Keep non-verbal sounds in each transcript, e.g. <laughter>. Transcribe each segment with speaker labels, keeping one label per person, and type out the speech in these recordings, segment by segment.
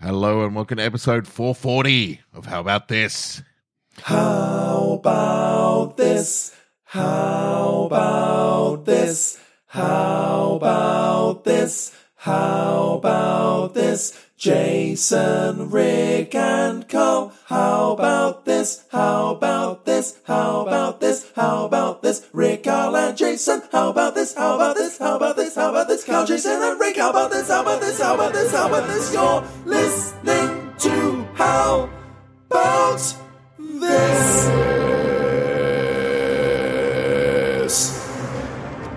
Speaker 1: Hello and welcome to episode 440 of How About This?
Speaker 2: How about this? How about this? How about this? How about this? Jason, Rick, and Cole. How about this? How about this? How about this? How about this? Rick, Carl, and Jason. How about this? How about this? How about this? How about this? Carl, Jason, and Rick. How about this? How about this? How about this? How about this? You're listening to How About This.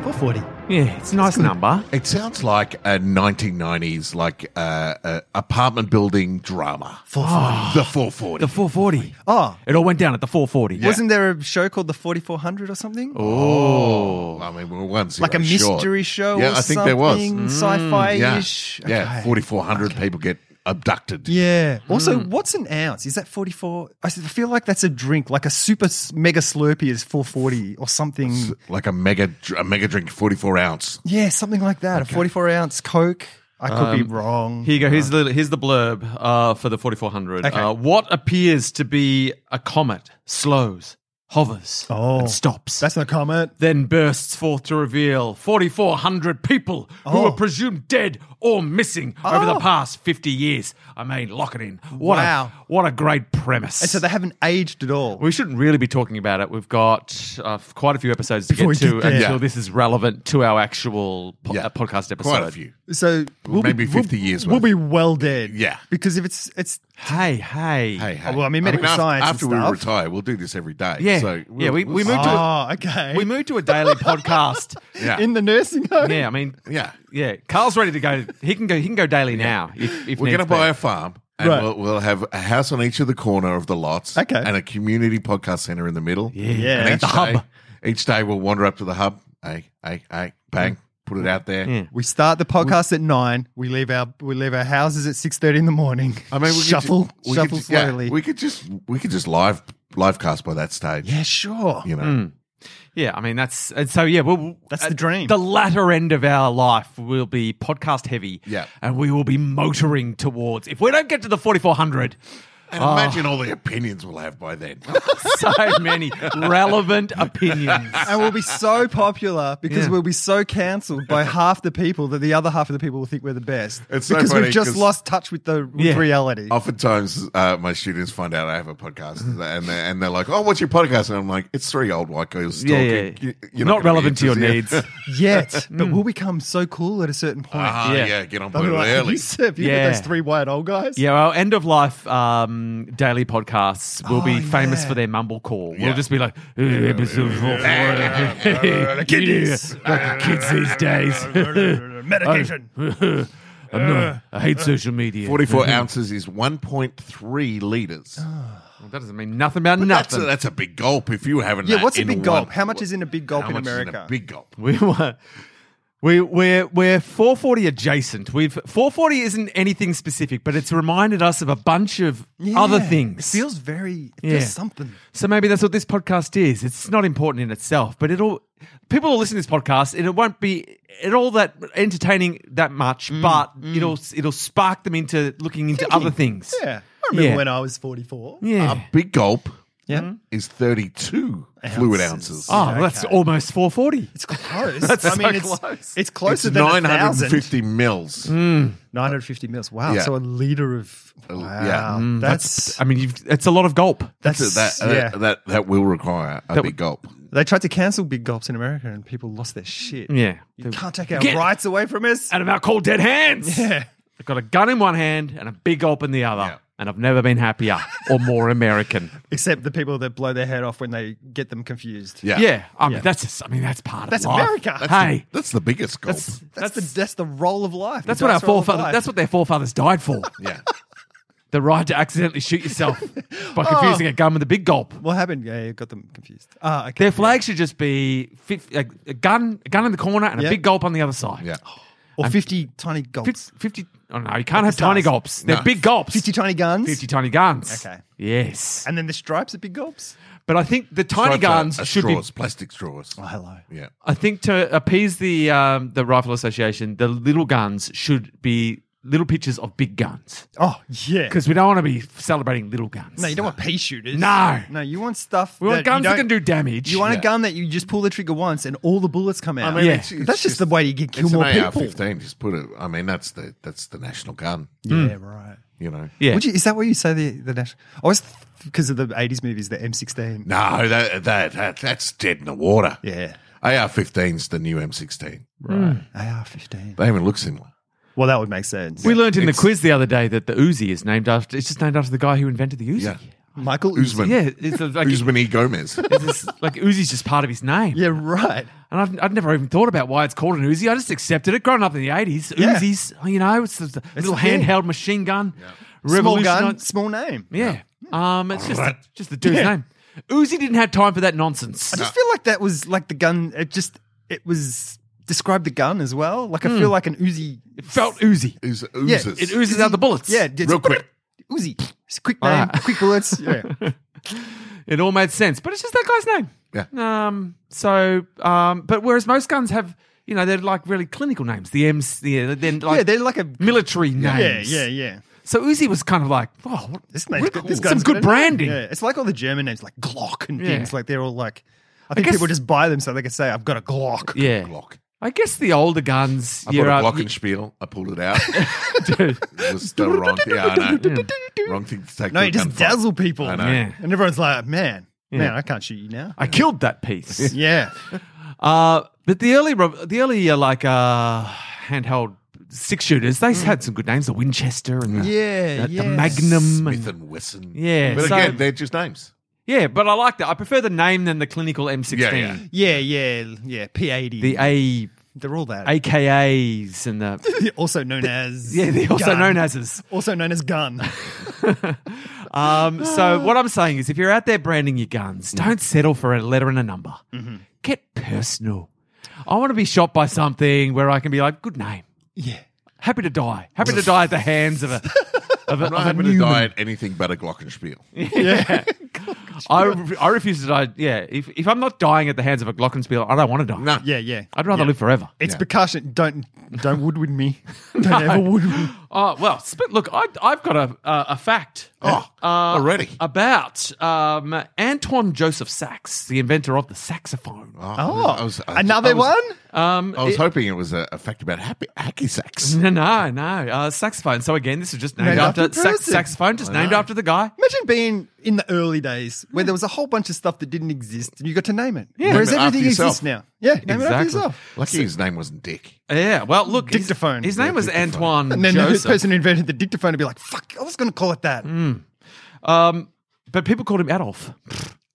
Speaker 3: 440. Yeah, it's a nice number.
Speaker 1: It sounds like a 1990s, like uh, uh, apartment building drama. 440. The 440.
Speaker 3: The 440.
Speaker 4: Oh,
Speaker 3: It all went down at the 440.
Speaker 1: Yeah.
Speaker 4: wasn't there a show called the 4400 or something?
Speaker 1: oh. I mean, we're one
Speaker 4: like a
Speaker 1: zero short.
Speaker 4: mystery show
Speaker 1: Yeah,
Speaker 4: or
Speaker 1: I think there was.
Speaker 4: something,
Speaker 1: Mm, yeah.
Speaker 4: sci-fi-ish.
Speaker 1: Yeah,
Speaker 4: Okay.
Speaker 1: 4,400 people get abducted.
Speaker 4: Yeah. Also,
Speaker 1: Mm.
Speaker 4: what's an ounce? Is that 44? I s- feel like that's a drink, like a super s- mega Slurpee is 440 or something.
Speaker 1: Like a mega, dr- a mega drink, 44 ounce.
Speaker 4: Yeah, something like that. A 44 ounce Coke. I could be
Speaker 5: Um,
Speaker 4: wrong.
Speaker 5: Here you go. Here's the here's the blurb uh, for the 4400.
Speaker 4: Uh-huh. Okay.
Speaker 5: Uh, what appears to be a comet slows, hovers,
Speaker 4: Oh.
Speaker 5: and stops,
Speaker 4: That's no comment.
Speaker 5: then bursts forth to reveal 4400 people who
Speaker 4: Oh.
Speaker 5: were presumed dead or missing over the
Speaker 4: Oh.
Speaker 5: past 50 years. I mean, lock it in. What
Speaker 4: Wow.
Speaker 5: a what a great premise.
Speaker 4: And so they haven't aged at all.
Speaker 5: we shouldn't really be talking about it. We've got uh, quite a few episodes to
Speaker 4: Before
Speaker 5: get
Speaker 4: we
Speaker 5: to
Speaker 4: get there.
Speaker 5: until
Speaker 1: Yeah.
Speaker 5: this is relevant to our actual po-
Speaker 1: Yeah.
Speaker 5: uh, podcast episode.
Speaker 1: Quite a few.
Speaker 4: So we'll be-
Speaker 1: Maybe 50
Speaker 4: we'll-
Speaker 1: years
Speaker 4: We'll
Speaker 1: worth.
Speaker 4: be well dead.
Speaker 1: Yeah.
Speaker 4: Because if it's it's
Speaker 5: Hey, hey,
Speaker 1: Hey, hey.
Speaker 4: Oh, well, I mean, medical
Speaker 1: af-
Speaker 4: science and
Speaker 1: After
Speaker 4: stuff.
Speaker 1: we retire, we'll do this every day.
Speaker 5: Yeah.
Speaker 1: So
Speaker 5: Yeah, we- we moved to a-
Speaker 4: oh, okay.
Speaker 5: We moved to a daily <laughs> podcast.
Speaker 1: Yeah.
Speaker 4: in the nursing home.
Speaker 5: Yeah, I mean,
Speaker 1: yeah.
Speaker 5: yeah. Carl's ready to go. He can go. He can go daily now. If, if
Speaker 1: We're going to
Speaker 5: needs
Speaker 1: buy
Speaker 5: be.
Speaker 1: a farm and
Speaker 4: Right.
Speaker 1: we'll, we'll have a house on each of the corner of the lots.
Speaker 4: Okay.
Speaker 1: And a community podcast center in the middle. Yeah.
Speaker 4: Yeah.
Speaker 1: And each
Speaker 5: The hub.
Speaker 1: Day, each day we'll wander up to the hub. Hey, hey, hey, bang, put it out there.
Speaker 4: We start the podcast at nine. We leave our we leave our houses at six thirty in the morning.
Speaker 1: I mean, we could
Speaker 4: shuffle
Speaker 1: ju- we could
Speaker 4: shuffle
Speaker 1: ju- yeah,
Speaker 4: slowly. Yeah,
Speaker 1: we could just we could just live live cast by that stage.
Speaker 4: sure.
Speaker 1: You know,
Speaker 5: Yeah, I mean that's and so. Yeah, we'll,
Speaker 4: That's
Speaker 5: at
Speaker 4: the dream.
Speaker 5: The latter end of our life will be podcast heavy.
Speaker 1: Yeah.
Speaker 5: and we will be motoring towards. If we don't get to the forty four hundred, <laughs>
Speaker 1: and imagine all the opinions we'll have by then. <laughs>
Speaker 5: so many relevant opinions.
Speaker 4: And we'll be so popular because
Speaker 5: Yeah.
Speaker 4: we'll be so
Speaker 1: <laughs>
Speaker 4: cancelled by half the people that the other half of the people will think we're the best.
Speaker 1: It's so
Speaker 4: because
Speaker 1: funny
Speaker 4: we've just
Speaker 1: 'cause- Oh.
Speaker 4: lost touch with the with
Speaker 5: Yeah.
Speaker 4: reality.
Speaker 1: Oftentimes, uh, my students find out I have a podcast, and they're, and they're like, "Oh, what's your podcast?" And I'm like, "It's three old white girls
Speaker 5: Yeah,
Speaker 1: talking.
Speaker 5: yeah.
Speaker 1: You- you're gonna
Speaker 5: not
Speaker 1: be
Speaker 5: relevant to your
Speaker 1: interested."
Speaker 5: needs.
Speaker 4: Yet, but we'll become so cool at a certain point.
Speaker 1: <laughs> Mm. Ah, yeah.
Speaker 5: Yeah.
Speaker 1: get on
Speaker 4: They'll
Speaker 1: board
Speaker 4: be like, "Have
Speaker 1: early.
Speaker 4: you, have you
Speaker 5: Yeah.
Speaker 4: met those three white old guys?
Speaker 5: <laughs> Yeah, our end of life um, daily podcasts will be
Speaker 4: Oh,
Speaker 5: famous
Speaker 4: yeah.
Speaker 5: for their mumble call.
Speaker 1: Yeah.
Speaker 5: We'll just be like, "Eh, episode four, <laughs> four,
Speaker 4: Kiddies.
Speaker 5: Yeah, like the kids these days.
Speaker 4: Medication.
Speaker 5: <laughs> I'm not, I hate social media.
Speaker 4: Mm-hmm.
Speaker 1: 44 ounces is 1.3 liters.
Speaker 4: Uh,
Speaker 5: Well, that doesn't mean nothing about
Speaker 1: That's a,
Speaker 5: nothing.
Speaker 1: that's a big gulp if you haven't.
Speaker 4: yeah, what's a big gulp? How much is in a big gulp in America?
Speaker 1: big gulp.
Speaker 5: <laughs> we were. We, we're, we're 440 adjacent. We've 440 isn't anything specific, but it's reminded us of a bunch of
Speaker 4: Yeah.
Speaker 5: other things.
Speaker 4: It feels very, it
Speaker 5: Yeah.
Speaker 4: feels something.
Speaker 5: So maybe that's what this podcast is. It's not important in itself, but it'll people will listen to this podcast and it won't be at all that entertaining that much,
Speaker 4: Mm,
Speaker 5: but it'll it'll spark them into looking into other things.
Speaker 4: Yeah. Um, I remember
Speaker 5: Yeah.
Speaker 4: when I was 44.
Speaker 5: Yeah.
Speaker 1: A big gulp
Speaker 4: Yeah.
Speaker 5: Mm-hmm.
Speaker 1: is 32 fluid ounces.
Speaker 4: Ounces.
Speaker 5: oh, that's
Speaker 4: Okay.
Speaker 5: almost 440.
Speaker 4: It's close.
Speaker 5: <laughs> That's
Speaker 4: I mean,
Speaker 5: so
Speaker 4: it's,
Speaker 5: close.
Speaker 4: it's
Speaker 1: it's
Speaker 4: closer than
Speaker 1: 950
Speaker 4: 950.
Speaker 1: mils.
Speaker 4: 950 mils. Wow.
Speaker 1: Yeah.
Speaker 4: So a liter of.
Speaker 5: Oh,
Speaker 4: Wow.
Speaker 1: yeah.
Speaker 4: That's.
Speaker 5: Mm, I mean, you've, it's a lot of gulp.
Speaker 4: That's,
Speaker 1: So that, uh,
Speaker 4: Mm. yeah.
Speaker 1: that that will require a
Speaker 5: That
Speaker 1: big gulp.
Speaker 4: they tried to cancel big gulps in America, and people lost their shit.
Speaker 5: Yeah.
Speaker 4: You can't take our
Speaker 5: Get-
Speaker 4: rights away from
Speaker 5: <laughs>
Speaker 4: us. <laughs>
Speaker 5: Out of our cold dead hands.
Speaker 4: Yeah.
Speaker 5: I've got a gun in one hand and a big gulp in the other.
Speaker 1: Yeah.
Speaker 5: And I've never been happier or more American.
Speaker 4: Except the people that blow their head off when they get them confused.
Speaker 1: <laughs> Yeah.
Speaker 5: Yeah. I mean, that's just, I mean, that's part
Speaker 4: That's
Speaker 5: of life.
Speaker 4: America.
Speaker 1: That's
Speaker 5: Hey.
Speaker 1: the, that's the biggest gulp.
Speaker 5: That's,
Speaker 4: That's,
Speaker 5: that's,
Speaker 4: the that's the role of life.
Speaker 5: That's
Speaker 4: The
Speaker 5: what our
Speaker 4: dice roll of
Speaker 5: forefathers.
Speaker 4: life.
Speaker 5: That's what their forefathers died
Speaker 1: <laughs>
Speaker 5: for.
Speaker 1: yeah.
Speaker 5: the right to accidentally shoot
Speaker 1: <laughs>
Speaker 5: yourself by
Speaker 1: Oh.
Speaker 5: confusing a gun with a big gulp.
Speaker 4: what happened. Yeah, you got them confused. Ah, okay.
Speaker 5: Their flag should just be fif- a, a gun, a gun in the corner, and
Speaker 4: Yeah.
Speaker 5: a big gulp on the other
Speaker 4: <laughs>
Speaker 5: side.
Speaker 1: Yeah.
Speaker 4: Or 50 tiny gulps.
Speaker 5: Fif- fifty. Oh no, you can't have
Speaker 4: the
Speaker 5: tiny
Speaker 4: stars.
Speaker 5: gulps. They're
Speaker 1: No.
Speaker 5: big gulps.
Speaker 4: 50 tiny guns.
Speaker 5: Fifty tiny guns.
Speaker 4: Okay.
Speaker 5: Yes,
Speaker 4: And then the stripes are big gulps.
Speaker 5: but I think the tiny
Speaker 1: Stripes
Speaker 5: guns
Speaker 1: are- are
Speaker 5: should
Speaker 1: straws,
Speaker 5: be.
Speaker 1: plastic straws.
Speaker 4: Oh, hello.
Speaker 1: Yeah.
Speaker 5: I think to appease the um, the rifle association, the little guns should be little pictures of big guns
Speaker 4: Oh yeah.
Speaker 5: because we don't want to be celebrating little guns.
Speaker 4: No, you don't want pea shooters.
Speaker 5: No.
Speaker 4: No, you want stuff.
Speaker 5: we want
Speaker 4: that you
Speaker 5: guns that
Speaker 4: don't-
Speaker 5: can do damage.
Speaker 4: You want
Speaker 1: Yeah.
Speaker 4: a gun that you just pull the trigger once and all the bullets come out.
Speaker 1: I mean,
Speaker 5: Yeah.
Speaker 1: it's- it's
Speaker 4: that's just, the way you get kill
Speaker 1: it's
Speaker 4: more
Speaker 1: an
Speaker 4: people.
Speaker 1: AR-15. Just put it. I mean, that's the that's the national gun.
Speaker 4: Yeah, right.
Speaker 1: You know.
Speaker 5: Hmm. yeah.
Speaker 4: Would you, is that what you say the the national? I always because of the '80s movies, the M16.
Speaker 1: No, that, that that that's dead in the water.
Speaker 4: Yeah,
Speaker 1: AR-15's the new M16.
Speaker 4: right. AR-15.
Speaker 1: They even look similar.
Speaker 4: Well, that would make sense.
Speaker 5: we learned in the
Speaker 1: It's-
Speaker 5: quiz the other day that the Uzi is named after. It's just named after the guy who invented the Uzi.
Speaker 1: Yeah.
Speaker 4: Michael Uzi.
Speaker 1: Usman.
Speaker 5: Yeah, it's a- like
Speaker 1: Usman E. Gomez.
Speaker 5: it's just- like Uzi's just part of his name.
Speaker 4: Yeah, right.
Speaker 5: And I've, I've never even thought about why it's called an Uzi. I just accepted it. Growing up in the 80s,
Speaker 4: Yeah.
Speaker 5: Uzis, you know, it's the, the little
Speaker 4: the thing.
Speaker 5: handheld machine gun.
Speaker 4: Small gun,
Speaker 5: revolutionized-
Speaker 4: small name.
Speaker 5: Yeah. Um, it's just, just the dude's name. Uzi didn't have time for that nonsense.
Speaker 4: I just feel like that was like the gun. It just it was described the gun as well. Like I feel
Speaker 5: Hmm.
Speaker 4: like an Uzi.
Speaker 5: It felt Uzi.
Speaker 1: Who's
Speaker 4: Yeah,
Speaker 1: oozes.
Speaker 5: It oozes out the bullets.
Speaker 4: Yeah, it's-
Speaker 1: Real
Speaker 4: <laughs>
Speaker 1: quick.
Speaker 4: Uzi. It's a quick name,
Speaker 5: Alright.
Speaker 4: quick
Speaker 5: <laughs>
Speaker 4: bullets. Yeah.
Speaker 5: It all made sense. But it's just that guy's name.
Speaker 1: Yeah.
Speaker 5: Um, so, um, but whereas most guns have, you know, they're like really clinical names. The M's, the, they're like
Speaker 4: yeah, they're like a
Speaker 5: military
Speaker 4: yeah,
Speaker 5: names.
Speaker 4: yeah, yeah.
Speaker 5: So Uzi was kind of like, oh, what-
Speaker 4: This name's
Speaker 5: what-
Speaker 4: good. This
Speaker 5: some
Speaker 4: gun's
Speaker 5: good
Speaker 4: a name.
Speaker 5: branding.
Speaker 4: Yeah, it's like all the German names, like Glock and
Speaker 5: Yeah.
Speaker 4: things. Like they're all like, I think
Speaker 5: guess-
Speaker 4: people just buy them so they can say, "I've got a Glock."
Speaker 5: Yeah.
Speaker 1: Glock.
Speaker 5: I guess the older guns.
Speaker 1: I
Speaker 5: you're
Speaker 1: bought a
Speaker 5: up-
Speaker 1: Glockenspiel. I pulled it out.
Speaker 5: Dude.
Speaker 1: it was the wrong thing. Yeah, I know. Wrong thing to take.
Speaker 4: No,
Speaker 1: to
Speaker 4: you
Speaker 1: a
Speaker 4: just
Speaker 1: gunfight.
Speaker 4: dazzle people,
Speaker 1: I know.
Speaker 5: Yeah.
Speaker 4: and everyone's like, "Man,
Speaker 5: Yeah.
Speaker 4: man, I can't shoot you now."
Speaker 5: I killed that piece. <laughs>
Speaker 4: Yeah,
Speaker 5: uh, but the early, rev- the early uh, like uh, handheld six shooters, they had some good names. The Winchester and the,
Speaker 4: Mm. yeah,
Speaker 5: the, the Magnum. and-
Speaker 1: Smith and Wesson.
Speaker 5: Yeah,
Speaker 1: but
Speaker 5: so-
Speaker 1: again, they're just names.
Speaker 5: yeah, but I like that. I prefer the name than the clinical M16.
Speaker 1: Yeah, yeah.
Speaker 4: yeah, yeah, yeah. P eighty.
Speaker 5: The A,
Speaker 4: They're all that.
Speaker 5: AKAs and the
Speaker 4: <laughs>
Speaker 5: <laughs>
Speaker 4: also known as
Speaker 5: yeah, the also
Speaker 4: gun.
Speaker 5: known as.
Speaker 4: also known as gun. <laughs>
Speaker 5: Um,
Speaker 4: Ah.
Speaker 5: so what I'm saying is, if you're out there branding your guns,
Speaker 4: Mm.
Speaker 5: don't settle for a letter and a number.
Speaker 4: Mm-hmm.
Speaker 5: Get personal. I want to be shot by something where I can be like, good name. <laughs>
Speaker 4: yeah,
Speaker 5: happy to die. Happy to die at the hands of a of a,
Speaker 1: I'm not
Speaker 5: of a
Speaker 1: happy to
Speaker 5: Newman.
Speaker 1: die at anything but a Glockenspiel.
Speaker 5: I, re- I refuse to die. Yeah, if, if I'm not dying at the hands of a glockenspiel, I don't want to die.
Speaker 1: No.
Speaker 4: yeah, yeah.
Speaker 5: I'd rather
Speaker 4: Yeah. <laughs>
Speaker 5: live forever.
Speaker 4: It's
Speaker 1: Yeah.
Speaker 4: percussion. Don't don't
Speaker 1: <laughs>
Speaker 4: woodwind me. <laughs> Don't ever woodwind. me.
Speaker 5: Oh well, sp- look, I, I've got a uh, a fact.
Speaker 1: Oh,
Speaker 5: uh,
Speaker 1: already.
Speaker 5: about um, Antoine Joseph Sachs, the inventor of the saxophone.
Speaker 1: Oh,
Speaker 4: Oh,
Speaker 1: I was- I-
Speaker 4: another
Speaker 1: I was-
Speaker 4: one.
Speaker 5: Um,
Speaker 1: I was
Speaker 5: it-
Speaker 1: hoping it was a, a fact about happy, hacky sacks.
Speaker 5: no, no, no, uh, saxophone. So again, this is just named
Speaker 4: Named
Speaker 5: after,
Speaker 4: after a
Speaker 5: sax-
Speaker 4: person.
Speaker 5: saxophone, just named after the guy.
Speaker 4: Imagine being in the early days where there was a whole bunch of stuff that didn't exist and you got to name it. Whereas
Speaker 1: Name it after
Speaker 4: everything
Speaker 1: yourself.
Speaker 4: exists now. Yeah, name it after
Speaker 5: Exactly.
Speaker 4: yourself.
Speaker 1: Lucky his name wasn't Dick.
Speaker 5: Yeah. Well, look, his-
Speaker 4: Dictaphone.
Speaker 5: His, name
Speaker 4: Yeah,
Speaker 5: was
Speaker 1: dictaphone.
Speaker 5: Antoine
Speaker 4: And then the
Speaker 5: Joseph.
Speaker 4: person who invented the dictaphone would be like, fuck, I was going to call it that.
Speaker 1: Mm.
Speaker 5: Um, but people called him Adolf.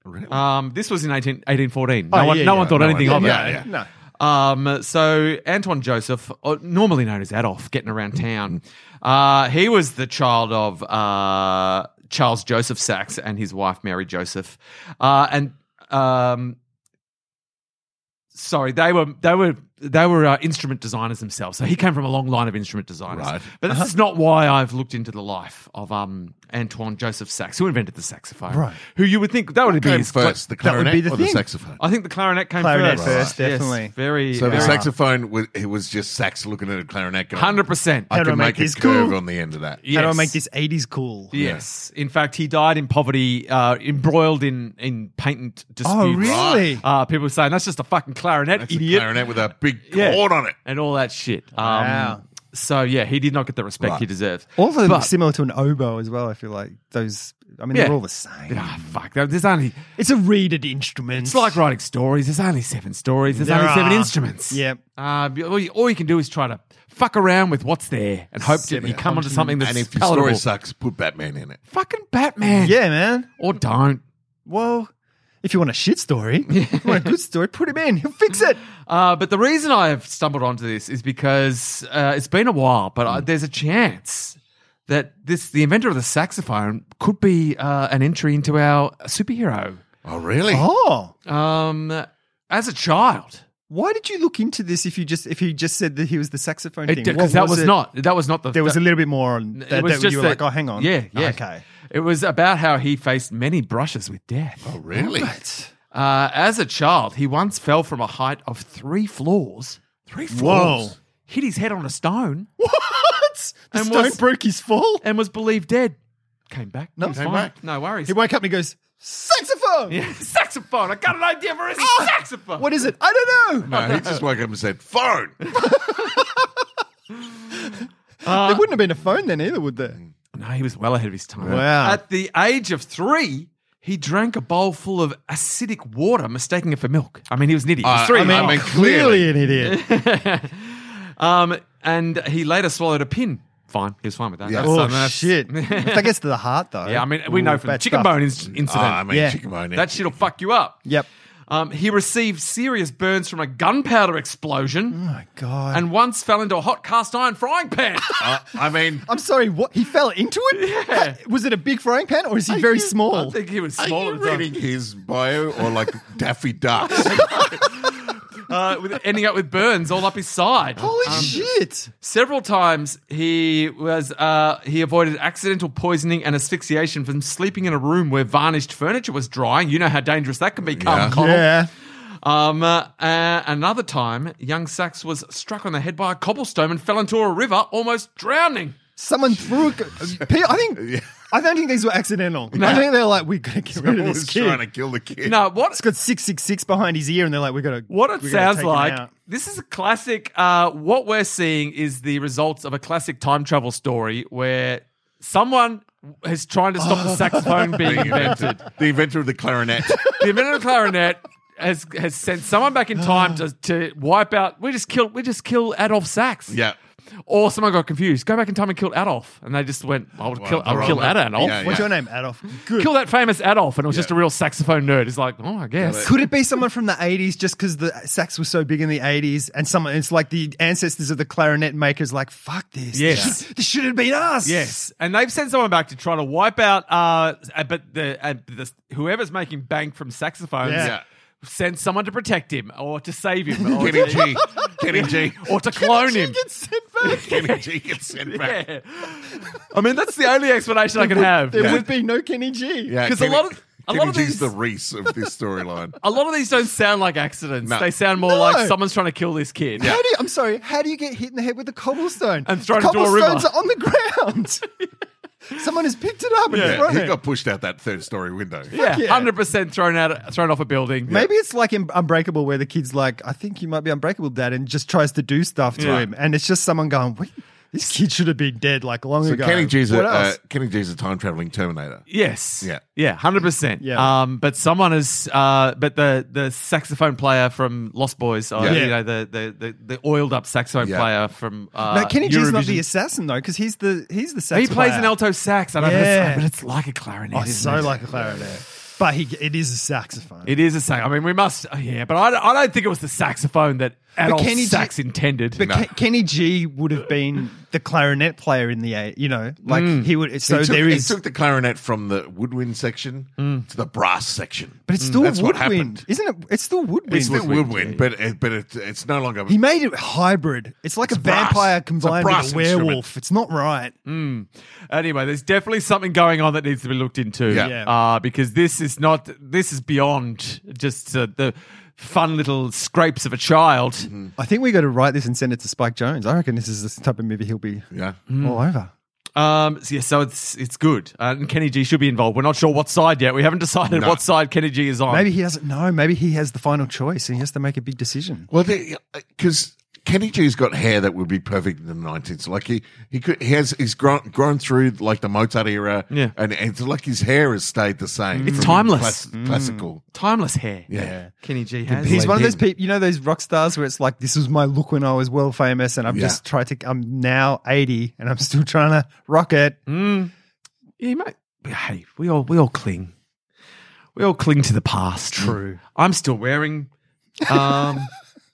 Speaker 1: Really?
Speaker 5: Um, this was in 18, 1814. No
Speaker 4: Oh,
Speaker 5: one,
Speaker 4: yeah,
Speaker 5: no
Speaker 4: yeah.
Speaker 5: one thought
Speaker 1: No
Speaker 5: anything
Speaker 1: one
Speaker 5: of it.
Speaker 1: did. Yeah,
Speaker 4: no,
Speaker 1: yeah.
Speaker 4: no.
Speaker 5: Um, so Antoine Joseph, uh, normally known as Adolf, getting around town, uh, he was the child of uh, Charles Joseph Sachs and his wife Mary Joseph, uh, and um, sorry, they were they were they were uh, instrument designers themselves. So he came from a long line of instrument designers.
Speaker 1: Right. Uh-huh.
Speaker 5: But this is not why I've looked into the life of um, Antoine Joseph Sachs, who invented the saxophone.
Speaker 4: Right.
Speaker 5: Who you would think that would be
Speaker 1: Came
Speaker 5: his cla-
Speaker 1: first, the
Speaker 4: that would
Speaker 1: clarinet
Speaker 4: be the
Speaker 1: or the
Speaker 4: thing.
Speaker 1: saxophone?
Speaker 5: I think the clarinet came
Speaker 4: Clarinet
Speaker 5: first.
Speaker 4: first,
Speaker 5: Yes,
Speaker 4: definitely.
Speaker 5: very.
Speaker 1: So the
Speaker 5: very-
Speaker 1: saxophone, was, it was just sax looking at a clarinet. going,
Speaker 5: Hundred percent.
Speaker 1: I
Speaker 4: How do I
Speaker 1: can
Speaker 4: make
Speaker 1: make,
Speaker 4: this
Speaker 1: a curve
Speaker 4: cool?
Speaker 1: on the end of that.
Speaker 5: Yeah.
Speaker 4: How do I
Speaker 5: Yes.
Speaker 4: make this 80s cool?
Speaker 5: Yes. In fact, he died in poverty, uh, embroiled in in patent disputes.
Speaker 4: Oh, really?
Speaker 5: Uh, people were saying that's just a fucking clarinet,
Speaker 1: Oh, That's a
Speaker 5: idiot,
Speaker 1: clarinet with a big
Speaker 5: Yeah.
Speaker 1: chord on it.
Speaker 5: and all that shit. Um,
Speaker 4: Wow.
Speaker 5: So yeah, he did not get the respect
Speaker 1: Right.
Speaker 5: he deserved.
Speaker 4: Also
Speaker 5: But-
Speaker 4: similar to an oboe as well, I feel like. Those, I mean,
Speaker 5: Yeah.
Speaker 4: they're all the same.
Speaker 5: Ah, fuck. there- There's only
Speaker 4: It's a reeded instrument.
Speaker 5: it's like writing stories. There's only seven stories. There's
Speaker 4: There
Speaker 5: only seven
Speaker 4: are.
Speaker 5: instruments.
Speaker 4: Yep.
Speaker 5: Uh, all, you, all you can do is try to fuck around with what's there and hope that
Speaker 4: Seven
Speaker 5: you come onto
Speaker 4: continents.
Speaker 5: something that's
Speaker 1: And if your
Speaker 5: palatable.
Speaker 1: story sucks, put Batman in it.
Speaker 5: fucking Batman.
Speaker 4: Yeah, man.
Speaker 5: Or don't.
Speaker 4: Well, if you want a shit
Speaker 5: <laughs>
Speaker 4: story, if you want a good story, put him in. He'll fix it.
Speaker 5: Uh, but the reason I have stumbled onto this is because uh, it's been a while, but
Speaker 4: Hmm.
Speaker 5: I, there's a chance that this the inventor of the saxophone could be uh, an entry into our superhero.
Speaker 1: Oh, really?
Speaker 4: Oh.
Speaker 5: Um, as a child,
Speaker 4: Why did you look into this if you just if he just said that he was the saxophone thing? What
Speaker 5: because that was
Speaker 4: it?
Speaker 5: not that was not the
Speaker 4: There was a
Speaker 5: that-
Speaker 4: little bit more on that, that you were
Speaker 5: that-
Speaker 4: like, oh, hang on.
Speaker 5: yeah, yeah,
Speaker 4: Okay.
Speaker 5: It was about how he faced many brushes with death.
Speaker 1: Oh, really?
Speaker 5: Uh, as a child, he once fell from a height of three floors,
Speaker 1: Three
Speaker 4: Whoa.
Speaker 1: floors.
Speaker 5: hit his head on a stone,
Speaker 4: What? The
Speaker 5: And
Speaker 4: stone
Speaker 5: was-
Speaker 4: broke his fall.
Speaker 5: and was believed dead. Came back. No,
Speaker 1: came back.
Speaker 5: No worries.
Speaker 4: He woke up and he goes, saxophone.
Speaker 5: yeah, Oh! saxophone. I got an idea <laughs> for a saxophone.
Speaker 4: What is it? I don't know.
Speaker 1: No, Uh, he just woke up and said, phone. Oh,
Speaker 5: Uh,
Speaker 4: there wouldn't have been a phone then either, would there?
Speaker 5: No, he was well ahead of his time.
Speaker 4: Wow.
Speaker 5: At the age of three, he drank a bowl full of acidic water, mistaking it for milk. I mean, he was an idiot. He was
Speaker 1: Uh,
Speaker 5: three.
Speaker 1: I mean,
Speaker 5: I mean,
Speaker 1: clearly.
Speaker 4: an idiot.
Speaker 5: <laughs> um, and he later swallowed a pin. Fine. He was fine with that.
Speaker 1: Yeah.
Speaker 5: That's-
Speaker 4: oh
Speaker 5: that's-
Speaker 4: shit! if that gets to the heart, though.
Speaker 5: Yeah, I mean, we know
Speaker 4: Ooh,
Speaker 5: from the
Speaker 4: bad
Speaker 5: chicken
Speaker 4: stuff.
Speaker 5: bone inc- incident.
Speaker 1: Oh, I mean,
Speaker 4: Yeah.
Speaker 1: chicken bone.
Speaker 5: that shit'll fuck you up.
Speaker 4: Yep.
Speaker 5: Um, he received serious burns from a gunpowder explosion
Speaker 4: Oh my god.
Speaker 5: and once fell into a hot cast iron frying pan. <laughs>
Speaker 1: Uh, I mean,
Speaker 4: I'm sorry. What? He fell into it?
Speaker 5: Yeah.
Speaker 4: How- Was it a big frying pan or is he very small?
Speaker 5: <laughs> I think he was uh,
Speaker 1: are
Speaker 5: smaller.
Speaker 1: you
Speaker 5: at the time.
Speaker 1: reading his bio or like Daffy Duck's?
Speaker 5: Uh, with, ending up with burns all up his side.
Speaker 4: Holy
Speaker 5: Um,
Speaker 4: shit!
Speaker 5: Several times he was uh, he avoided accidental poisoning and asphyxiation from sleeping in a room where varnished furniture was drying. You know how dangerous that can become,
Speaker 1: Yeah.
Speaker 5: Connell.
Speaker 4: Yeah.
Speaker 5: Um, uh, uh, another time, young Sachs was struck on the head by a cobblestone and fell into a river, almost drowning.
Speaker 4: Someone threw.
Speaker 1: <laughs>
Speaker 4: A, Pe- I think. I don't think these were accidental. I think they're like, we got to get rid of
Speaker 1: Someone
Speaker 4: this
Speaker 1: was
Speaker 4: kid.
Speaker 1: trying to kill the kid.
Speaker 5: No, what?
Speaker 4: It's got six six six behind his ear, and they're like, we got to.
Speaker 5: What it sounds like. This is a classic. Uh, what we're seeing is the results of a classic time travel story where someone is trying to stop
Speaker 1: <laughs>
Speaker 5: the saxophone being <laughs> invented.
Speaker 1: The inventor of the clarinet.
Speaker 5: The inventor of the clarinet has has sent someone back in time to, to wipe out. We just killed. We just kill Adolf Sax.
Speaker 1: yeah.
Speaker 5: Or someone got confused. Go back in time and kill Adolf, and they just went. I'll kill. I'll
Speaker 1: they're
Speaker 5: kill
Speaker 1: all-
Speaker 5: that Adolf.
Speaker 1: Yeah,
Speaker 4: What's your name, Adolf? Good.
Speaker 5: Kill that famous Adolf, and it was just
Speaker 1: Yeah.
Speaker 5: a real saxophone nerd. It's like, oh, I guess.
Speaker 4: Could it be someone from the 80s just because the sax was so big in the 80s and someone, it's like the ancestors of the clarinet makers, like, fuck this.
Speaker 5: Yes.
Speaker 4: This, this should have been us.
Speaker 5: Yes, and they've sent someone back to try to wipe out. Uh, uh, but the, uh, the whoever's making bank from saxophones
Speaker 4: Yeah.
Speaker 1: Yeah.
Speaker 5: sent someone to protect him or to save him, or,
Speaker 1: Kenny
Speaker 5: to,
Speaker 1: G. Kenny G.
Speaker 5: <laughs> or to clone
Speaker 4: She
Speaker 5: him.
Speaker 4: gets sent back.
Speaker 5: <laughs>
Speaker 1: Kenny G gets sent back.
Speaker 5: Yeah. I mean, that's the only explanation I can have.
Speaker 4: There would be no Kenny G.
Speaker 1: Yeah,
Speaker 5: 'Cause a
Speaker 1: Kenny-
Speaker 5: lot of- a lot
Speaker 1: Kenny
Speaker 5: of
Speaker 1: G's
Speaker 5: these-
Speaker 1: the Reese of this
Speaker 5: <laughs>
Speaker 1: storyline.
Speaker 5: A lot of these don't sound like accidents.
Speaker 1: No.
Speaker 5: They sound more
Speaker 4: No.
Speaker 5: like someone's trying to kill this kid.
Speaker 4: How do you, I'm sorry. How do you get hit in the head with a cobblestone?
Speaker 5: And thrown into a river.
Speaker 4: Cobblestones are on the ground. <laughs> someone has picked it up and
Speaker 1: Yeah,
Speaker 4: thrown
Speaker 1: he
Speaker 4: it.
Speaker 1: got pushed out that third story window.
Speaker 5: Yeah,
Speaker 4: yeah.
Speaker 5: hundred percent thrown out, thrown off a building.
Speaker 4: Maybe it's like in Unbreakable, where the kid's like, "I think you might be Unbreakable, Dad," and just tries to do stuff to
Speaker 5: Yeah.
Speaker 4: him, and it's just someone going, Wait, "This kid should have been dead like long
Speaker 1: So
Speaker 4: ago."
Speaker 1: Kenny G's
Speaker 4: What
Speaker 1: a uh,
Speaker 4: else?
Speaker 1: Kenny G's a time traveling Terminator.
Speaker 5: Yes.
Speaker 1: Yeah.
Speaker 5: Yeah. Hundred percent.
Speaker 4: Yeah.
Speaker 5: Um. But someone is. Uh. But the the saxophone player from Lost Boys, or
Speaker 1: Yeah.
Speaker 5: you know the the the, the oiled up saxophone
Speaker 1: Yeah.
Speaker 5: player from. Uh,
Speaker 4: no, Kenny G's not the
Speaker 5: Eurovision.
Speaker 4: assassin though, because he's the he's the sax
Speaker 5: He plays
Speaker 4: player.
Speaker 5: an alto sax. I don't know, but
Speaker 4: Yeah.
Speaker 5: it's, but it's like a clarinet.
Speaker 4: Oh,
Speaker 5: isn't
Speaker 4: so
Speaker 5: it?
Speaker 4: like a clarinet, but he it is a saxophone.
Speaker 5: It is a sax. I mean, we must. oh, yeah, but I, don't- I don't think it was the saxophone that Adolf
Speaker 4: Kenny G-
Speaker 5: Sax intended.
Speaker 4: but Ke- Kenny G would have been the clarinet player in the eight, you know, like he would. So
Speaker 1: he Mm. took,
Speaker 4: there
Speaker 1: he
Speaker 4: is, Mm.
Speaker 1: took the clarinet from the woodwind section to the brass section.
Speaker 4: but it's still
Speaker 1: Mm, That's what
Speaker 4: woodwind,
Speaker 1: happened.
Speaker 4: isn't it? It's still woodwind.
Speaker 1: It's still woodwind, but it, but it, it's no longer.
Speaker 4: He made it hybrid. It's like a
Speaker 1: brass.
Speaker 4: vampire
Speaker 1: It's a
Speaker 4: combined
Speaker 1: brass
Speaker 4: with a
Speaker 1: instrument. Mm.
Speaker 4: werewolf. It's not right.
Speaker 5: anyway, there's definitely something going on that needs to be looked into.
Speaker 1: Yeah.
Speaker 4: Yeah.
Speaker 5: Uh, because this is not, this is beyond just uh, the fun little scrapes of a child.
Speaker 1: Mm-hmm.
Speaker 4: I think we got to write this and send it to Spike Jones. I reckon this is the type of movie he'll be
Speaker 1: yeah,
Speaker 4: all over.
Speaker 5: Um, so yeah, so it's, it's good. Uh, and Kenny G should be involved. We're not sure what side yet. We haven't decided
Speaker 1: No.
Speaker 5: what side Kenny G
Speaker 1: Oh.
Speaker 5: is on.
Speaker 4: Maybe he doesn't know. Maybe he has the final choice and he has to make a big decision.
Speaker 1: well, because Kenny G's got hair that would be perfect in the nineties. Like he he could he has he's grown grown through like the Mozart era.
Speaker 5: Yeah.
Speaker 1: and, and it's like his hair has stayed the same.
Speaker 5: It's
Speaker 1: from
Speaker 5: timeless. Mm.
Speaker 1: classical.
Speaker 5: Timeless hair.
Speaker 1: Yeah.
Speaker 5: Kenny G has.
Speaker 4: He's one of those
Speaker 1: him.
Speaker 4: people, you know, those rock stars where it's like, this was my look when I was world famous and I'm
Speaker 1: Yeah.
Speaker 4: just trying to, I'm now 80 and I'm still trying to rock it.
Speaker 5: Yeah, mate. Hey, we all we all cling. We all cling to the past.
Speaker 1: Mm.
Speaker 5: True. I'm still wearing
Speaker 1: <laughs>
Speaker 5: um I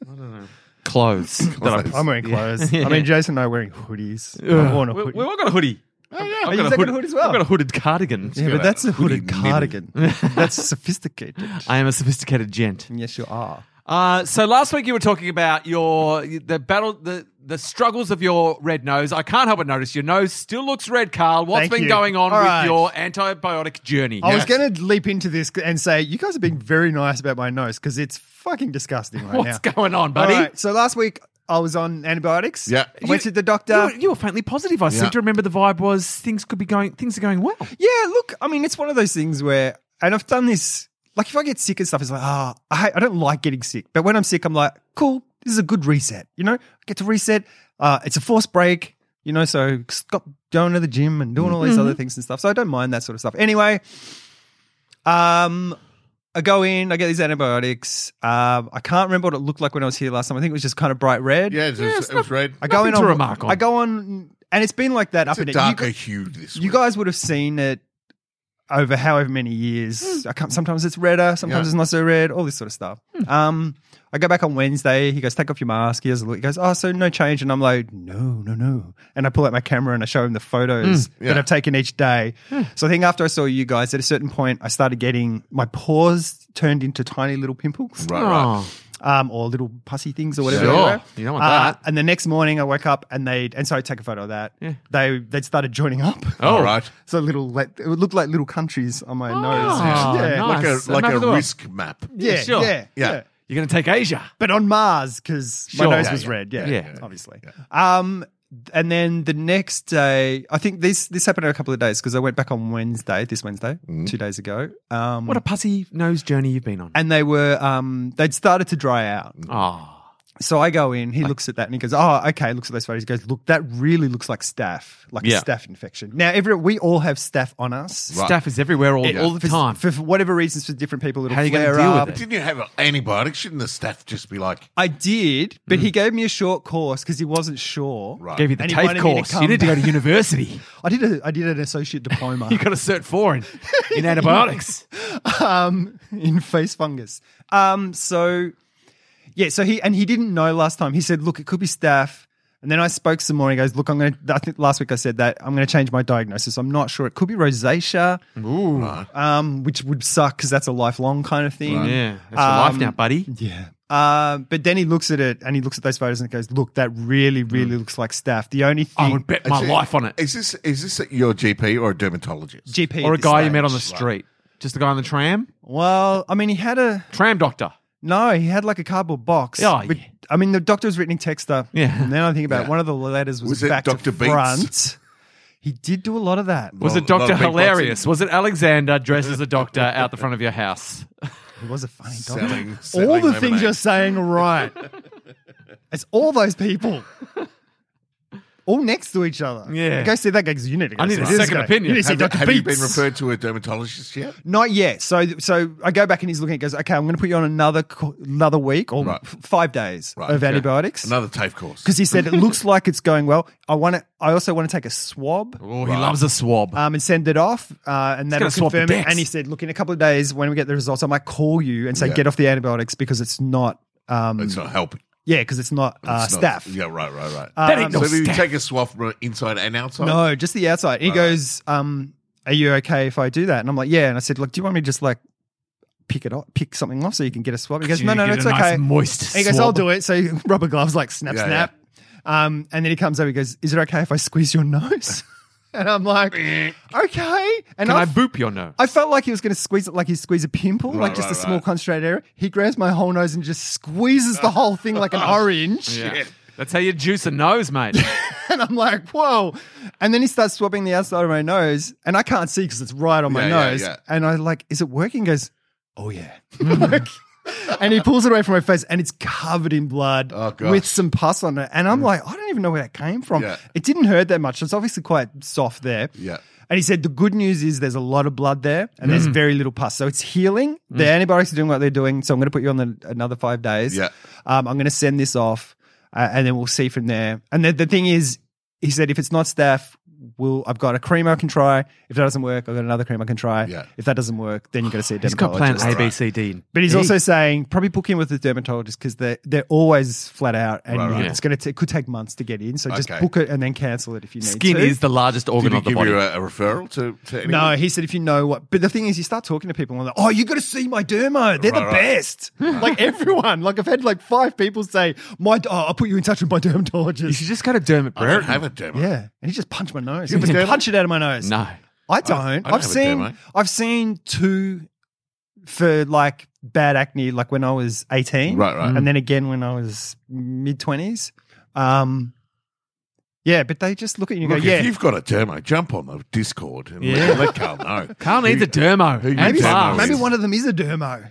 Speaker 5: don't know. Clothes. that I-
Speaker 4: I'm <laughs> wearing clothes. I mean, Jason and I are wearing hoodies. I've worn a
Speaker 5: we,
Speaker 4: hoodie.
Speaker 5: we've all got a hoodie.
Speaker 4: oh, yeah.
Speaker 5: I've
Speaker 4: You've
Speaker 5: got
Speaker 4: got a
Speaker 5: hood-
Speaker 4: hood as well.
Speaker 5: I've got a hooded cardigan.
Speaker 4: yeah,
Speaker 1: got
Speaker 4: but
Speaker 1: a
Speaker 4: that's a
Speaker 1: hoodie
Speaker 4: hooded
Speaker 1: middle.
Speaker 4: cardigan.
Speaker 5: <laughs>
Speaker 4: that's sophisticated.
Speaker 5: I am a sophisticated gent.
Speaker 4: <laughs> Yes, you are.
Speaker 5: Uh, so last week you were talking about your the battle the the struggles of your red nose. I can't help but notice your nose still looks red, Carl. What's
Speaker 4: Thank
Speaker 5: been
Speaker 4: you.
Speaker 5: going on
Speaker 4: All
Speaker 5: with
Speaker 4: right. Oh,
Speaker 5: your antibiotic journey? <laughs>
Speaker 4: I was
Speaker 1: Yes.
Speaker 4: going to leap into this and say, you guys have been very nice about my nose because it's fucking disgusting right now.
Speaker 5: What's going on, buddy?
Speaker 4: All right, so last week I was on antibiotics.
Speaker 1: Yeah.
Speaker 4: I went
Speaker 5: You-
Speaker 4: to the
Speaker 5: You
Speaker 4: doctor.
Speaker 5: were, you were faintly positive. I
Speaker 1: Yeah.
Speaker 5: seem to remember the vibe was things could be going, things are going well.
Speaker 4: Yeah, look, I mean, it's one of those things where, and I've done this. Like, if I get sick and stuff, it's like, ah, I, hate- I don't like getting sick. But when I'm sick, I'm like, cool, this is a good reset. You know, I get to reset. Uh, it's a forced break. You know, so stop going to the gym and doing all these other things and stuff. So I don't mind that sort of stuff. Anyway, um, I go in, I get these antibiotics. Um, I can't remember what it looked like when I was here last time. I think it was just kind of bright red.
Speaker 1: Yeah, it was, it was red.
Speaker 4: I go in
Speaker 5: Nothing to
Speaker 4: on,
Speaker 5: remark on.
Speaker 4: I go on, and it's been like that
Speaker 1: It's
Speaker 4: up
Speaker 1: a
Speaker 4: and
Speaker 1: darker hue this
Speaker 4: you
Speaker 1: week.
Speaker 4: guys would have seen it over however many years.
Speaker 5: Hmm.
Speaker 4: I can't, sometimes it's redder, sometimes
Speaker 1: Yeah.
Speaker 4: it's not so red, all this sort of stuff. Um, I go back on Wednesday. He goes, take off your mask. He has a look. He goes, oh, so no change. And I'm like, no, no, no. And I pull out my camera and I show him the
Speaker 5: Hmm.
Speaker 4: photos that
Speaker 1: yeah.
Speaker 4: I've taken each day. So I think after I saw you guys, at a certain point, I started getting my pores turned into tiny little pimples
Speaker 1: Right, right.
Speaker 5: Oh.
Speaker 4: um, or little pussy things or whatever.
Speaker 1: Sure.
Speaker 4: they were.
Speaker 5: You don't want that.
Speaker 4: And the next morning, I woke up and they and so I take a photo of that.
Speaker 5: Yeah.
Speaker 4: They they started joining
Speaker 5: <laughs>
Speaker 4: up.
Speaker 1: All right.
Speaker 4: So little, like, it looked like little countries on my
Speaker 5: <laughs> Oh,
Speaker 4: nose. Yeah,
Speaker 5: nice.
Speaker 1: Like a,
Speaker 5: Nice.
Speaker 1: like
Speaker 5: Another
Speaker 1: a
Speaker 5: one.
Speaker 1: risk map.
Speaker 4: yeah,
Speaker 5: Yeah, sure.
Speaker 4: yeah,
Speaker 1: Yeah.
Speaker 4: yeah.
Speaker 5: You're going to take Asia.
Speaker 4: But on Mars because
Speaker 5: Sure.
Speaker 4: my nose
Speaker 5: Yeah,
Speaker 4: was
Speaker 5: yeah.
Speaker 4: red. Yeah,
Speaker 5: Yeah. Yeah.
Speaker 4: obviously. Um, and then the next day, I think this this happened in a couple of days because I went back on Wednesday, this Wednesday, two days ago. Um,
Speaker 5: Mm. What a pussy nose journey you've been on.
Speaker 4: and they were um, they'd started to dry out.
Speaker 5: Oh.
Speaker 4: So I go in, he looks at that and he goes, Oh, okay, looks at those photos. He goes, Look, that really looks like staph, like
Speaker 5: Yeah.
Speaker 4: a staph infection. Now, every, we all have staph on us.
Speaker 1: Right.
Speaker 5: Staff is everywhere all, all the
Speaker 4: For-
Speaker 5: time.
Speaker 4: For, for whatever reasons, for different people, it'll
Speaker 5: How are you gonna
Speaker 4: flare
Speaker 5: deal with
Speaker 4: up.
Speaker 5: it?
Speaker 1: Didn't you have antibiotics? Shouldn't the staff just be like,
Speaker 4: I did, but
Speaker 5: Mm.
Speaker 4: he gave me a short course because he wasn't sure.
Speaker 1: right?
Speaker 5: Gave you the
Speaker 4: And he wanted
Speaker 5: TAFE
Speaker 4: me to
Speaker 5: course. You
Speaker 4: come
Speaker 5: need to go
Speaker 4: <laughs>
Speaker 5: to
Speaker 4: back.
Speaker 5: university.
Speaker 4: I did a, I did an associate diploma
Speaker 5: <laughs> you got a cert four in,
Speaker 4: <laughs>
Speaker 5: in antibiotics.
Speaker 4: um, in face fungus. Um, so yeah, so he and he didn't know last time. He said, "Look, it could be staph." And then I spoke some more. He goes, "Look, I'm going to." I think last week I said that I'm going to change my diagnosis. I'm not sure. It could be rosacea, um, which would suck because that's a lifelong kind of thing.
Speaker 5: yeah. That's your life
Speaker 4: Um,
Speaker 5: now, buddy.
Speaker 4: Yeah. Um, but then he looks at it and he looks at those photos and goes, "Look, that really, really looks like staph." The only
Speaker 5: Mm. I
Speaker 4: thing
Speaker 5: would bet my
Speaker 1: Is it-
Speaker 5: life on it.
Speaker 1: Is this is this your GP or a dermatologist?
Speaker 4: GP
Speaker 5: Or a
Speaker 4: at this
Speaker 5: guy you
Speaker 4: stage-
Speaker 5: met on the street. Just a guy on the tram.
Speaker 4: Well, I mean, he had a
Speaker 5: Tram doctor.
Speaker 4: No, he had like a cardboard box.
Speaker 5: Oh,
Speaker 4: But-
Speaker 5: yeah.
Speaker 4: I mean, the doctor was written texter.
Speaker 5: Yeah.
Speaker 4: Now I think about it,
Speaker 1: Yeah.
Speaker 4: one of the letters was,
Speaker 1: Was it
Speaker 4: back
Speaker 1: Dr.
Speaker 4: to
Speaker 1: Beats?
Speaker 4: front. He did do a lot of that.
Speaker 5: Was
Speaker 1: Well,
Speaker 5: it Dr.
Speaker 1: not a big box.
Speaker 5: Hilarious? Was it Alexander dressed as a doctor out the front of your house?
Speaker 4: He was a funny doctor.
Speaker 1: Selling, selling
Speaker 4: all the
Speaker 1: lemonade.
Speaker 4: things you're saying
Speaker 1: <laughs>
Speaker 4: are right. it's all those people. All next to each other.
Speaker 5: Yeah.
Speaker 4: You Go see that guy because you need to go
Speaker 5: I need
Speaker 4: see
Speaker 5: a
Speaker 4: this
Speaker 5: second
Speaker 4: guy.
Speaker 5: opinion.
Speaker 4: You need to see
Speaker 1: Have,
Speaker 4: Dr.
Speaker 1: have you
Speaker 4: Beats.
Speaker 1: been referred to a dermatologist yet?
Speaker 4: Not yet. So, so I go back and he's looking. He goes, "Okay, I'm going to put you on another co- another week or
Speaker 1: Right.
Speaker 4: f- five days
Speaker 1: Right,
Speaker 4: of
Speaker 1: okay.
Speaker 4: antibiotics."
Speaker 1: Another TAFE course.
Speaker 4: because he said it looks like it's going well. I want to. I also want to take a swab
Speaker 5: Oh, he loves a swab.
Speaker 4: um, and send it off, uh, and that'll
Speaker 5: gonna swab the
Speaker 4: confirm it.
Speaker 5: decks.
Speaker 4: And he said, look, in a couple of days when we get the results, I might call you and say
Speaker 1: Yeah.
Speaker 4: get off the antibiotics because it's not. Um,
Speaker 1: it's not helping.
Speaker 4: yeah, because it's not uh,
Speaker 1: It's not-
Speaker 4: staff.
Speaker 1: Yeah, right, right, right.
Speaker 5: That ain't
Speaker 1: so
Speaker 5: Um, no
Speaker 1: did you
Speaker 5: staff.
Speaker 1: take a swab from inside and outside?
Speaker 4: No, just the outside. He goes, um, "Are you okay if I do that?" And I'm like, "Yeah." And I said, "Look, do you want me to just like pick it up, pick something off so you can get a swab?" He goes,
Speaker 5: You
Speaker 4: "No, no,
Speaker 5: get
Speaker 4: no
Speaker 5: a
Speaker 4: it's
Speaker 5: nice
Speaker 4: okay."
Speaker 5: moist
Speaker 4: And he goes,
Speaker 5: swab.
Speaker 4: "I'll do it." So he- <laughs> rubber gloves, like snap,
Speaker 1: Yeah,
Speaker 4: snap. Um, and then he comes over. He goes, "Is it okay if I squeeze your <laughs> nose?" and I'm
Speaker 1: <laughs>
Speaker 4: like, "Okay." And
Speaker 5: Can I
Speaker 4: I,
Speaker 5: boop your nose?
Speaker 4: I felt like he was going to squeeze it, like he squeeze a pimple, like just
Speaker 1: right,
Speaker 4: a small
Speaker 1: right.
Speaker 4: concentrated area. He grabs my whole nose and just squeezes the whole thing
Speaker 1: <laughs>
Speaker 4: like an orange.
Speaker 5: Yeah. That's how you juice a
Speaker 4: <laughs>
Speaker 5: nose, mate.
Speaker 4: And I'm like, whoa. And then he starts swabbing the outside of my nose, and I can't see because it's right on my
Speaker 1: Yeah, yeah,
Speaker 4: nose.
Speaker 1: yeah.
Speaker 4: And I'm like, is it working? He goes, oh, yeah. <laughs> Like- and he pulls it away from my face, and it's covered in blood
Speaker 1: Oh, gosh.
Speaker 4: with some pus on it. And I'm like, I don't even know where that came from.
Speaker 1: Yeah.
Speaker 4: It didn't hurt that much. It's obviously quite soft there.
Speaker 1: Yeah. Mm.
Speaker 4: And he said, the good news is there's a lot of blood there and there's very little pus. So it's healing. The antibiotics are doing what they're doing. So I'm going to put you on the, another five days.
Speaker 1: Yeah.
Speaker 4: Um, I'm going to send this off uh, and then we'll see from there. And the, the thing is, he said, if it's not staff, we'll, I've got a cream I can try. If that doesn't work, I've got another cream I can try.
Speaker 1: Yeah.
Speaker 4: If that doesn't work, then you've got to see a
Speaker 5: He's got plan
Speaker 4: dermatologist.
Speaker 5: A, B, C, D.
Speaker 4: But he's
Speaker 5: E.
Speaker 4: also saying probably book in with the dermatologist because they're, they're always flat out and
Speaker 1: Right, right.
Speaker 4: it's going to it could take months to get in. So just
Speaker 1: Okay.
Speaker 4: book it and then cancel it if you need
Speaker 5: Skin
Speaker 4: to.
Speaker 5: is the largest
Speaker 1: Did
Speaker 5: organ
Speaker 1: he
Speaker 5: of the
Speaker 1: give
Speaker 5: body.
Speaker 1: you a, a referral to, to anyone?
Speaker 4: No, he said if you know what. But the thing is, you start talking to people and they're like, oh, you got to see my dermo. They're the
Speaker 1: Right, right.
Speaker 4: best. <laughs> like everyone. Like I've had like five people say, my, oh, I'll put you in touch with my
Speaker 5: you
Speaker 4: dermatologist.
Speaker 5: should just go to Dermot
Speaker 1: I don't
Speaker 5: Brereton.
Speaker 1: have a dermo.
Speaker 4: <laughs> Yeah, and he just punched my nose.
Speaker 1: You
Speaker 4: He
Speaker 1: have a
Speaker 4: just
Speaker 1: dermo?
Speaker 4: punched it out of my nose.
Speaker 5: No.
Speaker 4: I
Speaker 1: I
Speaker 4: don't. I,
Speaker 1: don't
Speaker 4: have
Speaker 1: have a
Speaker 4: seen.
Speaker 1: dermo.
Speaker 4: I've seen two for like bad acne, like when I was eighteen,
Speaker 1: Right, right.
Speaker 4: and then again when I was mid twenties. Um, yeah, but they just look at you and
Speaker 1: Look,
Speaker 4: go, yeah.
Speaker 1: if you've got a demo, jump on the Discord and
Speaker 5: Yeah.
Speaker 1: let, let Carl know.
Speaker 5: <laughs> Carl needs a dermo.
Speaker 1: who you
Speaker 5: And
Speaker 1: dermo
Speaker 5: fast.
Speaker 1: with?
Speaker 4: Maybe one of them is a dermo.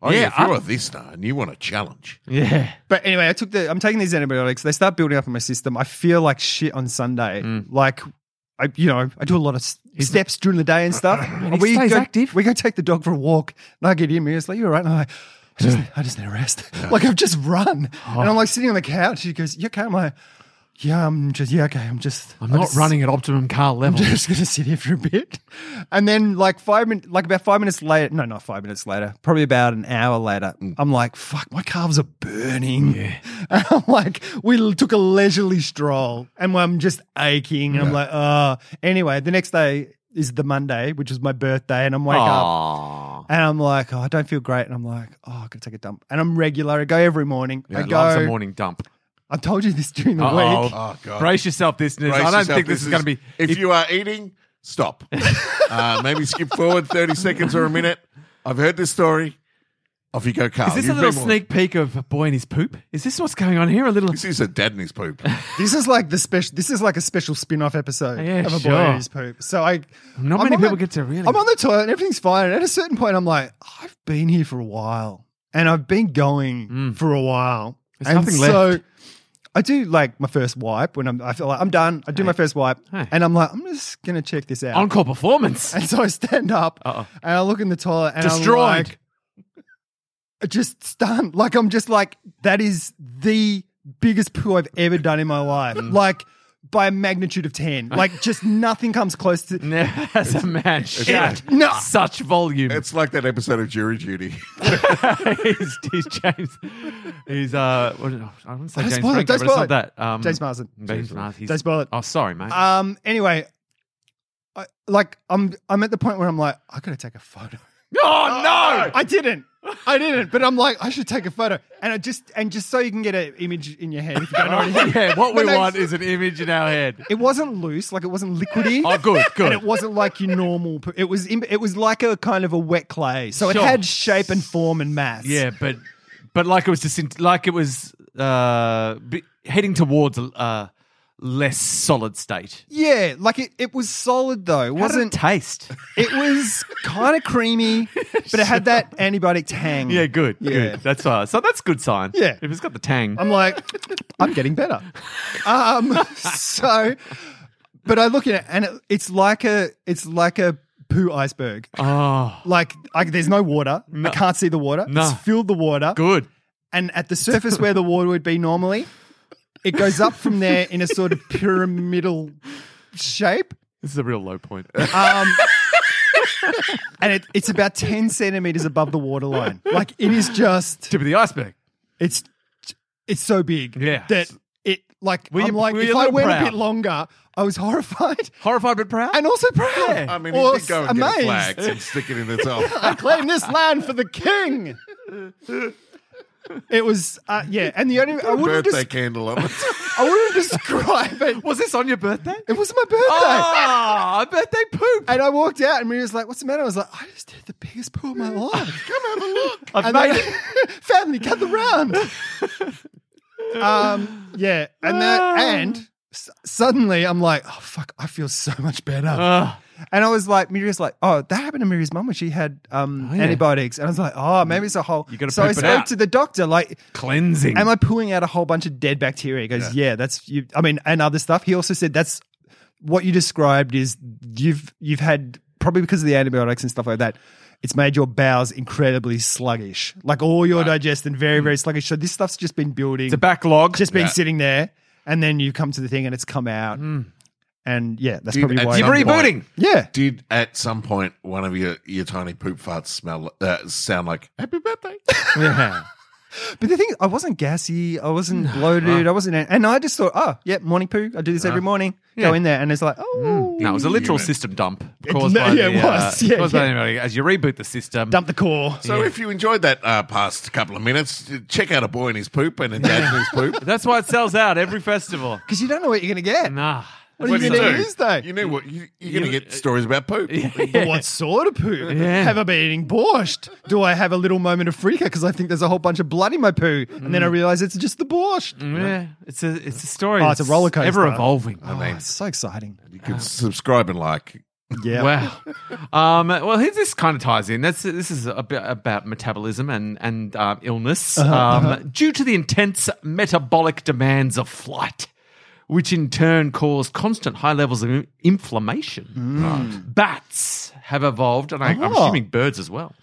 Speaker 1: Oh, yeah,
Speaker 5: Yeah,
Speaker 1: if you're
Speaker 5: I-
Speaker 1: a this now and you want a challenge,
Speaker 5: Yeah.
Speaker 4: But anyway, I took the. I'm taking these antibiotics. They start building up in my system. I feel like shit on Sunday.
Speaker 5: Mm.
Speaker 4: Like, I you know I do a lot of s- steps during the day and
Speaker 5: <coughs>
Speaker 4: stuff. And
Speaker 5: he stays
Speaker 4: go,
Speaker 5: active.
Speaker 4: We go take the dog for a walk, and I get in. It's like you're right. And I'm like, I just, I just need a
Speaker 5: <laughs>
Speaker 4: rest. like I've just run, and
Speaker 5: Oh.
Speaker 4: I'm like sitting on the couch. She goes, "You okay?" I'm like, "Yeah, I'm just yeah okay. I'm just
Speaker 5: I'm not
Speaker 4: just-
Speaker 5: running at optimum Carl level.
Speaker 4: I'm <laughs> just gonna sit here for a bit, and then like five minutes, like about five minutes later. No, not five minutes later. Probably about an hour later.
Speaker 5: Mm.
Speaker 4: I'm like, fuck, my calves are burning. <laughs> And I'm like, we l- took a leisurely stroll, and I'm just aching. I'm like, oh. Anyway, the next day is the Monday, which is my birthday, and I'm wake up.
Speaker 5: Aww.
Speaker 4: And I'm like, oh, I don't feel great. And I'm like, oh, I'm gonna take a dump. And I'm regular. I go every morning. I
Speaker 5: Yeah,
Speaker 4: go.
Speaker 5: loves a morning dump.
Speaker 4: I told you this during the
Speaker 5: Uh-oh.
Speaker 4: week.
Speaker 1: oh god,
Speaker 5: Brace yourself, listeners.
Speaker 1: Brace
Speaker 5: I don't
Speaker 1: yourself.
Speaker 5: think this, is, going to be.
Speaker 1: If, you are eating,
Speaker 5: <laughs>
Speaker 1: stop. uh, maybe skip forward thirty seconds or a minute. I've heard this story. Off you go, Carl.
Speaker 5: is this a
Speaker 1: You've
Speaker 5: little
Speaker 1: been-
Speaker 5: sneak peek of a boy and his poop? Is this what's going on here? A little.
Speaker 1: This is a dad and his poop.
Speaker 5: <laughs>
Speaker 4: This is like the special. This is like a special spin-off episode of
Speaker 5: Yeah,
Speaker 4: a boy
Speaker 5: sure.
Speaker 4: and his poop. So I,
Speaker 5: Not
Speaker 4: I'm
Speaker 5: many
Speaker 4: on
Speaker 5: people
Speaker 4: the-
Speaker 5: get to really.
Speaker 4: I'm on the toilet and everything's fine. And at a certain point, I'm like, I've been here for a while, and I've been going for a while.
Speaker 5: Mm. There's
Speaker 4: and
Speaker 5: nothing
Speaker 4: so
Speaker 5: left.
Speaker 4: I do like my first wipe when I'm. I feel like I'm done. I do my first wipe,
Speaker 5: Hey.
Speaker 4: and I'm like, I'm just gonna check this out.
Speaker 5: Encore <laughs> performance.
Speaker 4: And so I stand up
Speaker 5: Uh-oh.
Speaker 4: and I look in the toilet and
Speaker 5: Destroyed.
Speaker 4: I'm like, just stunned. Like I'm just like, that is the biggest poo I've ever done in my life.
Speaker 5: Mm.
Speaker 4: like by a magnitude of
Speaker 5: <laughs>
Speaker 4: 10. Like just nothing comes close to
Speaker 5: No, As a man, shut.
Speaker 4: no.
Speaker 5: Such volume.
Speaker 1: it's like that episode of Jury Duty.
Speaker 5: <laughs> he's, he's James. He's uh. What, I wouldn't say
Speaker 4: Don't
Speaker 5: James
Speaker 4: spoil it,
Speaker 5: Franco,
Speaker 4: don't
Speaker 5: but it's
Speaker 4: spoil
Speaker 5: not that. Um,
Speaker 4: James Marsden.
Speaker 5: James Marsden. he's-
Speaker 4: Don't spoil it.
Speaker 5: Oh, sorry, mate.
Speaker 4: Um anyway, I, like I'm I'm at the point where I'm like, I gotta take a photo.
Speaker 5: oh no!
Speaker 4: I didn't. I didn't, but I'm like, I should take a photo. And I just and just so you can get an image in your head if you don't
Speaker 5: <laughs>
Speaker 4: already have it.
Speaker 5: yeah, what we
Speaker 4: But that's-
Speaker 5: want is an image in our head.
Speaker 4: <laughs> It wasn't loose, like it wasn't liquidy.
Speaker 5: Oh, good, good.
Speaker 4: And it wasn't like your normal. poo- It was. im- It was like a kind of a wet clay. So it
Speaker 5: Sure.
Speaker 4: had shape and form and mass.
Speaker 5: Yeah, but but like it was just like it was uh be, heading towards a uh, less solid state.
Speaker 4: Yeah. Like it. It was solid though. It
Speaker 5: How did it
Speaker 4: wasn't.
Speaker 5: taste?
Speaker 4: It was kind of creamy, but it had
Speaker 5: <laughs>
Speaker 4: that antibiotic tang.
Speaker 5: <laughs> yeah, good,
Speaker 4: Yeah.
Speaker 5: good. That's uh, so that's a good sign.
Speaker 4: Yeah.
Speaker 5: if it's got the tang.
Speaker 4: I'm like, I'm getting better. Um. So, but I look at it and it, it's like a. It's like a poo iceberg.
Speaker 5: oh,
Speaker 4: Like, I, there's no water. I
Speaker 5: No.
Speaker 4: can't see the water.
Speaker 5: No.
Speaker 4: It's filled the water.
Speaker 5: good.
Speaker 4: and at the surface where the water would be normally, it goes up from there in a sort of pyramidal shape.
Speaker 5: This is a real low <laughs> point.
Speaker 4: Um, and it, it's about 10 centimeters above the waterline. Like it is just,
Speaker 5: Tip of the iceberg.
Speaker 4: it's, it's so big
Speaker 5: Yeah.
Speaker 4: that it like,
Speaker 5: Were you-
Speaker 4: I'm like,
Speaker 5: were you
Speaker 4: if
Speaker 5: a
Speaker 4: I
Speaker 5: little
Speaker 4: went a
Speaker 5: proud?
Speaker 4: bit longer, I was horrified <laughs>
Speaker 5: Horrified but proud.
Speaker 4: and also proud.
Speaker 5: Yeah.
Speaker 1: I mean,
Speaker 4: Or
Speaker 1: he did go and get a
Speaker 4: amazed.
Speaker 1: flag and stick it in
Speaker 5: <laughs>
Speaker 1: the top.
Speaker 4: I claim this land for the king. It was, uh, yeah, and the only I wouldn't,
Speaker 1: Birthday
Speaker 4: des-
Speaker 1: candle on it.
Speaker 5: <laughs>
Speaker 4: I wouldn't describe it.
Speaker 1: <laughs>
Speaker 5: was this on your birthday?
Speaker 4: It was my birthday.
Speaker 5: <laughs> Ah, a birthday poop.
Speaker 4: And I walked out and Maria was like, What's the matter? I was like, I just did the biggest poo
Speaker 5: <laughs>
Speaker 4: of my life. Come have a look.
Speaker 5: I've
Speaker 4: and
Speaker 5: made
Speaker 4: then- <laughs> family, cut the
Speaker 5: <laughs>
Speaker 4: round. um, yeah. And
Speaker 5: Ah.
Speaker 4: that, and s- suddenly I'm like, Oh, fuck, I feel so much better.
Speaker 5: Ah.
Speaker 4: and I was like, Miria's like, oh, that happened to Miria's mum when she had um,
Speaker 5: Oh, yeah.
Speaker 4: antibiotics. And I was like, oh, maybe it's a whole.
Speaker 5: You gotta
Speaker 4: so I
Speaker 5: poop it
Speaker 4: spoke
Speaker 5: out.
Speaker 4: to the doctor, like,
Speaker 5: cleansing.
Speaker 4: am I pulling out a whole bunch of dead bacteria? He goes, yeah, that's you. I mean, and other stuff. He also said that's what you described is you've you've had probably because of the antibiotics and stuff like that. It's made your bowels incredibly sluggish, like all your digestion very very sluggish. So this stuff's just been building,
Speaker 5: it's a backlog.
Speaker 4: just been
Speaker 1: Yeah.
Speaker 4: sitting there, and then you come to the thing and it's come out, and yeah, that's
Speaker 1: Dude,
Speaker 4: probably
Speaker 1: at
Speaker 4: why.
Speaker 1: some
Speaker 5: You're rebooting.
Speaker 4: yeah,
Speaker 1: Did at some point one of your, your tiny poop farts smell uh, sound like happy
Speaker 5: <laughs>
Speaker 1: birthday?
Speaker 5: Yeah.
Speaker 4: but the thing is, I wasn't gassy, I wasn't bloated, I wasn't, and I just thought, oh yeah, morning poo. I do this every morning. Go
Speaker 5: Yeah.
Speaker 4: in there, and it's like, oh,
Speaker 5: No, it was a <laughs> literal
Speaker 1: Human.
Speaker 5: system dump caused by
Speaker 4: yeah,
Speaker 5: the,
Speaker 4: it was.
Speaker 5: <laughs> uh,
Speaker 4: Yeah,
Speaker 5: caused
Speaker 4: yeah.
Speaker 5: by the- as you reboot the system.
Speaker 4: dump the core.
Speaker 1: So if you enjoyed that uh, past couple of minutes, check out a boy and his poop and a dad and his poop.
Speaker 5: <laughs> That's why it sells out every festival.
Speaker 4: Because you don't know what you're going to get.
Speaker 5: Nah,
Speaker 4: What are you
Speaker 1: do
Speaker 4: going to use though?
Speaker 1: You know what? You, you're going to get
Speaker 5: uh,
Speaker 1: stories about poop.
Speaker 4: But what sort of poo? Have I been eating borscht? Do I have a little moment of freak out because I think there's a whole bunch of blood in my poo, and
Speaker 5: Mm.
Speaker 4: then I realize it's just the borscht.
Speaker 5: Yeah, it's a it's a story.
Speaker 4: Oh, it's a
Speaker 5: that's
Speaker 4: roller coaster.
Speaker 5: ever evolving.
Speaker 4: Oh, it's so exciting.
Speaker 1: You can subscribe and like.
Speaker 4: Yeah.
Speaker 5: Wow. um, well, here's this kind of ties in. That's this is a bit about metabolism and and um, illness
Speaker 4: Uh-huh,
Speaker 5: um, due to the intense metabolic demands of flight, which in turn cause constant high levels of in- inflammation. Bats have evolved, and I, I'm
Speaker 4: Mm. Oh.
Speaker 5: assuming birds as well.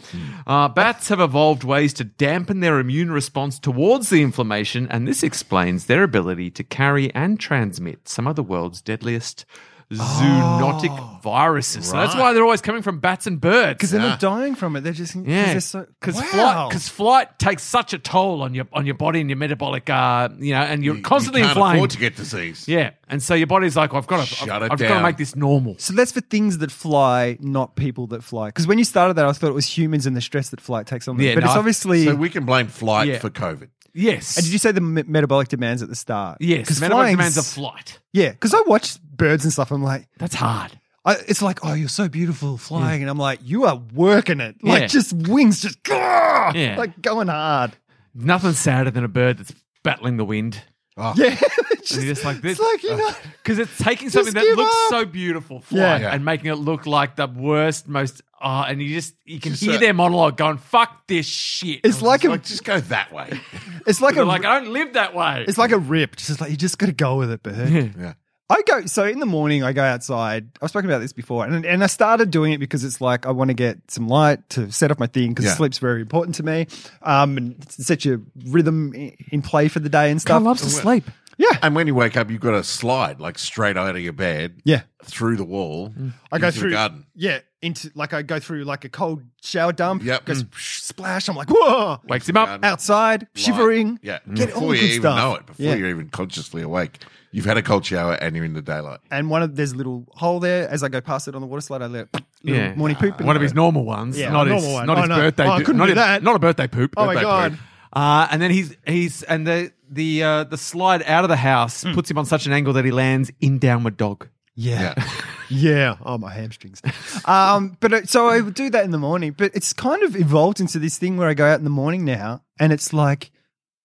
Speaker 5: Uh, bats have evolved ways to dampen their immune response towards the inflammation, and this explains their ability to carry and transmit some of the world's deadliest zoonotic
Speaker 1: Oh,
Speaker 5: viruses. So that's why they're always coming from bats and birds.
Speaker 4: Because they're not dying from it. They're just
Speaker 5: yeah,
Speaker 4: because so, wow.
Speaker 5: flight, cause flight takes such a toll on your on your body and your metabolic, uh, you know, and you're constantly
Speaker 1: you can't
Speaker 5: inflamed.
Speaker 1: afford to get disease.
Speaker 5: yeah, and so your body's like, I've got to,
Speaker 1: Shut
Speaker 5: I've,
Speaker 1: it
Speaker 5: I've got to
Speaker 1: down.
Speaker 5: make this normal.
Speaker 4: So that's for things that fly, not people that fly. Because when you started that, I thought it was humans and the stress that flight takes on them.
Speaker 5: Yeah,
Speaker 4: but
Speaker 5: no,
Speaker 4: it's
Speaker 5: I-
Speaker 4: obviously.
Speaker 1: So we can blame flight
Speaker 5: Yeah.
Speaker 1: for COVID.
Speaker 5: Yes.
Speaker 4: and did you say the me- metabolic demands at the start?
Speaker 5: Yes,
Speaker 4: because
Speaker 5: metabolic
Speaker 4: flying
Speaker 5: demands of flight.
Speaker 4: Yeah, because I watch birds and stuff. I'm like,
Speaker 5: That's hard.
Speaker 4: I, it's like, oh, you're so beautiful flying, and I'm like, you are working it, like
Speaker 5: Yeah.
Speaker 4: just wings, just
Speaker 5: Yeah.
Speaker 4: like going hard.
Speaker 5: Nothing sadder than a bird that's battling the wind.
Speaker 4: Yeah, <laughs> it's
Speaker 5: And you're just like this.
Speaker 4: It's like you know,
Speaker 5: Because it's taking something that
Speaker 4: give
Speaker 5: looks
Speaker 4: up.
Speaker 5: so beautiful,
Speaker 4: Yeah.
Speaker 5: fly,
Speaker 1: Yeah.
Speaker 5: and making it look like the worst, most. Oh, and you just you can
Speaker 1: Just
Speaker 5: hear
Speaker 1: that-
Speaker 5: their monologue going, "Fuck this shit."
Speaker 4: it's like
Speaker 1: It's
Speaker 4: a,
Speaker 1: like, just go that way.
Speaker 5: <laughs>
Speaker 4: it's like a,
Speaker 5: They're like I don't live that way.
Speaker 4: it's like a rip. It's just like you just got to go with it, bird.
Speaker 1: Yeah.
Speaker 4: I go so in the morning. I go outside. I've spoken about this before, and and I started doing it because it's like I want to get some light to set off my thing because
Speaker 1: Yeah.
Speaker 4: sleep's very important to me. Um, and set your rhythm i- in play for the day and stuff.
Speaker 5: to sleep.
Speaker 4: yeah,
Speaker 1: And when you wake up, you've got to slide like straight out of your bed,
Speaker 4: yeah.
Speaker 1: through the wall,
Speaker 4: I go
Speaker 1: into
Speaker 4: through
Speaker 1: the garden.
Speaker 4: Yeah, into like I go through like a cold shower dump.
Speaker 1: Yep. Mm.
Speaker 4: goes psh, splash. I'm like whoa.
Speaker 5: Wakes him up.
Speaker 4: Outside, shivering.
Speaker 1: Yeah,
Speaker 4: get
Speaker 1: before
Speaker 4: all the
Speaker 1: you
Speaker 4: good
Speaker 1: even
Speaker 4: stuff.
Speaker 1: know it, before
Speaker 4: Yeah.
Speaker 1: you're even consciously awake, you've had a cold shower and you're in the daylight.
Speaker 4: And one of there's a little hole there. As I go past it on the water slide, I let little
Speaker 5: Yeah.
Speaker 4: morning poop. in
Speaker 5: One of
Speaker 4: there.
Speaker 5: his normal ones,
Speaker 4: Yeah,
Speaker 5: not
Speaker 4: a
Speaker 5: his,
Speaker 4: normal one.
Speaker 5: not
Speaker 4: Oh,
Speaker 5: his
Speaker 4: no.
Speaker 5: birthday.
Speaker 4: Oh, I
Speaker 5: poop.
Speaker 4: couldn't
Speaker 5: not
Speaker 4: do
Speaker 5: his-
Speaker 4: that.
Speaker 5: Not a birthday poop.
Speaker 4: Oh my
Speaker 5: Birthday
Speaker 4: God.
Speaker 5: poop. Uh, and then he's he's and the the uh, the slide out of the house
Speaker 4: Hmm.
Speaker 5: puts him on such an angle that he lands in downward dog.
Speaker 4: Yeah. <laughs> Yeah. Oh, my hamstrings. um, but it, so I would do that in the morning, but it's kind of evolved into this thing where I go out in the morning now and it's like,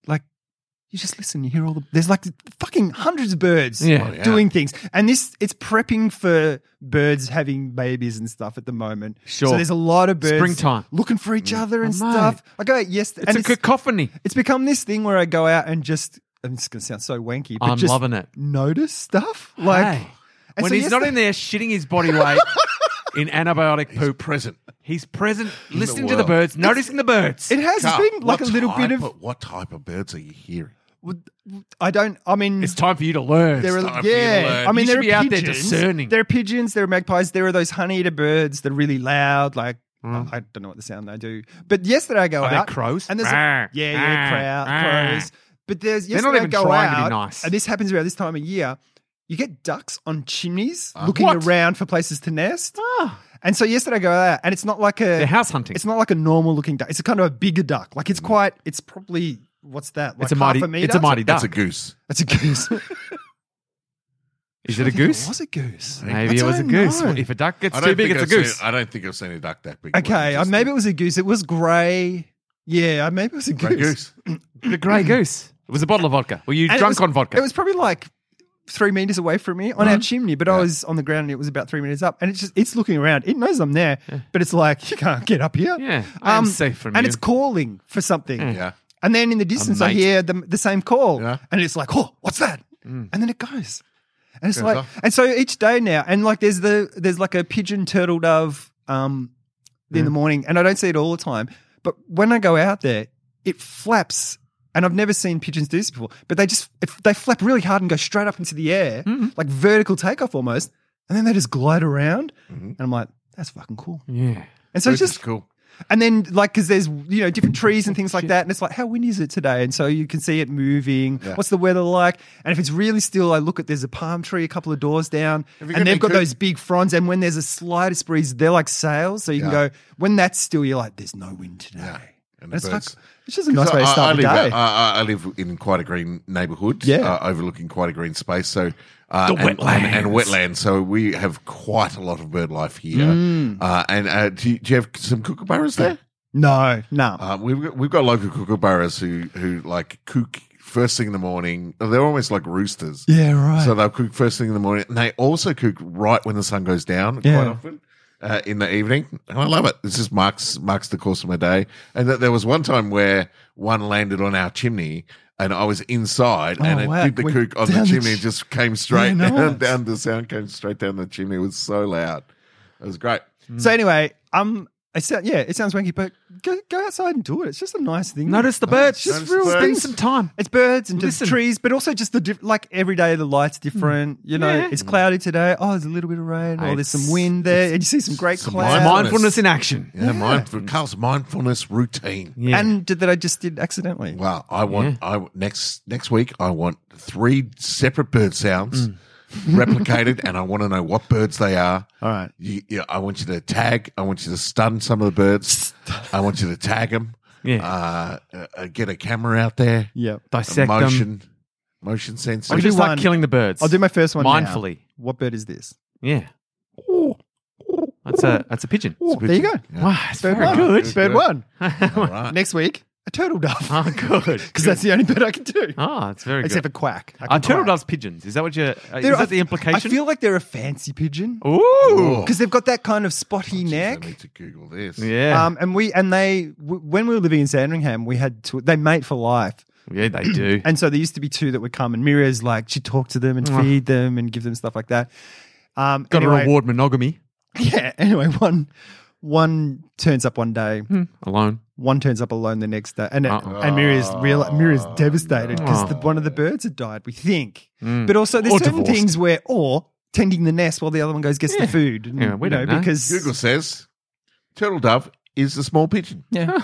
Speaker 4: like, you just listen, you hear all the, there's like fucking hundreds of birds
Speaker 5: Yeah. Oh, yeah.
Speaker 4: doing things. And this, it's prepping for birds having babies and stuff at the moment.
Speaker 5: Sure.
Speaker 4: So there's a lot of birds.
Speaker 5: Springtime.
Speaker 4: Looking for each other and
Speaker 5: Oh, mate.
Speaker 4: stuff. I go out yes,
Speaker 5: It's
Speaker 4: and
Speaker 5: a cacophony.
Speaker 4: it's become this thing where I go out and just, I'm just going to sound so wanky, but
Speaker 5: I'm
Speaker 4: just
Speaker 5: loving it.
Speaker 4: notice stuff. Like,
Speaker 5: Hey.
Speaker 4: and
Speaker 5: when
Speaker 4: so
Speaker 5: he's not
Speaker 4: yesterday-
Speaker 5: in there shitting his
Speaker 4: <laughs>
Speaker 5: body weight in antibiotic
Speaker 1: Who
Speaker 5: poop,
Speaker 1: present?
Speaker 5: he's present, listening to the
Speaker 1: world.
Speaker 5: birds, noticing the birds.
Speaker 4: It has.
Speaker 1: Carl,
Speaker 4: it's been like a
Speaker 1: what
Speaker 4: little
Speaker 1: type
Speaker 4: bit of.
Speaker 1: What type of birds are you hearing?
Speaker 4: I don't. I mean,
Speaker 5: it's time for you to learn.
Speaker 4: there
Speaker 1: time
Speaker 4: are.
Speaker 1: for you to
Speaker 4: Yeah,
Speaker 1: learn.
Speaker 4: I mean,
Speaker 5: You
Speaker 4: there are
Speaker 5: should be out there
Speaker 4: pigeons.
Speaker 5: discerning.
Speaker 4: There are pigeons. There are magpies. There are those honey eater birds that are really loud. Like I I don't know what the sound they do. But yesterday I go
Speaker 5: Hmm. Are they
Speaker 4: out.
Speaker 5: crows?
Speaker 4: And there's a-
Speaker 5: Arr,
Speaker 4: yeah,
Speaker 5: arr,
Speaker 4: yeah, crow,
Speaker 5: arr.
Speaker 4: crows. But there's
Speaker 5: They're not
Speaker 4: yesterday
Speaker 5: even
Speaker 4: I go
Speaker 5: trying to be
Speaker 4: out,
Speaker 5: nice.
Speaker 4: and this happens around this time of year. You get ducks on chimneys looking
Speaker 5: Uh, What?
Speaker 4: around for places to nest.
Speaker 5: Ah,
Speaker 4: <laughs> And so yesterday I go out, and it's not like a
Speaker 5: they're house hunting.
Speaker 4: It's not like a normal looking duck. It's a kind of a bigger duck. Like it's quite. It's probably what's that? Like
Speaker 5: Mm. It's a
Speaker 4: half
Speaker 5: mighty.
Speaker 4: A meter?
Speaker 5: it's a mighty duck.
Speaker 1: That's a goose.
Speaker 4: That's a
Speaker 5: <laughs>
Speaker 4: goose.
Speaker 5: Is it a
Speaker 4: It
Speaker 5: goose?
Speaker 4: was a goose.
Speaker 5: Maybe
Speaker 4: I
Speaker 5: it was a
Speaker 4: don't
Speaker 5: goose.
Speaker 4: know.
Speaker 5: If a duck gets
Speaker 1: I
Speaker 5: too
Speaker 1: don't
Speaker 5: big,
Speaker 1: think
Speaker 5: it's a
Speaker 1: I've
Speaker 5: goose.
Speaker 1: Seen, I don't think I've seen a duck that big.
Speaker 4: okay, uh, maybe it was a goose. It was grey. Yeah, maybe it was a
Speaker 1: a
Speaker 4: goose.
Speaker 1: goose.
Speaker 5: the grey goose. It was a bottle of vodka. Were you
Speaker 4: And it
Speaker 5: drunk
Speaker 4: was-
Speaker 5: on vodka?
Speaker 4: It
Speaker 5: Uh-huh.
Speaker 4: was probably like three meters away from me on our chimney, but I was on the ground and it was about three meters up. And it's just it's looking around. It knows I'm there, but it's like <laughs> you can't get up here. Um,
Speaker 5: Yeah, I am safe from
Speaker 4: and
Speaker 5: you.
Speaker 4: it's calling for something.
Speaker 1: Yeah.
Speaker 4: And then in the distance, I
Speaker 5: mate.
Speaker 4: hear the, the same call,
Speaker 1: Yeah.
Speaker 4: and it's like, "Oh, what's that?" And then it goes, and it's like,
Speaker 1: off.
Speaker 4: and so each day now, and like there's the there's like a pigeon, turtle dove, um, in the morning, and I don't see it all the time, but when I go out there, it flaps, and I've never seen pigeons do this before, but they just if they flap really hard and go straight up into the air, like vertical takeoff almost, and then they just glide around, and I'm like, "That's fucking cool."
Speaker 5: yeah.
Speaker 4: And so it's
Speaker 1: That's
Speaker 4: just
Speaker 1: cool.
Speaker 4: and then, like, because there's you know different trees and things like that, and it's like, how windy is it today? And so you can see it moving. What's the weather like? And if it's really still, I look at there's a palm tree a couple of doors down,
Speaker 1: Have you got
Speaker 4: and they've
Speaker 1: any
Speaker 4: got
Speaker 1: coop-
Speaker 4: those big fronds. And when there's a slightest breeze, they're like sails, so you
Speaker 1: Yeah.
Speaker 4: can go. When that's still, you're like, there's no wind today.
Speaker 1: Yeah. and the
Speaker 4: It's, like,
Speaker 1: birds.
Speaker 4: it's just a nice way to start
Speaker 1: I, uh, I
Speaker 4: the
Speaker 1: live,
Speaker 4: day.
Speaker 1: I, I- I live in quite a green neighbourhood,
Speaker 4: Yeah.
Speaker 1: uh, overlooking quite a green space. So uh,
Speaker 5: The
Speaker 1: and, and, and
Speaker 5: wetlands.
Speaker 1: wetlands. So we have quite a lot of bird life here.
Speaker 4: Mm.
Speaker 1: Uh, and uh, do, you, do you have some kookaburras there?
Speaker 4: no, no.
Speaker 1: Uh, we've got, we've got local kookaburras who who like cook first thing in the morning. They're almost like roosters.
Speaker 4: yeah, right.
Speaker 1: So they'll cook first thing in the morning. And they also cook right when the sun goes down quite
Speaker 4: Yeah.
Speaker 1: often. Uh, in the evening, and I love it. This just marks marks the course of my day. And that there was one time where one landed on our chimney, and I was inside, and it
Speaker 4: Oh, wow.
Speaker 1: did the
Speaker 4: Went
Speaker 1: cook on the
Speaker 4: down the
Speaker 1: chimney.
Speaker 4: ch-
Speaker 1: just came straight
Speaker 4: Yeah,
Speaker 1: down,
Speaker 4: nice.
Speaker 1: down. The sound came straight down the chimney. It was so loud. It was great.
Speaker 4: So anyway, um, it sound, yeah, it sounds wanky, but go, go outside and do it. It's just a nice thing.
Speaker 5: Notice the birds.
Speaker 4: It's
Speaker 1: Notice
Speaker 4: just
Speaker 1: the
Speaker 4: real
Speaker 1: birds.
Speaker 4: things.
Speaker 5: Spend some time.
Speaker 4: It's birds and just
Speaker 5: Listen. Mm.
Speaker 4: trees, but also just the diff- like every day the light's different. You know,
Speaker 5: Yeah.
Speaker 4: it's cloudy today. Oh, there's a little bit of rain. Oh, there's some
Speaker 5: It's-
Speaker 4: wind there, and you see some great
Speaker 1: some
Speaker 4: clouds.
Speaker 1: light.
Speaker 5: Mindfulness in action.
Speaker 1: Yeah, mindful. Carl's mindfulness routine.
Speaker 5: Yeah.
Speaker 4: And did that I just did accidentally.
Speaker 1: Wow, I want I next next week I want three separate bird sounds
Speaker 4: <laughs>
Speaker 1: replicated, and I want to know what birds they are.
Speaker 4: Mm. All right.
Speaker 1: You, you- I want you to tag. I want you to stun some of the birds. I want you to tag them.
Speaker 5: Yeah.
Speaker 1: Uh, uh, uh, get a camera out there.
Speaker 4: Yeah.
Speaker 5: Dissect them.
Speaker 1: motion, motion
Speaker 5: We
Speaker 1: sensor.
Speaker 4: I'll do
Speaker 5: just
Speaker 4: one.
Speaker 5: like killing the birds.
Speaker 4: I'll do my first one now.
Speaker 5: mindfully.
Speaker 4: What bird is this?
Speaker 5: Yeah. That's a that's a pigeon.
Speaker 4: Oh, There you go.
Speaker 5: Wow, it's
Speaker 4: Bird
Speaker 5: very
Speaker 4: one.
Speaker 5: good.
Speaker 4: Bird one.
Speaker 1: All right.
Speaker 4: <laughs> Next week, a turtle dove.
Speaker 5: Oh,
Speaker 4: <laughs>
Speaker 5: good.
Speaker 4: Because that's the only bird I can do.
Speaker 5: Ah, it's very
Speaker 4: Except
Speaker 5: good.
Speaker 4: for quack. I
Speaker 5: Are
Speaker 4: can
Speaker 5: turtle
Speaker 4: quack.
Speaker 5: doves pigeons? Is that what you're? Uh,
Speaker 4: They're-
Speaker 5: is that the
Speaker 4: I-
Speaker 5: implication?
Speaker 4: I feel like they're a fancy pigeon.
Speaker 5: Oh. Ooh.
Speaker 4: because they've got that kind of
Speaker 5: Oh,
Speaker 4: spotty
Speaker 1: Jeez,
Speaker 4: neck.
Speaker 1: I need to Google this.
Speaker 5: Yeah.
Speaker 4: Um, and we and they w- when we were living in Sandringham, we had two, they mate for life,
Speaker 5: yeah, they do.
Speaker 4: and so there used to be two that would come, and Miria's like she'd talk to them and feed them and give them stuff like that. Um,
Speaker 5: Oh. Got to
Speaker 4: anyway-
Speaker 5: reward monogamy
Speaker 4: <laughs> Yeah. Anyway, one one turns up one day,
Speaker 5: alone.
Speaker 4: one turns up alone the next day, and it,
Speaker 5: Uh-oh.
Speaker 4: and Miria's real Miria's devastated because
Speaker 1: Oh.
Speaker 4: one of the birds had died. We think, but also there's
Speaker 5: Oh. Hmm. Or
Speaker 4: certain
Speaker 5: divorced.
Speaker 4: things where or tending the nest while the other one goes gets
Speaker 5: Yeah.
Speaker 4: the food. and,
Speaker 5: Yeah, we
Speaker 4: you know,
Speaker 5: don't know.
Speaker 4: because
Speaker 1: Google says turtle dove is a small pigeon.
Speaker 4: yeah.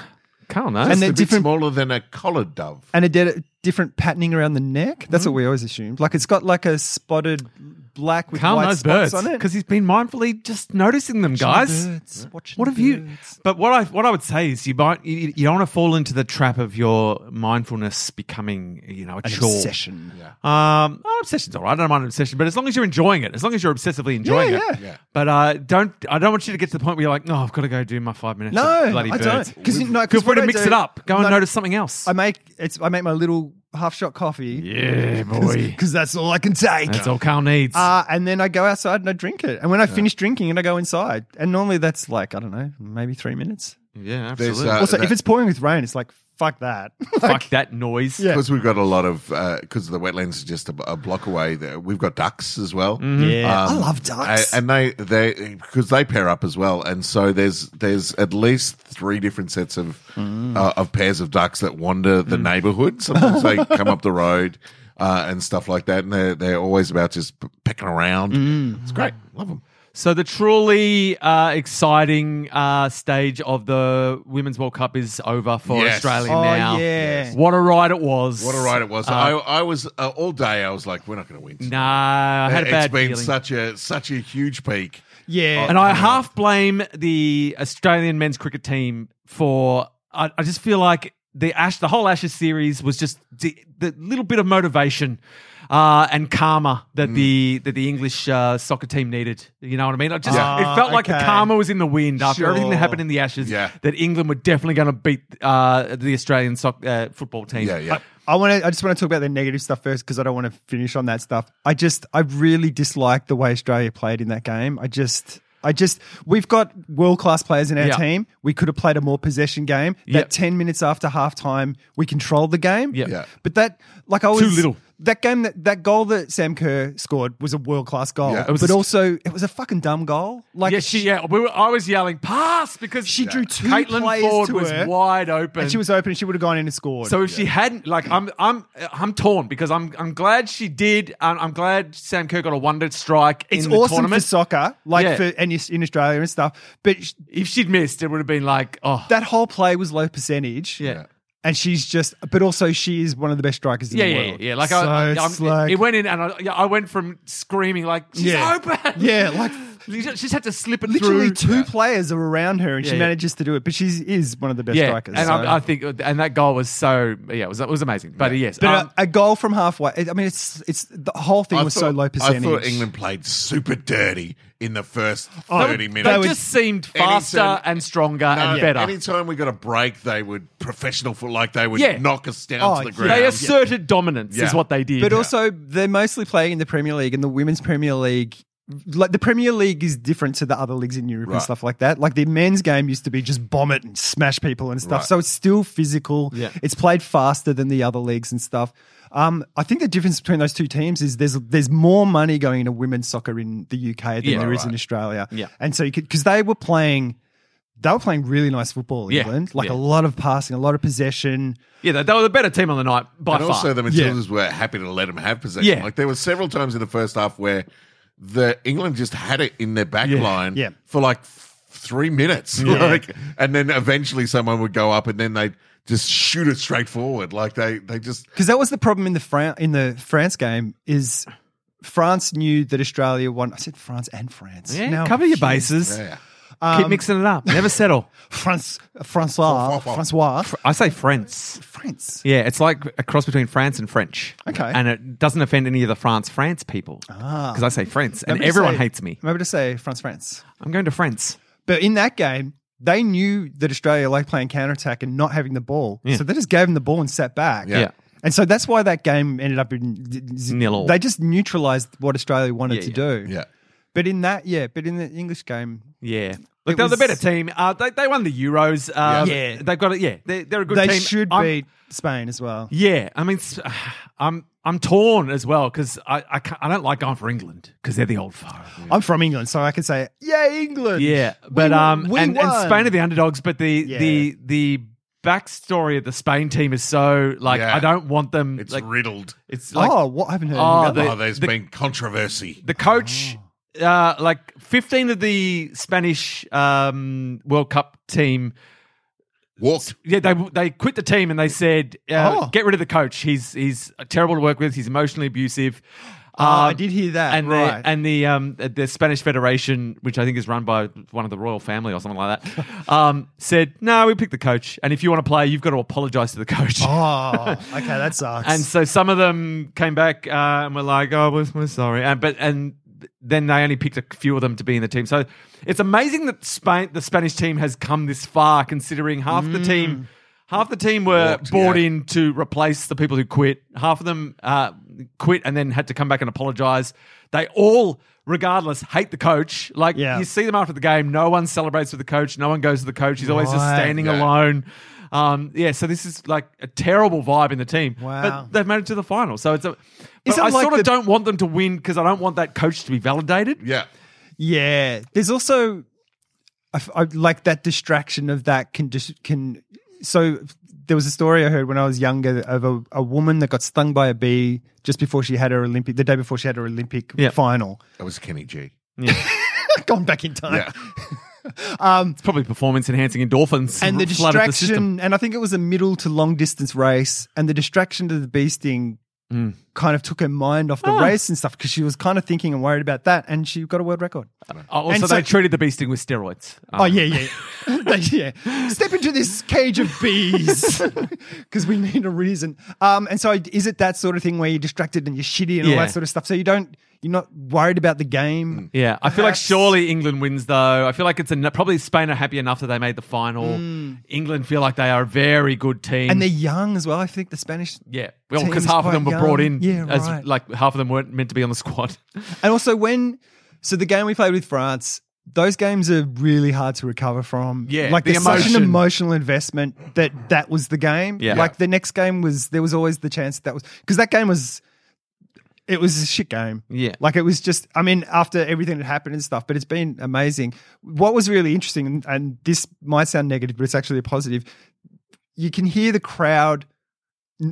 Speaker 5: Carl knows.
Speaker 4: And
Speaker 1: It's
Speaker 4: they're
Speaker 1: a bit
Speaker 4: different
Speaker 1: smaller than a collared dove.
Speaker 4: and it did a different patterning around the neck. That's
Speaker 5: Mm-hmm.
Speaker 4: what we always assumed. Like it's got like a spotted black with
Speaker 5: Carl
Speaker 4: white
Speaker 5: knows
Speaker 4: spots
Speaker 5: birds
Speaker 4: on it.
Speaker 5: because he's been mindfully just noticing them, guys.
Speaker 4: birds, watching
Speaker 5: what
Speaker 4: the
Speaker 5: have you?
Speaker 4: birds.
Speaker 5: But what I what I would say is you might you, you don't want to fall into the trap of your mindfulness becoming you know a
Speaker 4: An
Speaker 5: chore.
Speaker 4: obsession.
Speaker 5: Um, oh, obsession's all right. I don't mind an obsession, but as long as you're enjoying it, as long as you're obsessively enjoying
Speaker 4: Yeah,
Speaker 5: it.
Speaker 4: yeah.
Speaker 1: Yeah.
Speaker 5: But uh, don't I don't want you to get to the point where you're like, no, I've got to go do my five minutes.
Speaker 4: No,
Speaker 5: of bloody
Speaker 4: I
Speaker 5: birds.
Speaker 4: don't. Because no, 'cause
Speaker 5: Feel free
Speaker 4: what
Speaker 5: to
Speaker 4: I
Speaker 5: mix
Speaker 4: do-
Speaker 5: it up. Go and
Speaker 4: no,
Speaker 5: notice something else.
Speaker 4: I make it's. I make my little half shot coffee <laughs>
Speaker 5: yeah, boy.
Speaker 4: because that's all I can take.
Speaker 5: That's all Carl needs.
Speaker 4: Uh, and then I go outside and I drink it. And when I finish drinking it, I go inside. And normally that's like I don't know, maybe three minutes.
Speaker 5: yeah,
Speaker 1: There's,
Speaker 5: absolutely.
Speaker 1: uh,
Speaker 4: Also,
Speaker 1: that-
Speaker 4: if it's pouring with rain, it's like fuck
Speaker 5: <laughs>
Speaker 4: that.
Speaker 5: Fuck that noise.
Speaker 4: Yeah.
Speaker 1: because we've got a lot of because the wetlands are just a, a block away. There we've got ducks as well.
Speaker 5: Mm-hmm.
Speaker 4: Yeah, I
Speaker 1: Um,
Speaker 4: love ducks.
Speaker 1: A- and they they because they pair up as well. And so there's there's at least three different sets of
Speaker 5: Mm.
Speaker 1: uh, of pairs of ducks that wander the neighbourhood. Sometimes
Speaker 5: <laughs>
Speaker 1: they come up the road uh, and stuff like that. And they're they're always about just p- pecking around.
Speaker 5: Mm.
Speaker 1: It's great. Love them.
Speaker 5: So the truly uh, exciting uh, stage of the Women's World Cup is over for
Speaker 1: Yes.
Speaker 5: Australia
Speaker 4: oh
Speaker 5: now.
Speaker 4: yeah.
Speaker 5: What a ride it was.
Speaker 1: What a ride it was! I, I was uh, all day. I was like, we're not going to win.
Speaker 5: Nah, I had a
Speaker 1: it's
Speaker 5: bad
Speaker 1: been
Speaker 5: feeling.
Speaker 1: such a such a huge peak.
Speaker 4: Yeah.
Speaker 5: and I half blame the Australian men's cricket team for. I, I just feel like the Ash, the whole Ashes series was just the, the little bit of motivation uh, and karma that the that the English uh, soccer team needed. You know what I mean? I just
Speaker 4: Yeah.
Speaker 5: it felt like
Speaker 4: Okay.
Speaker 5: the karma was in the wind after
Speaker 4: Sure.
Speaker 5: everything that happened in the Ashes.
Speaker 1: Yeah.
Speaker 5: that England were definitely going to beat uh, the Australian soc- uh, football team.
Speaker 1: Yeah, yeah.
Speaker 4: I want to. I just want to talk about the negative stuff first because I don't want to finish on that stuff. I just, I really dislike the way Australia played in that game. I just, I just, we've got world class players in our
Speaker 5: Yeah.
Speaker 4: team. We could have played a more possession game. That
Speaker 5: Yep.
Speaker 4: ten minutes after halftime, we controlled the game.
Speaker 5: Yep.
Speaker 1: Yeah.
Speaker 4: But that, like, I was
Speaker 5: little.
Speaker 4: That game, that, that goal that Sam Kerr scored was a world class goal.
Speaker 1: Yeah. It
Speaker 5: was
Speaker 4: but
Speaker 5: a-
Speaker 4: also, it was a fucking dumb goal. Like,
Speaker 5: Yeah, she, yeah, we were, I was yelling pass because
Speaker 4: She drew two
Speaker 5: Caitlin
Speaker 4: players
Speaker 5: Ford
Speaker 4: to
Speaker 5: was
Speaker 4: her,
Speaker 5: wide open.
Speaker 4: and she was open. and She would have gone in and scored.
Speaker 5: So if she hadn't, like, I'm, I'm, I'm torn because I'm, I'm glad she did. I'm, I'm glad Sam Kerr got a wonder strike
Speaker 4: it's
Speaker 5: in the
Speaker 4: awesome for
Speaker 5: tournament.
Speaker 4: soccer, like
Speaker 5: Yeah.
Speaker 4: for and in Australia and stuff. But sh-
Speaker 5: if she'd missed, it would have been like, oh,
Speaker 4: that whole play was low percentage.
Speaker 5: yeah.
Speaker 4: And she's just, but also she is one of the best strikers in
Speaker 5: Yeah,
Speaker 4: the
Speaker 5: yeah, yeah,
Speaker 4: world.
Speaker 5: yeah. Like,
Speaker 4: so
Speaker 5: I, I,
Speaker 4: it's
Speaker 5: I'm-
Speaker 4: like,
Speaker 5: it went in, and I, yeah, I went from screaming like she's
Speaker 4: Yeah.
Speaker 5: open, <laughs>
Speaker 4: yeah, like
Speaker 5: You just just have to slip it
Speaker 4: Literally two
Speaker 5: through.
Speaker 4: players are around her, and
Speaker 5: Yeah,
Speaker 4: she
Speaker 5: yeah.
Speaker 4: manages to do it. But she is one of the best
Speaker 5: yeah,
Speaker 4: strikers.
Speaker 5: and
Speaker 4: so-
Speaker 5: I, I think, and that goal was so yeah, it was it was amazing. But yes,
Speaker 4: but uh,
Speaker 5: um,
Speaker 4: a, a goal from halfway. I mean, it's it's the whole thing
Speaker 1: I
Speaker 4: was so
Speaker 1: thought-
Speaker 4: low
Speaker 1: I
Speaker 4: percentage.
Speaker 1: thought England played super dirty in the first 30 minutes.
Speaker 5: Oh, they just seemed faster
Speaker 1: Edison-
Speaker 5: and stronger
Speaker 1: No,
Speaker 5: and better.
Speaker 1: Anytime we got a break, they would professional foot like they would
Speaker 5: Yeah.
Speaker 1: knock us down
Speaker 4: Oh,
Speaker 1: to the
Speaker 4: yeah.
Speaker 1: ground.
Speaker 5: They asserted dominance, is
Speaker 1: Yeah.
Speaker 5: what they did.
Speaker 4: But also, they're mostly playing in the Premier League and the Women's Premier League. Like the Premier League is different to the other leagues in Europe and
Speaker 1: Right.
Speaker 4: stuff like that. Like the men's game used to be just bomb it and smash people and stuff.
Speaker 1: Right.
Speaker 4: So it's still physical.
Speaker 5: Yeah.
Speaker 4: It's played faster than the other leagues and stuff. Um, I think the difference between those two teams is there's there's more money going into women's soccer in the UK than
Speaker 5: Yeah,
Speaker 4: there is in
Speaker 1: right.
Speaker 4: Australia.
Speaker 5: Yeah.
Speaker 4: And so you could because they were playing they were playing really nice football,
Speaker 5: Yeah,
Speaker 4: England. Like
Speaker 5: yeah.
Speaker 4: a lot of passing, a lot of possession.
Speaker 5: yeah, they, they were the better team on the night by
Speaker 1: and
Speaker 5: far.
Speaker 1: also the Matildas were happy to let them have possession.
Speaker 5: Yeah.
Speaker 1: Like there were several times in the first half where the England just had it in their back line
Speaker 4: Yeah.
Speaker 1: for like f- three minutes. <laughs> Like and then eventually someone would go up and then they'd just shoot it straight forward. Like they they just
Speaker 4: because that was the problem in the Fran- in the France game is France knew that Australia won. I said France and France.
Speaker 5: yeah,
Speaker 4: Now-
Speaker 5: cover your bases.
Speaker 1: yeah.
Speaker 5: Keep mixing it up. Never settle.
Speaker 4: France, Francois,
Speaker 1: Fr- fr- fr-
Speaker 4: Francois,
Speaker 5: I say France.
Speaker 4: France.
Speaker 5: Yeah, it's like a cross between France and French.
Speaker 4: Okay.
Speaker 5: And it doesn't offend any of the France France people. Because I say France and
Speaker 4: Remember to
Speaker 5: everyone
Speaker 4: say-
Speaker 5: hates me.
Speaker 4: Remember to say France, France.
Speaker 5: I'm going to France.
Speaker 4: But in that game, they knew that Australia liked playing counter attack and not having the ball, so they just gave them the ball and sat back.
Speaker 1: Yeah.
Speaker 5: Yeah.
Speaker 4: And so that's why that game ended up in
Speaker 5: Nil all.
Speaker 4: They just neutralized what Australia wanted
Speaker 5: Yeah,
Speaker 4: to do.
Speaker 1: Yeah.
Speaker 4: But in that, yeah, but in the English game,
Speaker 5: Yeah. Look,
Speaker 4: It
Speaker 5: they're the
Speaker 4: was-
Speaker 5: better team. Uh, they, they won the Euros. Uh,
Speaker 4: Yeah.
Speaker 5: They've got it. Yeah. They, they're a good
Speaker 4: they
Speaker 5: team.
Speaker 4: should
Speaker 5: I'm-
Speaker 4: beat Spain as well.
Speaker 5: Yeah, I mean, s- <sighs> I'm I'm torn as well because I I, can't, I don't like going for England because they're the old foe.
Speaker 4: I'm from England, so I can say, yeah, England.
Speaker 5: Yeah,
Speaker 4: won-
Speaker 5: but um,
Speaker 4: we
Speaker 5: and, and
Speaker 4: won.
Speaker 5: Spain are the underdogs, but the
Speaker 4: Yeah.
Speaker 5: the the backstory of the Spain team is so like
Speaker 1: Yeah.
Speaker 5: I don't want them.
Speaker 1: It's
Speaker 5: like
Speaker 1: riddled.
Speaker 5: it's like
Speaker 4: oh, what? I haven't heard
Speaker 5: Oh,
Speaker 4: anything about
Speaker 5: the-
Speaker 1: oh, there's
Speaker 5: the-
Speaker 1: been controversy.
Speaker 5: the coach.
Speaker 4: Oh.
Speaker 5: Uh, like 15 of the Spanish um, World Cup team,
Speaker 1: Walked.
Speaker 5: yeah, they they quit the team and they said, uh,
Speaker 4: Oh.
Speaker 5: "Get rid of the coach. He's he's terrible to work with. He's emotionally abusive."
Speaker 4: that. Oh, I
Speaker 5: Um,
Speaker 4: did hear that.
Speaker 5: and
Speaker 4: right.
Speaker 5: the and the um the Spanish Federation, which I think is run by one of the royal family or something
Speaker 4: <laughs>
Speaker 5: like that, um, said no, we picked the coach, and if you want to play, you've got to apologise to the coach.
Speaker 4: oh, <laughs> okay, that sucks.
Speaker 5: And so some of them came back uh, and were like, "Oh, we're, we're sorry," and but and then they only picked a few of them to be in the team. So it's amazing that Spain, the Spanish team, has come this far, considering half the team. Half the team were
Speaker 1: Mm. Walked,
Speaker 5: brought
Speaker 1: yeah.
Speaker 5: in to replace the people who quit. Half of them uh, quit and then had to come back and apologize. They all, regardless, hate the coach. Like
Speaker 4: Yeah.
Speaker 5: you see them after the game, no one celebrates with the coach. No one goes to the coach. He's always just
Speaker 4: Right.
Speaker 5: standing
Speaker 1: Yeah.
Speaker 5: alone. Um, yeah, so this is like a terrible vibe in the team.
Speaker 4: Wow.
Speaker 5: But they've made it to the final. So it's a.
Speaker 4: Is it
Speaker 5: But I
Speaker 4: like
Speaker 5: sort of
Speaker 4: the-
Speaker 5: don't want them to win because I don't want that coach to be validated.
Speaker 1: Yeah.
Speaker 4: yeah, there's also I f- I like that distraction of that can just can. So there was a story I heard when I was younger of a, a woman that got stung by a bee just before she had her Olympic, the day before she had her Olympic
Speaker 5: Yeah.
Speaker 4: final. <laughs>
Speaker 1: That was Kenny G.
Speaker 4: Gone back in time.
Speaker 1: Yeah.
Speaker 4: <laughs>
Speaker 5: It's probably performance enhancing endorphins
Speaker 4: and the
Speaker 5: flooded the system.
Speaker 4: distraction, and I think it was a middle to long distance race, and the distraction to the bee sting
Speaker 5: Hmm.
Speaker 4: kind of took her mind off the
Speaker 5: Ah.
Speaker 4: race and stuff because she was kind of thinking and worried about that, and she got a world record.
Speaker 5: Oh, Also,
Speaker 4: and so-
Speaker 5: they treated the bee sting with steroids. Um,
Speaker 4: oh yeah, <laughs> yeah, yeah. yeah. Step into this cage of bees <laughs> because we need a reason. Um, and so is it that sort of thing where you're distracted and you're shitty and all
Speaker 5: Yeah. Hmm.
Speaker 4: that sort of stuff? So you don't, you're not worried about the game.
Speaker 5: Yeah, I feel like
Speaker 4: Perhaps-
Speaker 5: surely England wins though. I feel like it's a, probably Spain are happy enough that they made the final. England feel like they are a very good team,
Speaker 4: Mm. And they're young as well. I think the Spanish
Speaker 5: yeah, well
Speaker 4: team's
Speaker 5: because half of them were
Speaker 4: quite
Speaker 5: brought
Speaker 4: young.
Speaker 5: in,
Speaker 4: Yeah,
Speaker 5: as
Speaker 4: right.
Speaker 5: like half of them weren't meant to be on the squad. <laughs>
Speaker 4: And also when so the game we played with France, those games are really hard to recover from.
Speaker 5: Yeah,
Speaker 4: like
Speaker 5: the
Speaker 4: there's such an
Speaker 5: emotion.
Speaker 4: emotional investment that that was the game.
Speaker 5: Yeah.
Speaker 4: like the next game was there was always the chance that was because that game was it was a shit game.
Speaker 5: Yeah.
Speaker 4: like it was just I mean after everything that happened and stuff, but it's been amazing. What was really interesting, and, and this might sound negative, but it's actually a positive. You can hear the crowd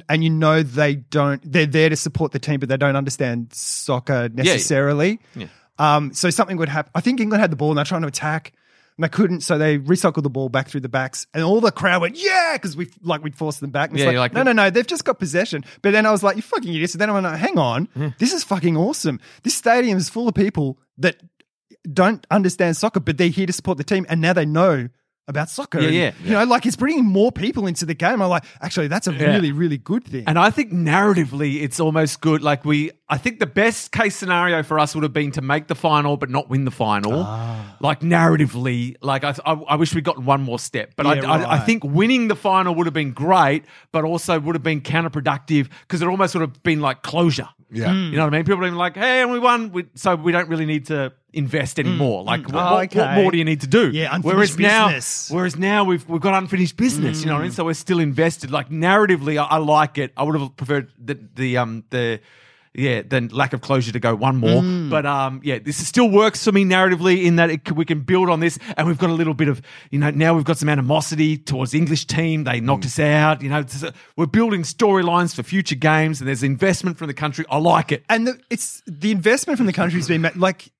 Speaker 4: and you know they don't they're there to support the team but they don't understand soccer necessarily
Speaker 5: Yeah.
Speaker 4: Um, so something would happen i think england had the ball and they're trying to attack and they couldn't so they recycled the ball back through the backs and all the crowd went yeah because we like we'd forced them back and it's
Speaker 5: Yeah,
Speaker 4: like,
Speaker 5: you're like-
Speaker 4: no no no they've just got possession but then i was like you fucking idiots and then i went like, hang on this is fucking awesome this stadium is full of people that don't understand soccer, but they're here to support the team, and now they know about soccer.
Speaker 5: Yeah,
Speaker 4: And,
Speaker 5: yeah.
Speaker 4: You know, like it's bringing more people into the game. I'm like, actually, that's a really, really good thing.
Speaker 5: And I think narratively, it's almost good. Like we, I think the best case scenario for us would have been to make the final but not win the final.
Speaker 4: Ah.
Speaker 5: Like narratively, like I, I, I wish we'd gotten one more step. But I,
Speaker 4: Yeah,
Speaker 5: I, I
Speaker 4: right.
Speaker 5: think winning the final would have been great, but also would have been counterproductive because it almost would have been like closure.
Speaker 1: Yeah.
Speaker 4: Mm.
Speaker 5: You know what I mean? People have been like, "Hey, and we won," we, so we don't really need to invest anymore. Like, what,
Speaker 4: Oh,
Speaker 5: what- what
Speaker 4: okay.
Speaker 5: more do you need to do?
Speaker 4: Yeah, unfinished
Speaker 5: whereas
Speaker 4: business. Mm.
Speaker 5: now, whereas now we've we've got unfinished business. You know what I mean? So we're still invested. Like narratively, I, I like it. I would have preferred the the um the. Yeah, the lack of closure to go one more,
Speaker 4: Mm.
Speaker 5: but um, yeah, this still works for me narratively in that it, c- we can build on this, and we've got a little bit of you know now we've got some animosity towards the English team. They
Speaker 4: Mm.
Speaker 5: knocked us out. You know, it's- we're building storylines for future games, and there's investment from the country. I like it.
Speaker 4: and the, it's the investment from the country's been made. Like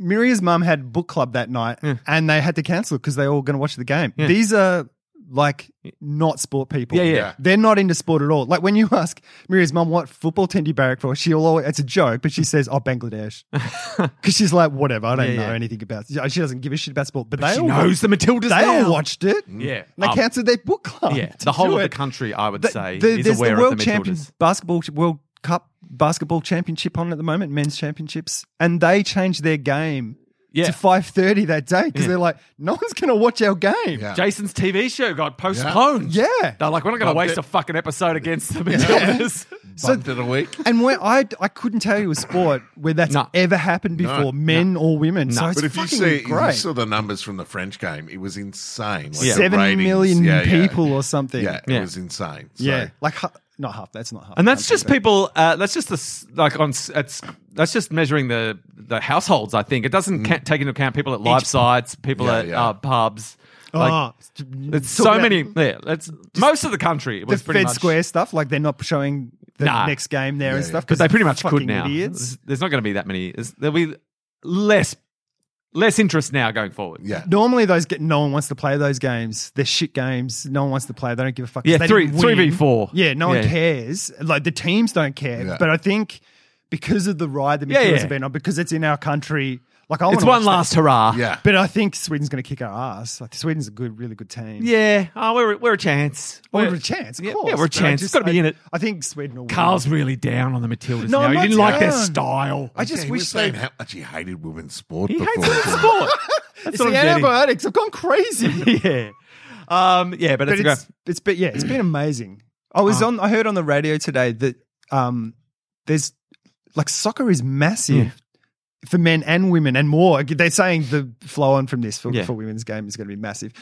Speaker 4: Miria's mum had book club that night, and they had to cancel it because they were all going to watch the game. These are like not sport people.
Speaker 5: Yeah, yeah.
Speaker 4: They're not into sport at all. Like when you ask Miria's mum what football team do you barrack for, she'll always it's a joke, but she says, "Oh,
Speaker 5: <laughs>
Speaker 4: Bangladesh," because she's like, "Whatever, I don't know anything about." She doesn't give a shit about sport, but, they
Speaker 5: She
Speaker 4: all
Speaker 5: knows the Matildas.
Speaker 4: They
Speaker 5: now.
Speaker 4: all watched it.
Speaker 5: Yeah.
Speaker 4: they
Speaker 5: Um,
Speaker 4: cancelled their book club.
Speaker 5: Yeah,
Speaker 4: to
Speaker 5: the whole
Speaker 4: do
Speaker 5: of the
Speaker 4: it.
Speaker 5: country, I would
Speaker 4: The-
Speaker 5: say,
Speaker 4: the-
Speaker 5: is
Speaker 4: there's
Speaker 5: aware
Speaker 4: the world
Speaker 5: of the
Speaker 4: champion
Speaker 5: Matildas.
Speaker 4: basketball World Cup basketball championship on at the moment, men's championships, and they changed their game
Speaker 5: Yeah.
Speaker 4: to five thirty that day because they're like, no one's going to watch our game.
Speaker 1: Yeah.
Speaker 5: Jason's TV show got postponed.
Speaker 4: Yeah. Yeah.
Speaker 5: they're like, we're not going to waste a fucking episode against the <laughs> Matildas.
Speaker 1: So did a week.
Speaker 4: And where I I couldn't tell you a sport where that's
Speaker 5: No.
Speaker 4: ever happened before, men or women. So it's
Speaker 1: but if you
Speaker 4: fucking
Speaker 1: see, if you
Speaker 4: great.
Speaker 1: saw the numbers from the French game, it was insane. Like
Speaker 5: Yeah.
Speaker 1: the
Speaker 4: Seven
Speaker 1: ratings.
Speaker 4: million
Speaker 1: Yeah, yeah.
Speaker 4: people or something.
Speaker 1: Yeah,
Speaker 5: Yeah.
Speaker 1: it was insane. So,
Speaker 4: yeah, like ha- not half. That's not half.
Speaker 5: and that's just people. Uh, that's just the s- like on. s- It's that's just measuring the the households. I think it doesn't ca- take into account people at live sites, people
Speaker 1: Yeah,
Speaker 5: at
Speaker 1: yeah.
Speaker 5: Uh, pubs. Like,
Speaker 4: Oh,
Speaker 5: it's
Speaker 4: talk
Speaker 5: so
Speaker 4: about
Speaker 5: many. Yeah, that's most of the country. It
Speaker 4: the
Speaker 5: was pretty
Speaker 4: Fed
Speaker 5: much,
Speaker 4: Square stuff. Like they're not showing the
Speaker 5: Nah.
Speaker 4: next game there and
Speaker 1: yeah.
Speaker 4: stuff
Speaker 5: because they pretty much could
Speaker 4: fucking
Speaker 5: now.
Speaker 4: Idiots.
Speaker 5: There's, there's not going to be that many. There's- There'll be less less interest now going forward.
Speaker 1: yeah.
Speaker 4: Normally, those get no one wants to play those games. They're shit games. No one wants to play. They don't give a fuck. 'cause
Speaker 5: Yeah,
Speaker 4: they
Speaker 5: three-
Speaker 4: didn't
Speaker 5: three
Speaker 4: win.
Speaker 5: v four.
Speaker 4: Yeah, no
Speaker 5: Yeah.
Speaker 4: one cares. Like the teams don't care.
Speaker 1: Yeah.
Speaker 4: But I think because of the ride the Matildas
Speaker 5: Yeah, yeah.
Speaker 4: have been on, because it's in our country. Like I
Speaker 5: It's
Speaker 4: wanna watch
Speaker 5: one
Speaker 4: that.
Speaker 5: last hurrah.
Speaker 1: Yeah.
Speaker 4: But I think Sweden's going to kick our ass. Like Sweden's a good, really good team.
Speaker 5: Yeah, oh, we're we're a chance.
Speaker 4: Well, we're a chance. Of
Speaker 5: yeah,
Speaker 4: course.
Speaker 5: yeah, we're a
Speaker 4: But I
Speaker 5: chance. It's
Speaker 4: just-
Speaker 5: gotta be
Speaker 4: I-
Speaker 5: in it.
Speaker 4: I think Sweden will. win.
Speaker 5: Carl's really down on the Matildas
Speaker 4: No,
Speaker 5: now.
Speaker 4: I'm
Speaker 5: He
Speaker 4: not
Speaker 5: didn't like their
Speaker 4: down.
Speaker 5: style.
Speaker 4: I just
Speaker 1: Yeah, he was
Speaker 4: wish they.
Speaker 1: saying how much he hated women's sport
Speaker 5: he
Speaker 1: before.
Speaker 5: hates the sport. That's
Speaker 4: It's
Speaker 5: what
Speaker 4: the
Speaker 5: I'm
Speaker 4: antibiotics. I've gone crazy.
Speaker 5: getting. <laughs> Yeah, um, yeah, but,
Speaker 4: but
Speaker 5: it's, a
Speaker 4: it's,
Speaker 5: go-
Speaker 4: it's been yeah, it's been amazing. I was on. I heard on the radio today that um, there's like soccer is massive for men and women and more. They're saying the flow on from this for,
Speaker 5: Yeah.
Speaker 4: for women's game is going to be massive.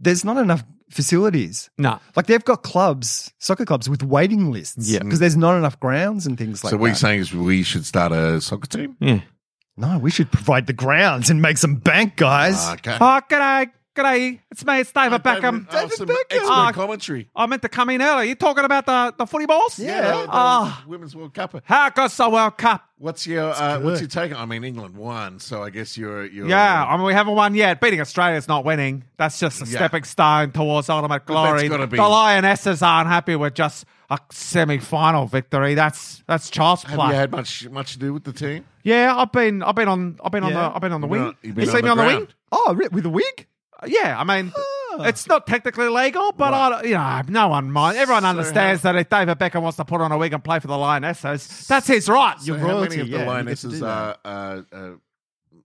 Speaker 4: There's not enough facilities.
Speaker 5: nah.
Speaker 4: Like they've got clubs, soccer clubs with waiting lists.
Speaker 5: Yeah.
Speaker 4: because there's not enough grounds and things like
Speaker 1: so what you're
Speaker 4: that.
Speaker 1: saying is we should start a soccer team?
Speaker 5: Yeah.
Speaker 4: no, we should provide the grounds and make some bank, guys.
Speaker 1: Ah, okay.
Speaker 5: Oh, g'day, g'day. It's me, it's David Beckham.
Speaker 1: Oh, some
Speaker 4: Beckham.
Speaker 1: expert
Speaker 5: Ah.
Speaker 1: commentary.
Speaker 5: I meant to come in early. You talking about the the footy balls?
Speaker 1: Yeah. the-
Speaker 5: Ah,
Speaker 1: the Women's World Cup.
Speaker 5: how goes the World Cup?
Speaker 1: What's your uh, what's your take? on- I mean, England won, so I guess you're you're
Speaker 5: Yeah, I mean we haven't won yet. Beating Australia's not winning. That's just a
Speaker 1: Yeah.
Speaker 5: stepping stone towards
Speaker 1: that's
Speaker 5: ultimate glory.
Speaker 1: gotta be-
Speaker 5: The Lionesses aren't happy with just a semi-final victory. That's that's child's
Speaker 1: Have
Speaker 5: play.
Speaker 1: you had much much to do with the team?
Speaker 5: yeah, I've been I've been on I've been on
Speaker 4: Yeah.
Speaker 5: the I've been on the
Speaker 1: You've
Speaker 5: wing.
Speaker 1: been on- you've been
Speaker 5: you see
Speaker 1: on
Speaker 5: me
Speaker 1: the
Speaker 5: on the wing?
Speaker 1: ground.
Speaker 4: Oh, re- with a wig?
Speaker 5: Uh, Yeah, I mean it's not technically legal, but I don't- you know no one mind. Everyone understands that if David Beckham wants to put on a wig and play for the Lionesses, that's his right.
Speaker 1: So
Speaker 4: Your
Speaker 1: how
Speaker 4: royalty,
Speaker 1: many of the
Speaker 4: yeah, you get to
Speaker 1: Lionesses
Speaker 4: do
Speaker 1: are
Speaker 4: that.
Speaker 1: uh, uh,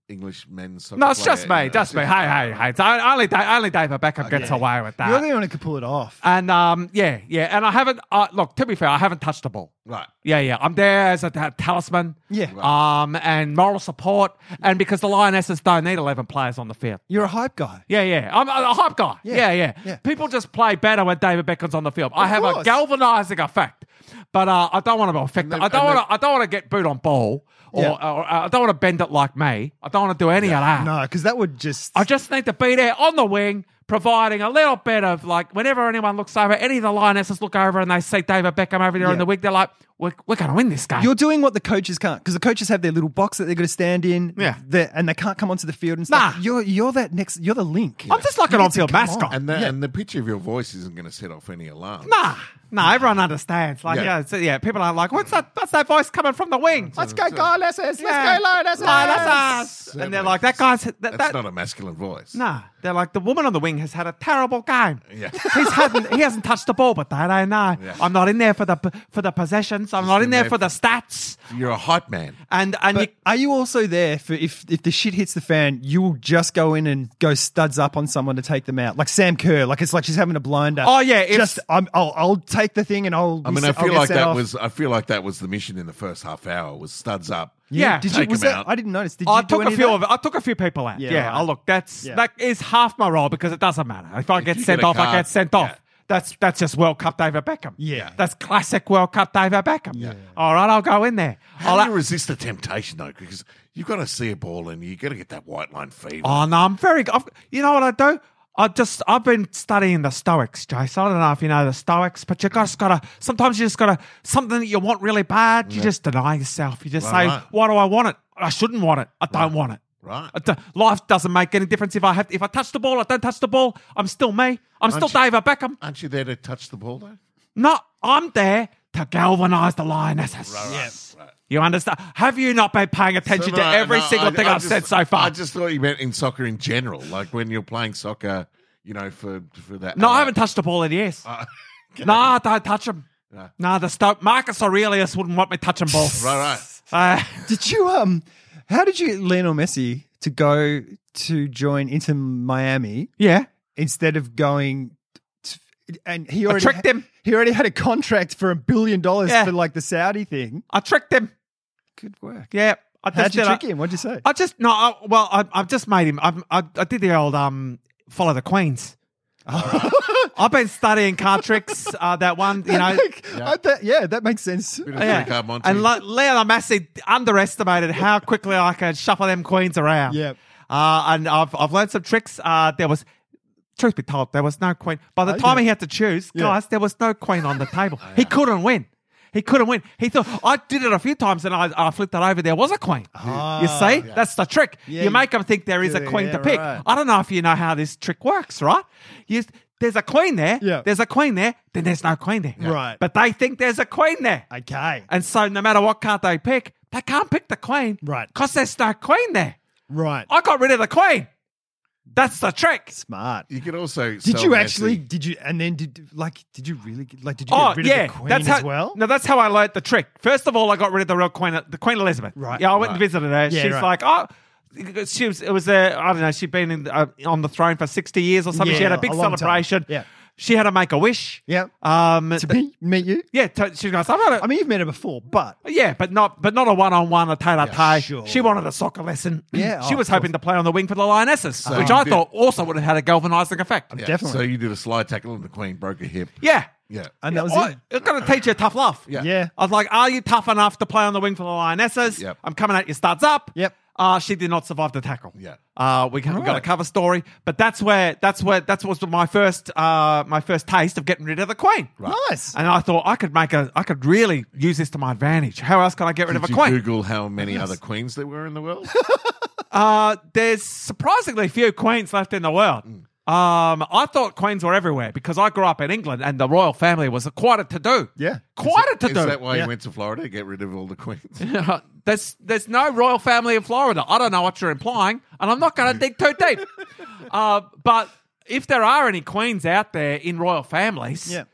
Speaker 1: English men's soccer?
Speaker 5: no, it's just
Speaker 1: player?
Speaker 5: me, just me. Hey, hey, hey! It's only Da- only David Beckham gets away with that.
Speaker 4: You're the only one who could pull it off.
Speaker 5: And um, yeah, yeah. And I haven't. Uh, look, to be fair, I haven't touched the ball.
Speaker 1: Right.
Speaker 5: Yeah, yeah. I'm there as a ta- talisman.
Speaker 4: Yeah.
Speaker 5: Um, and moral support, and because the Lionesses don't need eleven players on the field.
Speaker 4: You're a hype guy.
Speaker 5: Yeah, yeah. I'm a a hype guy. Yeah,
Speaker 4: Yeah,
Speaker 5: yeah.
Speaker 4: yeah.
Speaker 5: People just play better when David Beckham's on the field. I have a
Speaker 4: course.
Speaker 5: galvanizing effect, but uh, I don't want to affect.
Speaker 1: they-
Speaker 5: I don't
Speaker 1: and
Speaker 5: want to. I don't want to get boot on ball, or,
Speaker 4: Yeah.
Speaker 5: or, uh, I don't want to bend it like me. I don't want to do any of that.
Speaker 4: No, because that would just
Speaker 5: I just need to be there on the wing, providing a little bit of like whenever anyone looks over, any of the Lionesses look over and they see David Beckham over there
Speaker 4: Yeah.
Speaker 5: in the wig, they're like, we're, we're going to win this game.
Speaker 4: You're doing what the coaches can't because the coaches have their little box that they're going to stand in.
Speaker 5: Yeah.
Speaker 4: the- and they can't come onto the field and stuff.
Speaker 5: Nah.
Speaker 4: You're you're that next. You're the link.
Speaker 5: I'm just like an
Speaker 4: You need to
Speaker 5: on-field
Speaker 4: come
Speaker 5: mascot.
Speaker 4: on.
Speaker 1: And the, and the pitch of your voice isn't going to set off any alarm.
Speaker 5: nah, nah, everyone understands. Like,
Speaker 1: Yeah.
Speaker 5: yeah, so, yeah people are like, what's that? What's that voice coming from the wing? Let's go,
Speaker 4: Lionesses.
Speaker 5: Yeah. Lionesses. And they're like, that guy's that,
Speaker 1: That's
Speaker 5: that
Speaker 1: not a masculine voice.
Speaker 5: Nah, they're like the woman on the wing has had a terrible game.
Speaker 1: Yeah.
Speaker 5: he's hadn't, he hasn't touched the ball, but that I know.
Speaker 1: Yeah.
Speaker 5: I'm not in there for the for the possessions. I'm not in there for the stats.
Speaker 1: You're a hype man.
Speaker 5: And and
Speaker 4: But
Speaker 5: you,
Speaker 4: are you also there for if if the shit hits the fan, you will just go in and go studs up on someone to take them out, like Sam Kerr. Like it's like she's having a blinder.
Speaker 5: Oh, yeah, if-
Speaker 4: just I'm, I'll I'll take the thing and I'll.
Speaker 1: I mean,
Speaker 4: miss-
Speaker 1: I
Speaker 4: I'll
Speaker 1: feel
Speaker 4: get
Speaker 1: like
Speaker 4: sent
Speaker 1: that
Speaker 4: off.
Speaker 1: was I feel like that was the mission in the first half hour was studs up.
Speaker 5: yeah,
Speaker 4: Did you?
Speaker 1: Take
Speaker 4: Was
Speaker 1: him
Speaker 4: that,
Speaker 1: out.
Speaker 4: I didn't notice. Did you
Speaker 5: I
Speaker 4: do
Speaker 5: took a
Speaker 4: any
Speaker 5: few
Speaker 4: that?
Speaker 5: of, I took a few people out.
Speaker 4: Yeah,
Speaker 5: Yeah,
Speaker 4: right.
Speaker 5: I look. That's
Speaker 4: Yeah.
Speaker 5: that is half my role because it doesn't matter if I get
Speaker 1: you
Speaker 5: sent
Speaker 1: get a
Speaker 5: off. I
Speaker 1: card,
Speaker 5: get sent
Speaker 1: yeah.
Speaker 5: off. That's that's just World Cup David Beckham.
Speaker 4: Yeah.
Speaker 5: that's classic World Cup David Beckham. Yeah. All right, I'll go in there.
Speaker 1: How
Speaker 5: I'll,
Speaker 1: do you resist the temptation though? Because you've got to see a ball and you got to get that white line feed.
Speaker 5: Oh no, I'm very. I've, you know what I do? I just I've been studying the Stoics, Jason. I don't know if you know the Stoics, but you just gotta. Sometimes you just gotta something that you want really bad. You just deny yourself. You just
Speaker 1: Right,
Speaker 5: say,
Speaker 1: right.
Speaker 5: "Why do I want it? I shouldn't want it. I don't want it."
Speaker 1: Right.
Speaker 5: I do- life doesn't make any difference if I have if I touch the ball. I don't touch the ball. I'm still me. I'm still
Speaker 1: Aren't you-
Speaker 5: David Beckham.
Speaker 1: Aren't you there to touch the ball though?
Speaker 5: No, I'm there to galvanise the lionesses. You understand? Have you not been paying attention
Speaker 1: So,
Speaker 5: to
Speaker 1: no,
Speaker 5: every
Speaker 1: no,
Speaker 5: single
Speaker 1: I-
Speaker 5: thing
Speaker 1: I
Speaker 5: I've
Speaker 1: just-
Speaker 5: said so far?
Speaker 1: I just thought you meant in soccer in general, like when you're playing soccer, you know, for for that.
Speaker 5: No, I haven't touched the ball in years.
Speaker 1: Ah, <laughs>
Speaker 5: No, I don't touch him.
Speaker 1: No.
Speaker 5: No, the stuff. Marcus Aurelius wouldn't want me touching balls.
Speaker 1: <laughs> Right, right.
Speaker 5: Uh,
Speaker 4: Did you um? How did you get Lionel Messi to go to join into Miami
Speaker 5: yeah.
Speaker 4: instead of going? To, and he
Speaker 5: I
Speaker 4: already
Speaker 5: tricked him.
Speaker 4: He already had a contract for a billion dollars
Speaker 5: Yeah.
Speaker 4: for like the Saudi thing.
Speaker 5: I tricked him.
Speaker 4: Good work.
Speaker 5: Yeah. I just
Speaker 4: How'd you
Speaker 5: did
Speaker 4: trick
Speaker 5: it.
Speaker 4: him? What'd you say?
Speaker 5: I just, no, I, well, I, I've just made him. I've, I, I did the old um, follow the queens. <laughs> I've been studying card tricks. Uh, that one,
Speaker 4: <laughs>
Speaker 5: you know.
Speaker 4: yeah. I, that, yeah, that makes sense.
Speaker 1: Bit of
Speaker 5: Yeah.
Speaker 1: three card Monty.
Speaker 5: And like, Leo Massey underestimated how quickly I could shuffle them queens around.
Speaker 4: Yep.
Speaker 5: Uh, and I've, I've learned some tricks. Uh, there was, truth be told, there was no queen. By the
Speaker 4: Oh,
Speaker 5: time
Speaker 4: yeah. Oh,
Speaker 5: he had to choose, guys, there was no
Speaker 4: <laughs>
Speaker 5: queen on the table. He couldn't win. He couldn't win. He thought, I did it a few times and I, I flipped it over. There was a queen. you see? That's the trick.
Speaker 4: Oh, Yeah,
Speaker 5: you
Speaker 4: you-
Speaker 5: make them think there is
Speaker 4: Yeah,
Speaker 5: a queen
Speaker 4: yeah,
Speaker 5: to pick.
Speaker 4: right.
Speaker 5: I don't know if you know how this trick works, right? You, there's a queen there.
Speaker 4: Yeah.
Speaker 5: There's a queen there. Then there's no queen there.
Speaker 4: Right.
Speaker 5: But they think there's a queen there.
Speaker 4: Okay.
Speaker 5: And so no matter what card they pick, they can't pick the queen.
Speaker 4: Right.
Speaker 5: Because there's no queen there.
Speaker 4: Right.
Speaker 5: I got rid of the queen. That's the trick.
Speaker 4: Smart.
Speaker 1: you could also
Speaker 4: Did
Speaker 1: sell
Speaker 4: you
Speaker 1: Messi.
Speaker 4: actually? Did you? And then did like? Did you really? get- Like? Did you get
Speaker 5: Oh
Speaker 4: rid
Speaker 5: yeah,
Speaker 4: of the queen
Speaker 5: that's how.
Speaker 4: as well?
Speaker 5: No, that's how I learnt the trick. First of all, I got rid of the real queen, the Queen Elizabeth.
Speaker 4: Right,
Speaker 5: Yeah, I went and
Speaker 1: right.
Speaker 5: visited her.
Speaker 4: Yeah,
Speaker 5: She's
Speaker 4: right.
Speaker 5: like, oh. She was. It was a. I don't know. She'd been in, uh, on the throne for sixty years or something. she
Speaker 4: Yeah,
Speaker 5: had a big
Speaker 4: a long time.
Speaker 5: celebration.
Speaker 4: Yeah.
Speaker 5: She had to make a wish.
Speaker 4: Yeah.
Speaker 5: Um.
Speaker 4: to me, meet you.
Speaker 5: yeah. To, she goes. I'm not.
Speaker 4: I mean, you've met her before, but
Speaker 5: Yeah, but not but not a one on one, a tete a tete.
Speaker 4: sure.
Speaker 5: She wanted a soccer lesson.
Speaker 4: Yeah,
Speaker 5: <clears throat> she
Speaker 4: oh,
Speaker 5: was
Speaker 4: of
Speaker 5: hoping to play on the wing for the Lionesses, which
Speaker 1: you
Speaker 5: I
Speaker 1: did-
Speaker 5: thought also would have had a galvanising effect.
Speaker 1: Uh-huh. Yeah,
Speaker 4: definitely.
Speaker 1: So you did a slide tackle and the queen broke her hip.
Speaker 5: Yeah,
Speaker 1: Yeah.
Speaker 4: and that was
Speaker 5: I,
Speaker 4: it.
Speaker 5: it's going to teach you tough love.
Speaker 1: Yeah.
Speaker 4: Yeah.
Speaker 5: I was like, "Are you tough enough to play on the wing for the Lionesses?
Speaker 1: Yep.
Speaker 5: I'm coming at you, studs up."
Speaker 4: Yep.
Speaker 5: Uh, she did not survive the tackle.
Speaker 1: Yeah.
Speaker 5: Uh, we, we got a cover story, but that's where that's where that's was my first uh my first taste of getting rid of the queen.
Speaker 4: Nice.
Speaker 5: And I thought I could make a I could really use this to my advantage. How else can I get rid
Speaker 1: Did
Speaker 5: of a
Speaker 1: you
Speaker 5: queen?
Speaker 1: Google how many other queens there were in the
Speaker 5: <laughs>
Speaker 1: world?
Speaker 5: Uh, there's surprisingly few queens left in the world.
Speaker 4: Mm.
Speaker 5: Um, I thought queens were everywhere because I grew up in England and the royal family was quite a to do.
Speaker 4: Yeah.
Speaker 5: quite a to
Speaker 1: Is that
Speaker 5: do.
Speaker 1: why
Speaker 4: Yeah.
Speaker 1: you went to Florida to get rid of all the queens?
Speaker 5: <laughs> there's there's no royal family in Florida. I don't know what you're implying, and I'm not going to dig too deep.
Speaker 4: <laughs>
Speaker 5: Uh, but if there are any queens out there in royal families,
Speaker 4: Yeah.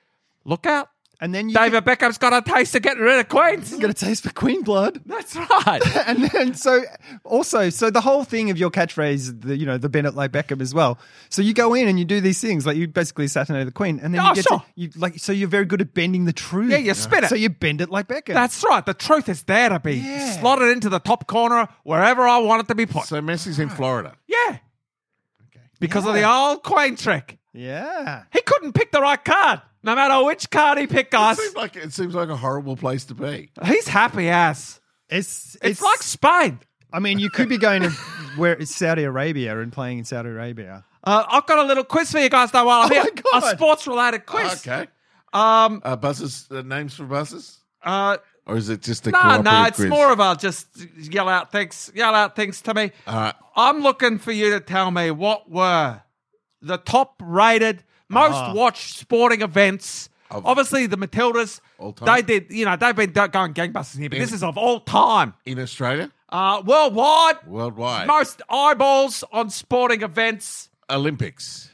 Speaker 5: look out.
Speaker 4: And then you
Speaker 5: David Beckham's got a taste of getting rid
Speaker 4: <laughs>
Speaker 5: of queens.
Speaker 4: got a taste for queen blood.
Speaker 5: That's right.
Speaker 4: <laughs> and then so also so the whole thing of your catchphrase, the you know the Bennett like Beckham as well. So you go in and you do these things like you basically assassinate the queen, and then you
Speaker 5: Oh,
Speaker 4: get
Speaker 5: sure.
Speaker 4: to, you like so you're very good at bending the truth.
Speaker 5: Yeah, you spin it.
Speaker 4: So you bend it like Beckham.
Speaker 5: That's right. The truth is there to be
Speaker 4: Yeah.
Speaker 5: slotted into the top corner wherever I want it to be put.
Speaker 1: so Messi's in Florida.
Speaker 5: yeah. Because of the old Queen trick.
Speaker 4: yeah.
Speaker 5: He couldn't pick the right card, no matter which card he picked,
Speaker 1: It
Speaker 5: guys.
Speaker 1: seems like it seems like a horrible place to be.
Speaker 5: He's happy ass.
Speaker 4: It's
Speaker 5: It's, like Spain. <laughs>
Speaker 4: I mean you could be going to where it's Saudi Arabia and playing in Saudi Arabia.
Speaker 5: Uh, I've got a little quiz for you guys though. While I'm
Speaker 4: Oh
Speaker 5: here,
Speaker 4: my God.
Speaker 5: a sports-related quiz.
Speaker 1: Okay.
Speaker 5: Um.
Speaker 1: Uh, buses, uh, names for buses?
Speaker 5: Uh.
Speaker 1: Or is it just a
Speaker 5: No,
Speaker 1: cooperative
Speaker 5: no, it's
Speaker 1: quiz?
Speaker 5: more of a just yell out things, yell out things to me.
Speaker 1: All right.
Speaker 5: I'm looking for you to tell me what were the top rated, most watched sporting events.
Speaker 1: Of-
Speaker 5: Obviously, the Matildas.
Speaker 1: All time?
Speaker 5: They did, you know, they've been do- going gangbusters here, but
Speaker 1: Yeah.
Speaker 5: this is of all time,
Speaker 1: In Australia?
Speaker 5: uh, worldwide,
Speaker 1: Worldwide?
Speaker 5: most eyeballs on sporting events.
Speaker 1: Olympics.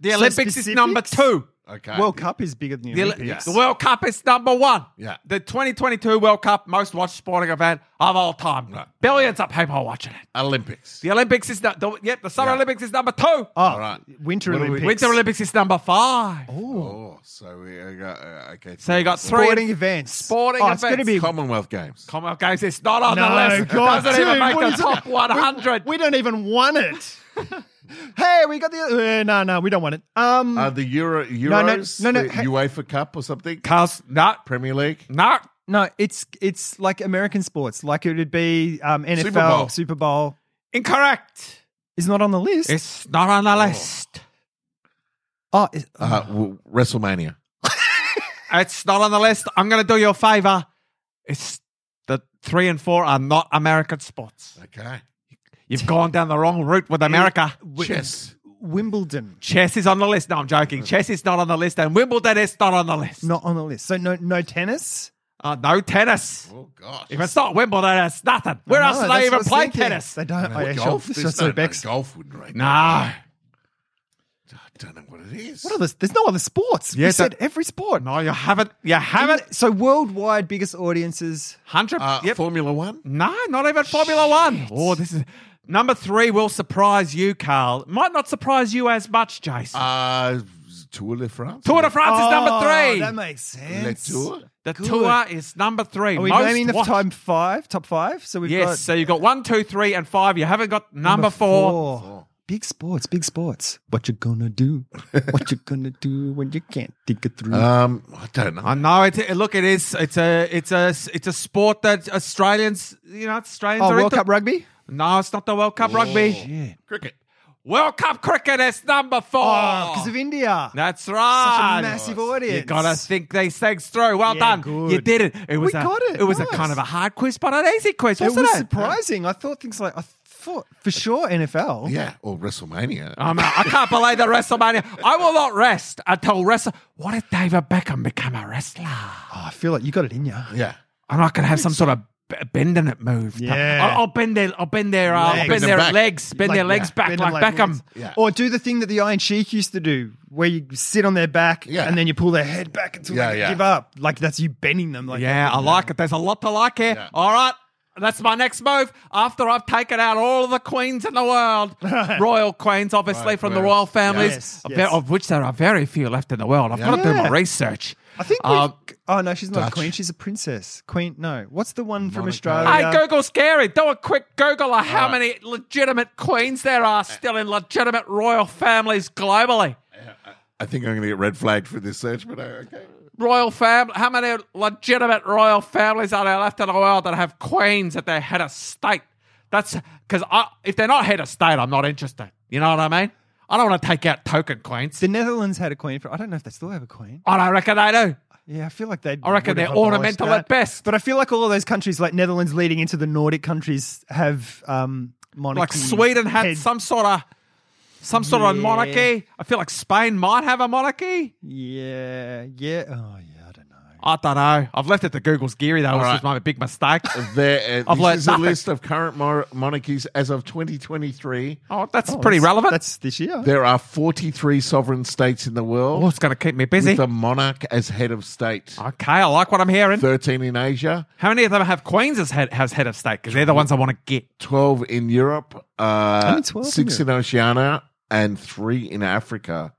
Speaker 5: The
Speaker 4: So
Speaker 5: Olympics is number
Speaker 4: specifics?
Speaker 5: two.
Speaker 1: Okay.
Speaker 4: World Cup is bigger than the
Speaker 5: The, Oli-
Speaker 4: Olympics.
Speaker 5: the World Cup is number one.
Speaker 1: Yeah.
Speaker 5: The 2022 World Cup, most watched sporting event of all time.
Speaker 1: Right.
Speaker 5: Billions of people watching it.
Speaker 1: Olympics.
Speaker 5: The Olympics is, no- the, yep, the Summer
Speaker 1: Yeah.
Speaker 5: Olympics is number two.
Speaker 4: Oh,
Speaker 1: All right.
Speaker 4: Winter
Speaker 1: What do we-
Speaker 4: Olympics.
Speaker 5: Winter Olympics is number five.
Speaker 1: Oh, so we uh, got, uh, okay.
Speaker 5: So you got three
Speaker 4: Sporting events.
Speaker 5: Sporting
Speaker 4: oh, It's going to
Speaker 5: events.
Speaker 4: be.
Speaker 1: Commonwealth Games.
Speaker 5: Commonwealth Games. It's not on the
Speaker 4: No,
Speaker 5: list.
Speaker 4: God,
Speaker 5: Doesn't even
Speaker 4: dude,
Speaker 5: make
Speaker 4: what
Speaker 5: the
Speaker 4: is
Speaker 5: top 100.
Speaker 4: we don't even want
Speaker 5: <laughs>
Speaker 4: it. hey, we got the. Uh, no, no, we don't want it. Um,
Speaker 1: uh, the Euro,
Speaker 4: no,
Speaker 1: Euros?
Speaker 4: no, no,
Speaker 1: the
Speaker 4: hey-
Speaker 1: UEFA Cup or something?
Speaker 5: Cars, no,
Speaker 1: Premier League?
Speaker 5: no.
Speaker 4: no, it's it's like American sports. Like it would be um, NFL Super
Speaker 1: Bowl.
Speaker 4: Bowl.
Speaker 5: Incorrect.
Speaker 4: It's not on the list.
Speaker 5: It's not on the list.
Speaker 4: oh, it-
Speaker 1: Uh, w- WrestleMania.
Speaker 5: It's not on the list. I'm going to do you a favor. It's the three and four are not American sports.
Speaker 1: Okay.
Speaker 5: You've gone down the wrong route with America.
Speaker 1: Chess.
Speaker 4: Wimbledon
Speaker 5: Chess is on the list. No, I'm joking. Chess is not on the list, and Wimbledon is not on the list.
Speaker 4: not on the list. So no, no tennis.
Speaker 5: Uh, no tennis.
Speaker 1: Oh, gosh.
Speaker 5: If it's not Wimbledon, it's nothing. Where else
Speaker 4: No,
Speaker 5: do
Speaker 4: that's
Speaker 5: they even
Speaker 4: what I was
Speaker 5: play
Speaker 4: thinking.
Speaker 5: tennis?
Speaker 4: They don't.
Speaker 1: No,
Speaker 4: oh, yeah,
Speaker 1: golf,
Speaker 4: sure.
Speaker 1: there's
Speaker 4: So
Speaker 1: no, no
Speaker 4: Bex-
Speaker 1: golf wouldn't rate.
Speaker 5: No.
Speaker 1: I don't know what it is.
Speaker 4: What other, there's no other sports.
Speaker 5: Yeah,
Speaker 4: you said
Speaker 5: that-
Speaker 4: every sport.
Speaker 5: uh, No, you haven't. You haven't.
Speaker 4: So worldwide biggest audiences.
Speaker 5: Hundred.
Speaker 1: uh,
Speaker 5: yep. Mm.
Speaker 1: Formula One?
Speaker 5: no, not even Formula One. Oh, this is number three. Will surprise you, Carl. Might not surprise you as much, Jason.
Speaker 1: Uh, Tour de France?
Speaker 5: Tour de France is number three.
Speaker 4: Oh, That makes
Speaker 1: Le
Speaker 4: sense.
Speaker 1: Tour?
Speaker 5: the tour is number three.
Speaker 4: Are we
Speaker 5: Most
Speaker 4: naming the
Speaker 5: watched.
Speaker 4: time five? Top five? So we've
Speaker 5: Yes.
Speaker 4: got
Speaker 5: so you got one, two, three, and five. You haven't got number, four.
Speaker 4: Big sports, big sports. What you gonna do? what you gonna do when you can't think it through?
Speaker 1: Um, I don't know.
Speaker 5: I know. It, it- look, it is. It's a. It's a. It's a sport that Australians. You know, Australians
Speaker 4: oh,
Speaker 5: are
Speaker 4: World
Speaker 5: into.
Speaker 4: Cup rugby.
Speaker 5: No, it's not the World Cup rugby.
Speaker 1: Cricket.
Speaker 5: World Cup cricket is number four.
Speaker 4: Oh, because of India.
Speaker 5: That's
Speaker 4: Such
Speaker 5: right.
Speaker 4: a massive
Speaker 5: You
Speaker 4: audience.
Speaker 5: gotta think these things through. Well
Speaker 4: Yeah,
Speaker 5: done.
Speaker 4: good.
Speaker 5: You did it. It was
Speaker 4: We
Speaker 5: a,
Speaker 4: got it.
Speaker 5: It was a
Speaker 4: Nice.
Speaker 5: kind of a hard quiz, but an easy quiz,
Speaker 4: It
Speaker 5: wasn't
Speaker 4: was
Speaker 5: it?
Speaker 4: surprising. I thought things like I thought for sure NFL.
Speaker 1: Yeah, or WrestleMania.
Speaker 5: I'm out. Oh, I can't believe the WrestleMania. I will not rest until wrestle. What if David Beckham become a wrestler?
Speaker 4: Oh, I feel like you got it in you.
Speaker 1: yeah.
Speaker 5: I'm not gonna have some sort of b- bend in it move.
Speaker 4: Yeah.
Speaker 5: I'll, I'll bend their. I'll bend their. Uh, I'll
Speaker 4: Legs.
Speaker 5: bend
Speaker 1: Bend
Speaker 5: their
Speaker 1: them back.
Speaker 5: legs. Bend their legs back like, Beckham.
Speaker 1: Yeah.
Speaker 4: Or do the thing that the Iron Sheik used to do, where you sit on their back
Speaker 1: Yeah.
Speaker 4: and then you pull their head back until
Speaker 1: Yeah,
Speaker 4: they
Speaker 1: yeah.
Speaker 4: give up. Like that's you bending them. Like
Speaker 5: Yeah, I like it. There's a lot to like here.
Speaker 1: Yeah.
Speaker 5: All right. That's my next move. After I've taken out all of the queens in the world, royal queens, obviously
Speaker 1: Right,
Speaker 5: from the
Speaker 1: queens.
Speaker 5: royal families,
Speaker 4: Yes,
Speaker 5: of,
Speaker 4: yes.
Speaker 5: there- of which there are very few left in the world. I've got to do my
Speaker 4: Yeah.
Speaker 5: research.
Speaker 4: I think. we
Speaker 5: Um,
Speaker 4: oh no, she's not
Speaker 1: Dutch.
Speaker 4: a queen. She's a princess. Queen. No, what's the one from
Speaker 1: Monaco.
Speaker 5: Hey,
Speaker 4: Australia?
Speaker 5: Google scary. Do a quick Google of how
Speaker 1: All right.
Speaker 5: many legitimate queens there are still in legitimate royal families globally.
Speaker 1: I think I'm going to get red flagged for this search, but uh, okay.
Speaker 5: Royal fam, how many legitimate royal families are there left in the world that have queens at their head of state? That's because if they're not head of state, I'm not interested. You know what I mean? I don't want to take out token queens.
Speaker 4: The Netherlands had a queen for. I don't know if they still have a queen.
Speaker 5: I don't reckon they do.
Speaker 4: Yeah, I feel like they.
Speaker 5: I reckon
Speaker 4: would have
Speaker 5: they're
Speaker 4: abolished
Speaker 5: ornamental
Speaker 4: that.
Speaker 5: at best.
Speaker 4: But I feel like all of those countries, like Netherlands, leading into the Nordic countries, have um, monarchy.
Speaker 5: Like Sweden had
Speaker 4: head-
Speaker 5: some sort of some sort of
Speaker 4: Yeah.
Speaker 5: monarchy. I feel like Spain might have a monarchy.
Speaker 4: Yeah, yeah. Oh yeah, I don't know.
Speaker 5: I don't know. I've left it to Google's Geary though, which
Speaker 1: right.
Speaker 5: was my
Speaker 4: <laughs>
Speaker 5: big mistake.
Speaker 1: There, uh,
Speaker 5: I've learned
Speaker 1: this is a
Speaker 5: nothing.
Speaker 1: list of current mor- monarchies as of 2023.
Speaker 5: oh, that's
Speaker 4: Oh,
Speaker 5: pretty
Speaker 4: that's-
Speaker 5: relevant.
Speaker 4: That's this year.
Speaker 1: There are 43 sovereign states in the world
Speaker 5: oh, it's going to keep me busy.
Speaker 1: with a monarch as head of state.
Speaker 5: okay, I like what I'm hearing.
Speaker 1: 13 in Asia,
Speaker 5: How many of them have Queens as head, as head of state? Because they're the ones I want to get.
Speaker 1: 12 in Europe, uh,
Speaker 4: Only 12 in
Speaker 1: 6 in, Oceania, and 3 in Africa.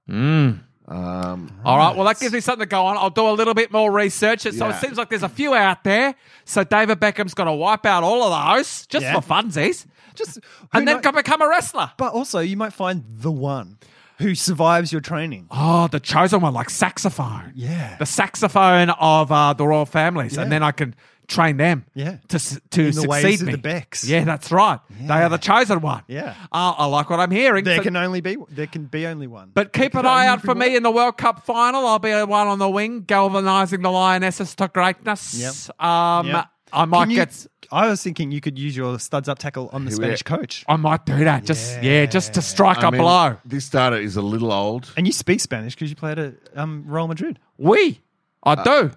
Speaker 1: Um,
Speaker 5: All right. Well, that gives me something to go on. I'll do a little bit more research. So it
Speaker 1: Yeah.
Speaker 5: seems like there's a few out there. So David Beckham's going to wipe out all of those just
Speaker 4: Yeah.
Speaker 5: for funsies,
Speaker 4: Just
Speaker 5: and then
Speaker 4: who
Speaker 5: go become a wrestler.
Speaker 4: But also, you might find the one who survives your training.
Speaker 5: Oh, the chosen one, like saxophone.
Speaker 4: Yeah.
Speaker 5: The saxophone of uh, the royal families, and
Speaker 4: Yeah.
Speaker 5: then I can train them
Speaker 4: Yeah.
Speaker 5: to s- to
Speaker 4: In the
Speaker 5: succeed
Speaker 4: ways of
Speaker 5: me.
Speaker 4: the Becks.
Speaker 5: Yeah, that's right. They are the chosen one. Uh,
Speaker 4: Yeah.
Speaker 5: I, I like what I'm hearing.
Speaker 4: There
Speaker 5: So-
Speaker 4: can only be there can be only one.
Speaker 5: but keep an eye out for me in the World Cup final. I'll be the one on the wing, galvanising the lionesses to greatness. Um,
Speaker 4: Yep.
Speaker 5: I might
Speaker 4: Can you-
Speaker 5: get.
Speaker 4: I was thinking you could use your studs up tackle on the Spanish coach,
Speaker 5: I might do that. Just yeah, just to strike
Speaker 1: I
Speaker 5: a
Speaker 1: mean,
Speaker 5: blow.
Speaker 1: This data is a little old.
Speaker 4: and you speak Spanish because you played at um, Real Madrid.
Speaker 5: We, I
Speaker 1: Uh,
Speaker 5: do.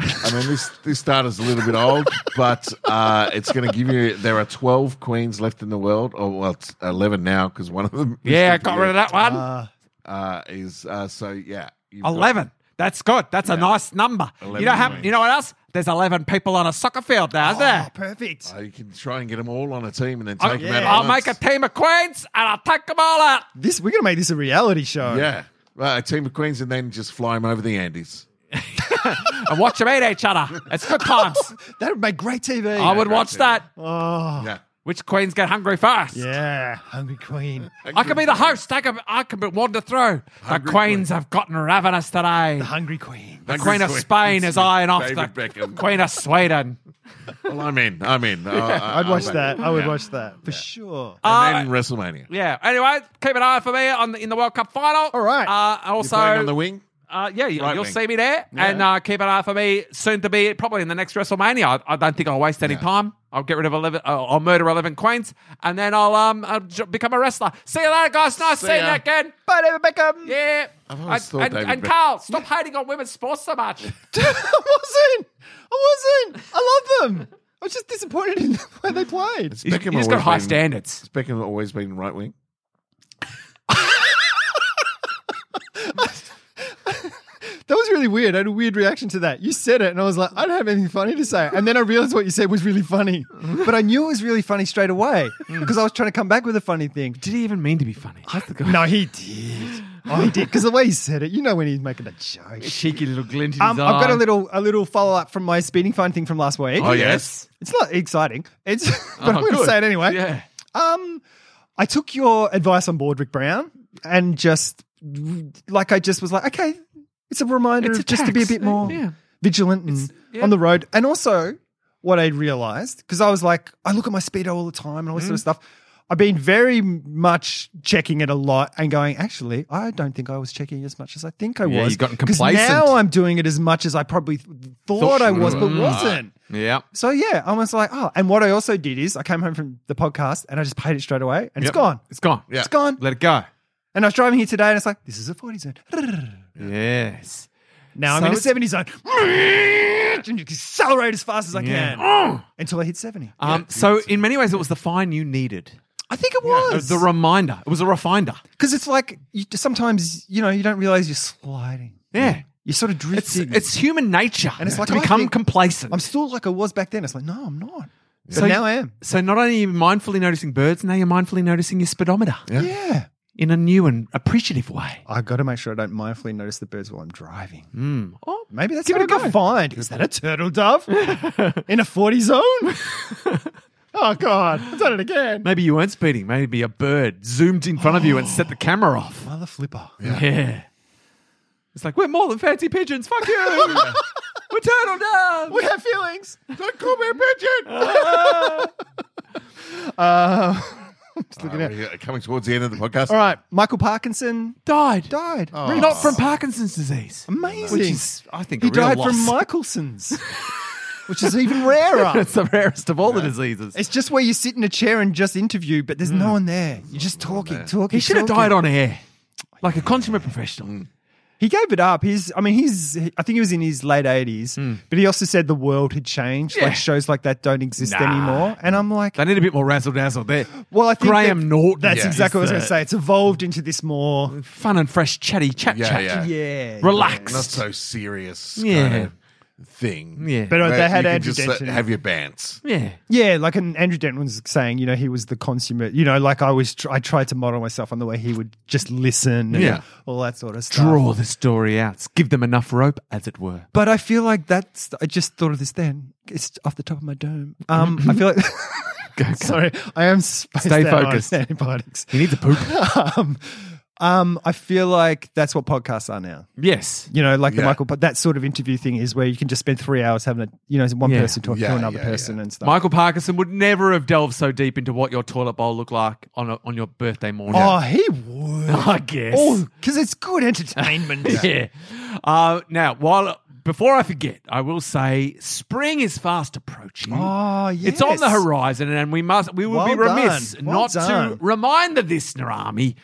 Speaker 1: I mean, this this data's a little bit old, but uh, it's going to give you. There are twelve queens left in the world, or well, it's eleven now because one of them. is
Speaker 5: Yeah, I
Speaker 1: the
Speaker 5: got rid of that
Speaker 4: Ah.
Speaker 5: one.
Speaker 1: Uh, is uh, so yeah. you've got-
Speaker 5: eleven. That's good. That's a nice number. You
Speaker 1: 11
Speaker 5: know, how,
Speaker 1: wins. Oh,
Speaker 5: you know what else? There's eleven people on a soccer field now, is there?
Speaker 4: Oh, perfect.
Speaker 1: Uh, you can try and get them all on a team and then
Speaker 5: I'll,
Speaker 1: take them out. at
Speaker 5: Oh, I'll
Speaker 1: once.
Speaker 5: make a team of queens and I'll take them all out.
Speaker 4: This we're gonna make this a reality show.
Speaker 1: Yeah, well, a team of queens and then just fly them over the Andes.
Speaker 5: and watch them eat each other. It's
Speaker 1: <laughs>
Speaker 5: good times.
Speaker 4: that would make great TV.
Speaker 5: I would watch that.
Speaker 4: Oh,
Speaker 1: Yeah.
Speaker 5: Which queens get hungry first?
Speaker 4: yeah, hungry queen,
Speaker 5: I can be the host. I can, I can wander through. the queens have gotten ravenous today.
Speaker 4: hungry queen.
Speaker 5: The Queen of Spain is eyeing off the
Speaker 1: David Beckham.
Speaker 5: Queen of Sweden.
Speaker 1: <laughs> Well, I'm in. I'm in. Uh, I-
Speaker 4: I'd watch
Speaker 1: I'll-
Speaker 4: that. I would
Speaker 1: Yeah.
Speaker 4: watch that for sure.
Speaker 1: And then WrestleMania.
Speaker 5: Uh, Yeah. Anyway, keep an eye out for me on the, in the World Cup final.
Speaker 4: All right.
Speaker 5: Uh, and
Speaker 1: You're
Speaker 5: also,
Speaker 1: playing on the wing.
Speaker 5: uh, yeah, you,
Speaker 1: Right
Speaker 5: will
Speaker 1: wing.
Speaker 5: see me there, and uh, keep an eye out for me soon to be probably in the next WrestleMania. I, I don't think I'll waste any time. I'll get rid of eleven. Uh, I'll murder eleven queens, and then I'll um I'll j- become a wrestler. See you later, guys. Nice
Speaker 1: See
Speaker 5: seeing you
Speaker 1: ya.
Speaker 5: again.
Speaker 4: But David Beckham
Speaker 5: Yeah.
Speaker 1: I've always
Speaker 5: and,
Speaker 1: thought
Speaker 5: and,
Speaker 1: David
Speaker 5: and
Speaker 1: Beck-
Speaker 5: Carl, stop hating on women's sports so much.
Speaker 4: <laughs> I wasn't. I wasn't. I love them. I was just disappointed in <laughs> the way they played.
Speaker 1: It's
Speaker 5: <laughs> He's
Speaker 1: always
Speaker 5: got high
Speaker 1: been-
Speaker 5: standards.
Speaker 1: Has Beckham always been right wing?
Speaker 4: That was really weird. I had a weird reaction to that. You said it, and I was like, I don't have anything funny to say. And then I realized what you said was really
Speaker 5: <laughs>
Speaker 4: funny. But I knew it was really funny straight away because I was trying to come back with a funny thing.
Speaker 5: Did he even mean Mm. to be funny?
Speaker 4: No, he did. Oh, he did. Because the way he said it, you know when he's making a joke.
Speaker 5: Cheeky little glint in
Speaker 4: Um,
Speaker 5: his
Speaker 4: I've got
Speaker 5: eye.
Speaker 4: a little a little follow up from my speeding fine thing from last week.
Speaker 1: Oh yes.
Speaker 4: It's not exciting. It's <laughs> but
Speaker 5: Oh,
Speaker 4: I'm going to
Speaker 5: good.
Speaker 4: say it anyway.
Speaker 5: Yeah.
Speaker 4: Um, I took your advice on board, Rick Brown, and just like I just was like, okay, it's a reminder
Speaker 5: It's
Speaker 4: of
Speaker 5: a
Speaker 4: just to be a
Speaker 5: tax.
Speaker 4: bit more
Speaker 5: Yeah.
Speaker 4: vigilant and
Speaker 5: yeah.
Speaker 4: on the road. And also, what I realized because I was like, I look at my speedo all the time and all this
Speaker 5: Mm.
Speaker 4: sort of stuff. I've been very much checking it a lot and going, actually, I don't think I was checking as much as I think I
Speaker 5: Yeah,
Speaker 4: was.
Speaker 5: you've gotten
Speaker 4: 'Cause
Speaker 5: complacent.
Speaker 4: Now I'm doing it as much as I probably th- thought, I was, but
Speaker 5: Mm.
Speaker 4: wasn't.
Speaker 5: Yeah.
Speaker 4: So yeah, I was like, oh, and what I also did is I came home from the podcast and I just paid it straight away and it's
Speaker 1: Yep.
Speaker 4: gone.
Speaker 5: It's gone.
Speaker 1: Yeah.
Speaker 4: It's gone.
Speaker 5: Let it go.
Speaker 4: And I was driving here today and it's like, this is a 40 zone.
Speaker 5: Yes.
Speaker 4: Now
Speaker 5: So
Speaker 4: I'm in a
Speaker 5: it's-
Speaker 4: 70 zone. And you accelerate as fast as I
Speaker 5: Yeah. Oh.
Speaker 4: can until I hit 70.
Speaker 5: Um, so in many ways, it was the fine you needed.
Speaker 4: I think it
Speaker 5: It
Speaker 4: was.
Speaker 5: was the reminder. It was a refinder.
Speaker 4: Because it's like you, sometimes, you know, you don't realize you're sliding.
Speaker 5: Yeah.
Speaker 4: You're sort of
Speaker 5: It's
Speaker 4: drifting.
Speaker 5: it's human nature
Speaker 4: And it's like,
Speaker 5: to
Speaker 4: I
Speaker 5: become
Speaker 4: think-
Speaker 5: complacent.
Speaker 4: I'm still like I was back then. It's like, no, I'm not.
Speaker 5: So-
Speaker 4: But now I am.
Speaker 5: so not only are you mindfully noticing birds, now you're mindfully noticing your speedometer
Speaker 4: Yeah.
Speaker 5: in a new and appreciative way.
Speaker 4: I've got to make sure I don't mindfully notice the birds while I'm driving.
Speaker 5: Oh,
Speaker 4: Maybe that's
Speaker 5: Give
Speaker 4: how
Speaker 5: it a
Speaker 4: I got
Speaker 5: go.
Speaker 4: fined. Is that a turtle dove
Speaker 5: <laughs>
Speaker 4: in a 40 zone? oh, God. I've done it again.
Speaker 5: maybe you weren't speeding. Maybe a bird zoomed in front of you and set the camera off.
Speaker 4: Mother flipper.
Speaker 5: Yeah. It's like, we're more than fancy pigeons. Fuck <laughs> you. we're turtle
Speaker 4: <laughs>
Speaker 5: down.
Speaker 4: We have feelings.
Speaker 1: Don't call me a
Speaker 5: <laughs>
Speaker 1: pigeon.
Speaker 4: Uh, I'm just looking at.
Speaker 1: We're uh, coming towards the end of the podcast.
Speaker 4: All right. Michael Parkinson
Speaker 5: Died.
Speaker 4: died.
Speaker 5: Not from Parkinson's disease.
Speaker 4: Amazing.
Speaker 5: Oh. Which is, I think,
Speaker 4: he
Speaker 5: a real
Speaker 4: died
Speaker 5: loss. <laughs>
Speaker 4: from Michaelson's, which is even rarer.
Speaker 5: It's the rarest of all the diseases.
Speaker 4: It's just where you sit in a chair and just interview, but there's no one there. You're just talking, talking.
Speaker 5: Hmm. He should have
Speaker 4: talking.
Speaker 5: died on air, like a consummate professional.
Speaker 4: He gave it up. He's, I mean, he's, I think he was in his late 80s, but he also said the world had changed.
Speaker 5: Hmm. Yeah.
Speaker 4: Like shows like that don't exist
Speaker 5: Nah.
Speaker 4: anymore. And I'm like,
Speaker 5: They need a bit more razzle dazzle there.
Speaker 4: well, I think
Speaker 5: Graham
Speaker 4: that-
Speaker 5: Norton.
Speaker 4: That's
Speaker 5: is
Speaker 4: exactly what I was going
Speaker 5: the
Speaker 4: to say. It's evolved into this
Speaker 5: <laughs>
Speaker 4: more,
Speaker 5: Fun and fresh, chatty chat
Speaker 1: Yeah,
Speaker 5: chat.
Speaker 1: yeah.
Speaker 4: yeah.
Speaker 5: Relaxed.
Speaker 1: Not so serious
Speaker 5: Yeah.
Speaker 1: kind of thing.
Speaker 5: Yeah. Oh,
Speaker 4: But
Speaker 1: Where
Speaker 4: they had
Speaker 1: you can
Speaker 4: Andrew
Speaker 1: just
Speaker 4: Denton.
Speaker 1: uh, have your bands.
Speaker 5: yeah.
Speaker 4: yeah, like an Andrew Denton was saying, you know, he was the consummate. You know, like I was, tr- I tried to model myself on the way he would just listen and
Speaker 1: Yeah.
Speaker 4: all that sort of stuff.
Speaker 5: Draw the story out. Give them enough rope, as it were.
Speaker 4: But I feel like that's. I just thought of this then. It's off the top of my dome.
Speaker 5: <laughs>
Speaker 4: Um, I feel like. <laughs> Sorry, I am spaced
Speaker 5: Stay
Speaker 4: out on
Speaker 5: focused.
Speaker 4: Antibiotics.
Speaker 5: He needs a poop.
Speaker 4: <laughs> Um, Um, I feel like that's what podcasts are now.
Speaker 5: Yes.
Speaker 4: You know, like the
Speaker 1: Yeah.
Speaker 4: Michael, that sort of interview thing is where you can just spend three hours having a, you know, one
Speaker 5: Yeah.
Speaker 4: person talking
Speaker 1: Yeah,
Speaker 4: to another
Speaker 1: yeah,
Speaker 4: person
Speaker 1: yeah.
Speaker 4: and stuff.
Speaker 5: Michael Parkinson would never have delved so deep into what your toilet bowl looked like on a, on your birthday morning.
Speaker 4: oh, he would.
Speaker 5: <laughs> I guess.
Speaker 4: Oh, because it's good entertainment.
Speaker 5: <laughs> yeah. Uh, now, while before I forget, I will say spring is fast approaching.
Speaker 4: Oh,
Speaker 5: It's on the
Speaker 4: yes.
Speaker 5: horizon, and we must we will
Speaker 4: Well
Speaker 5: be remiss
Speaker 4: done. Well
Speaker 5: not
Speaker 4: done.
Speaker 5: to remind the listener army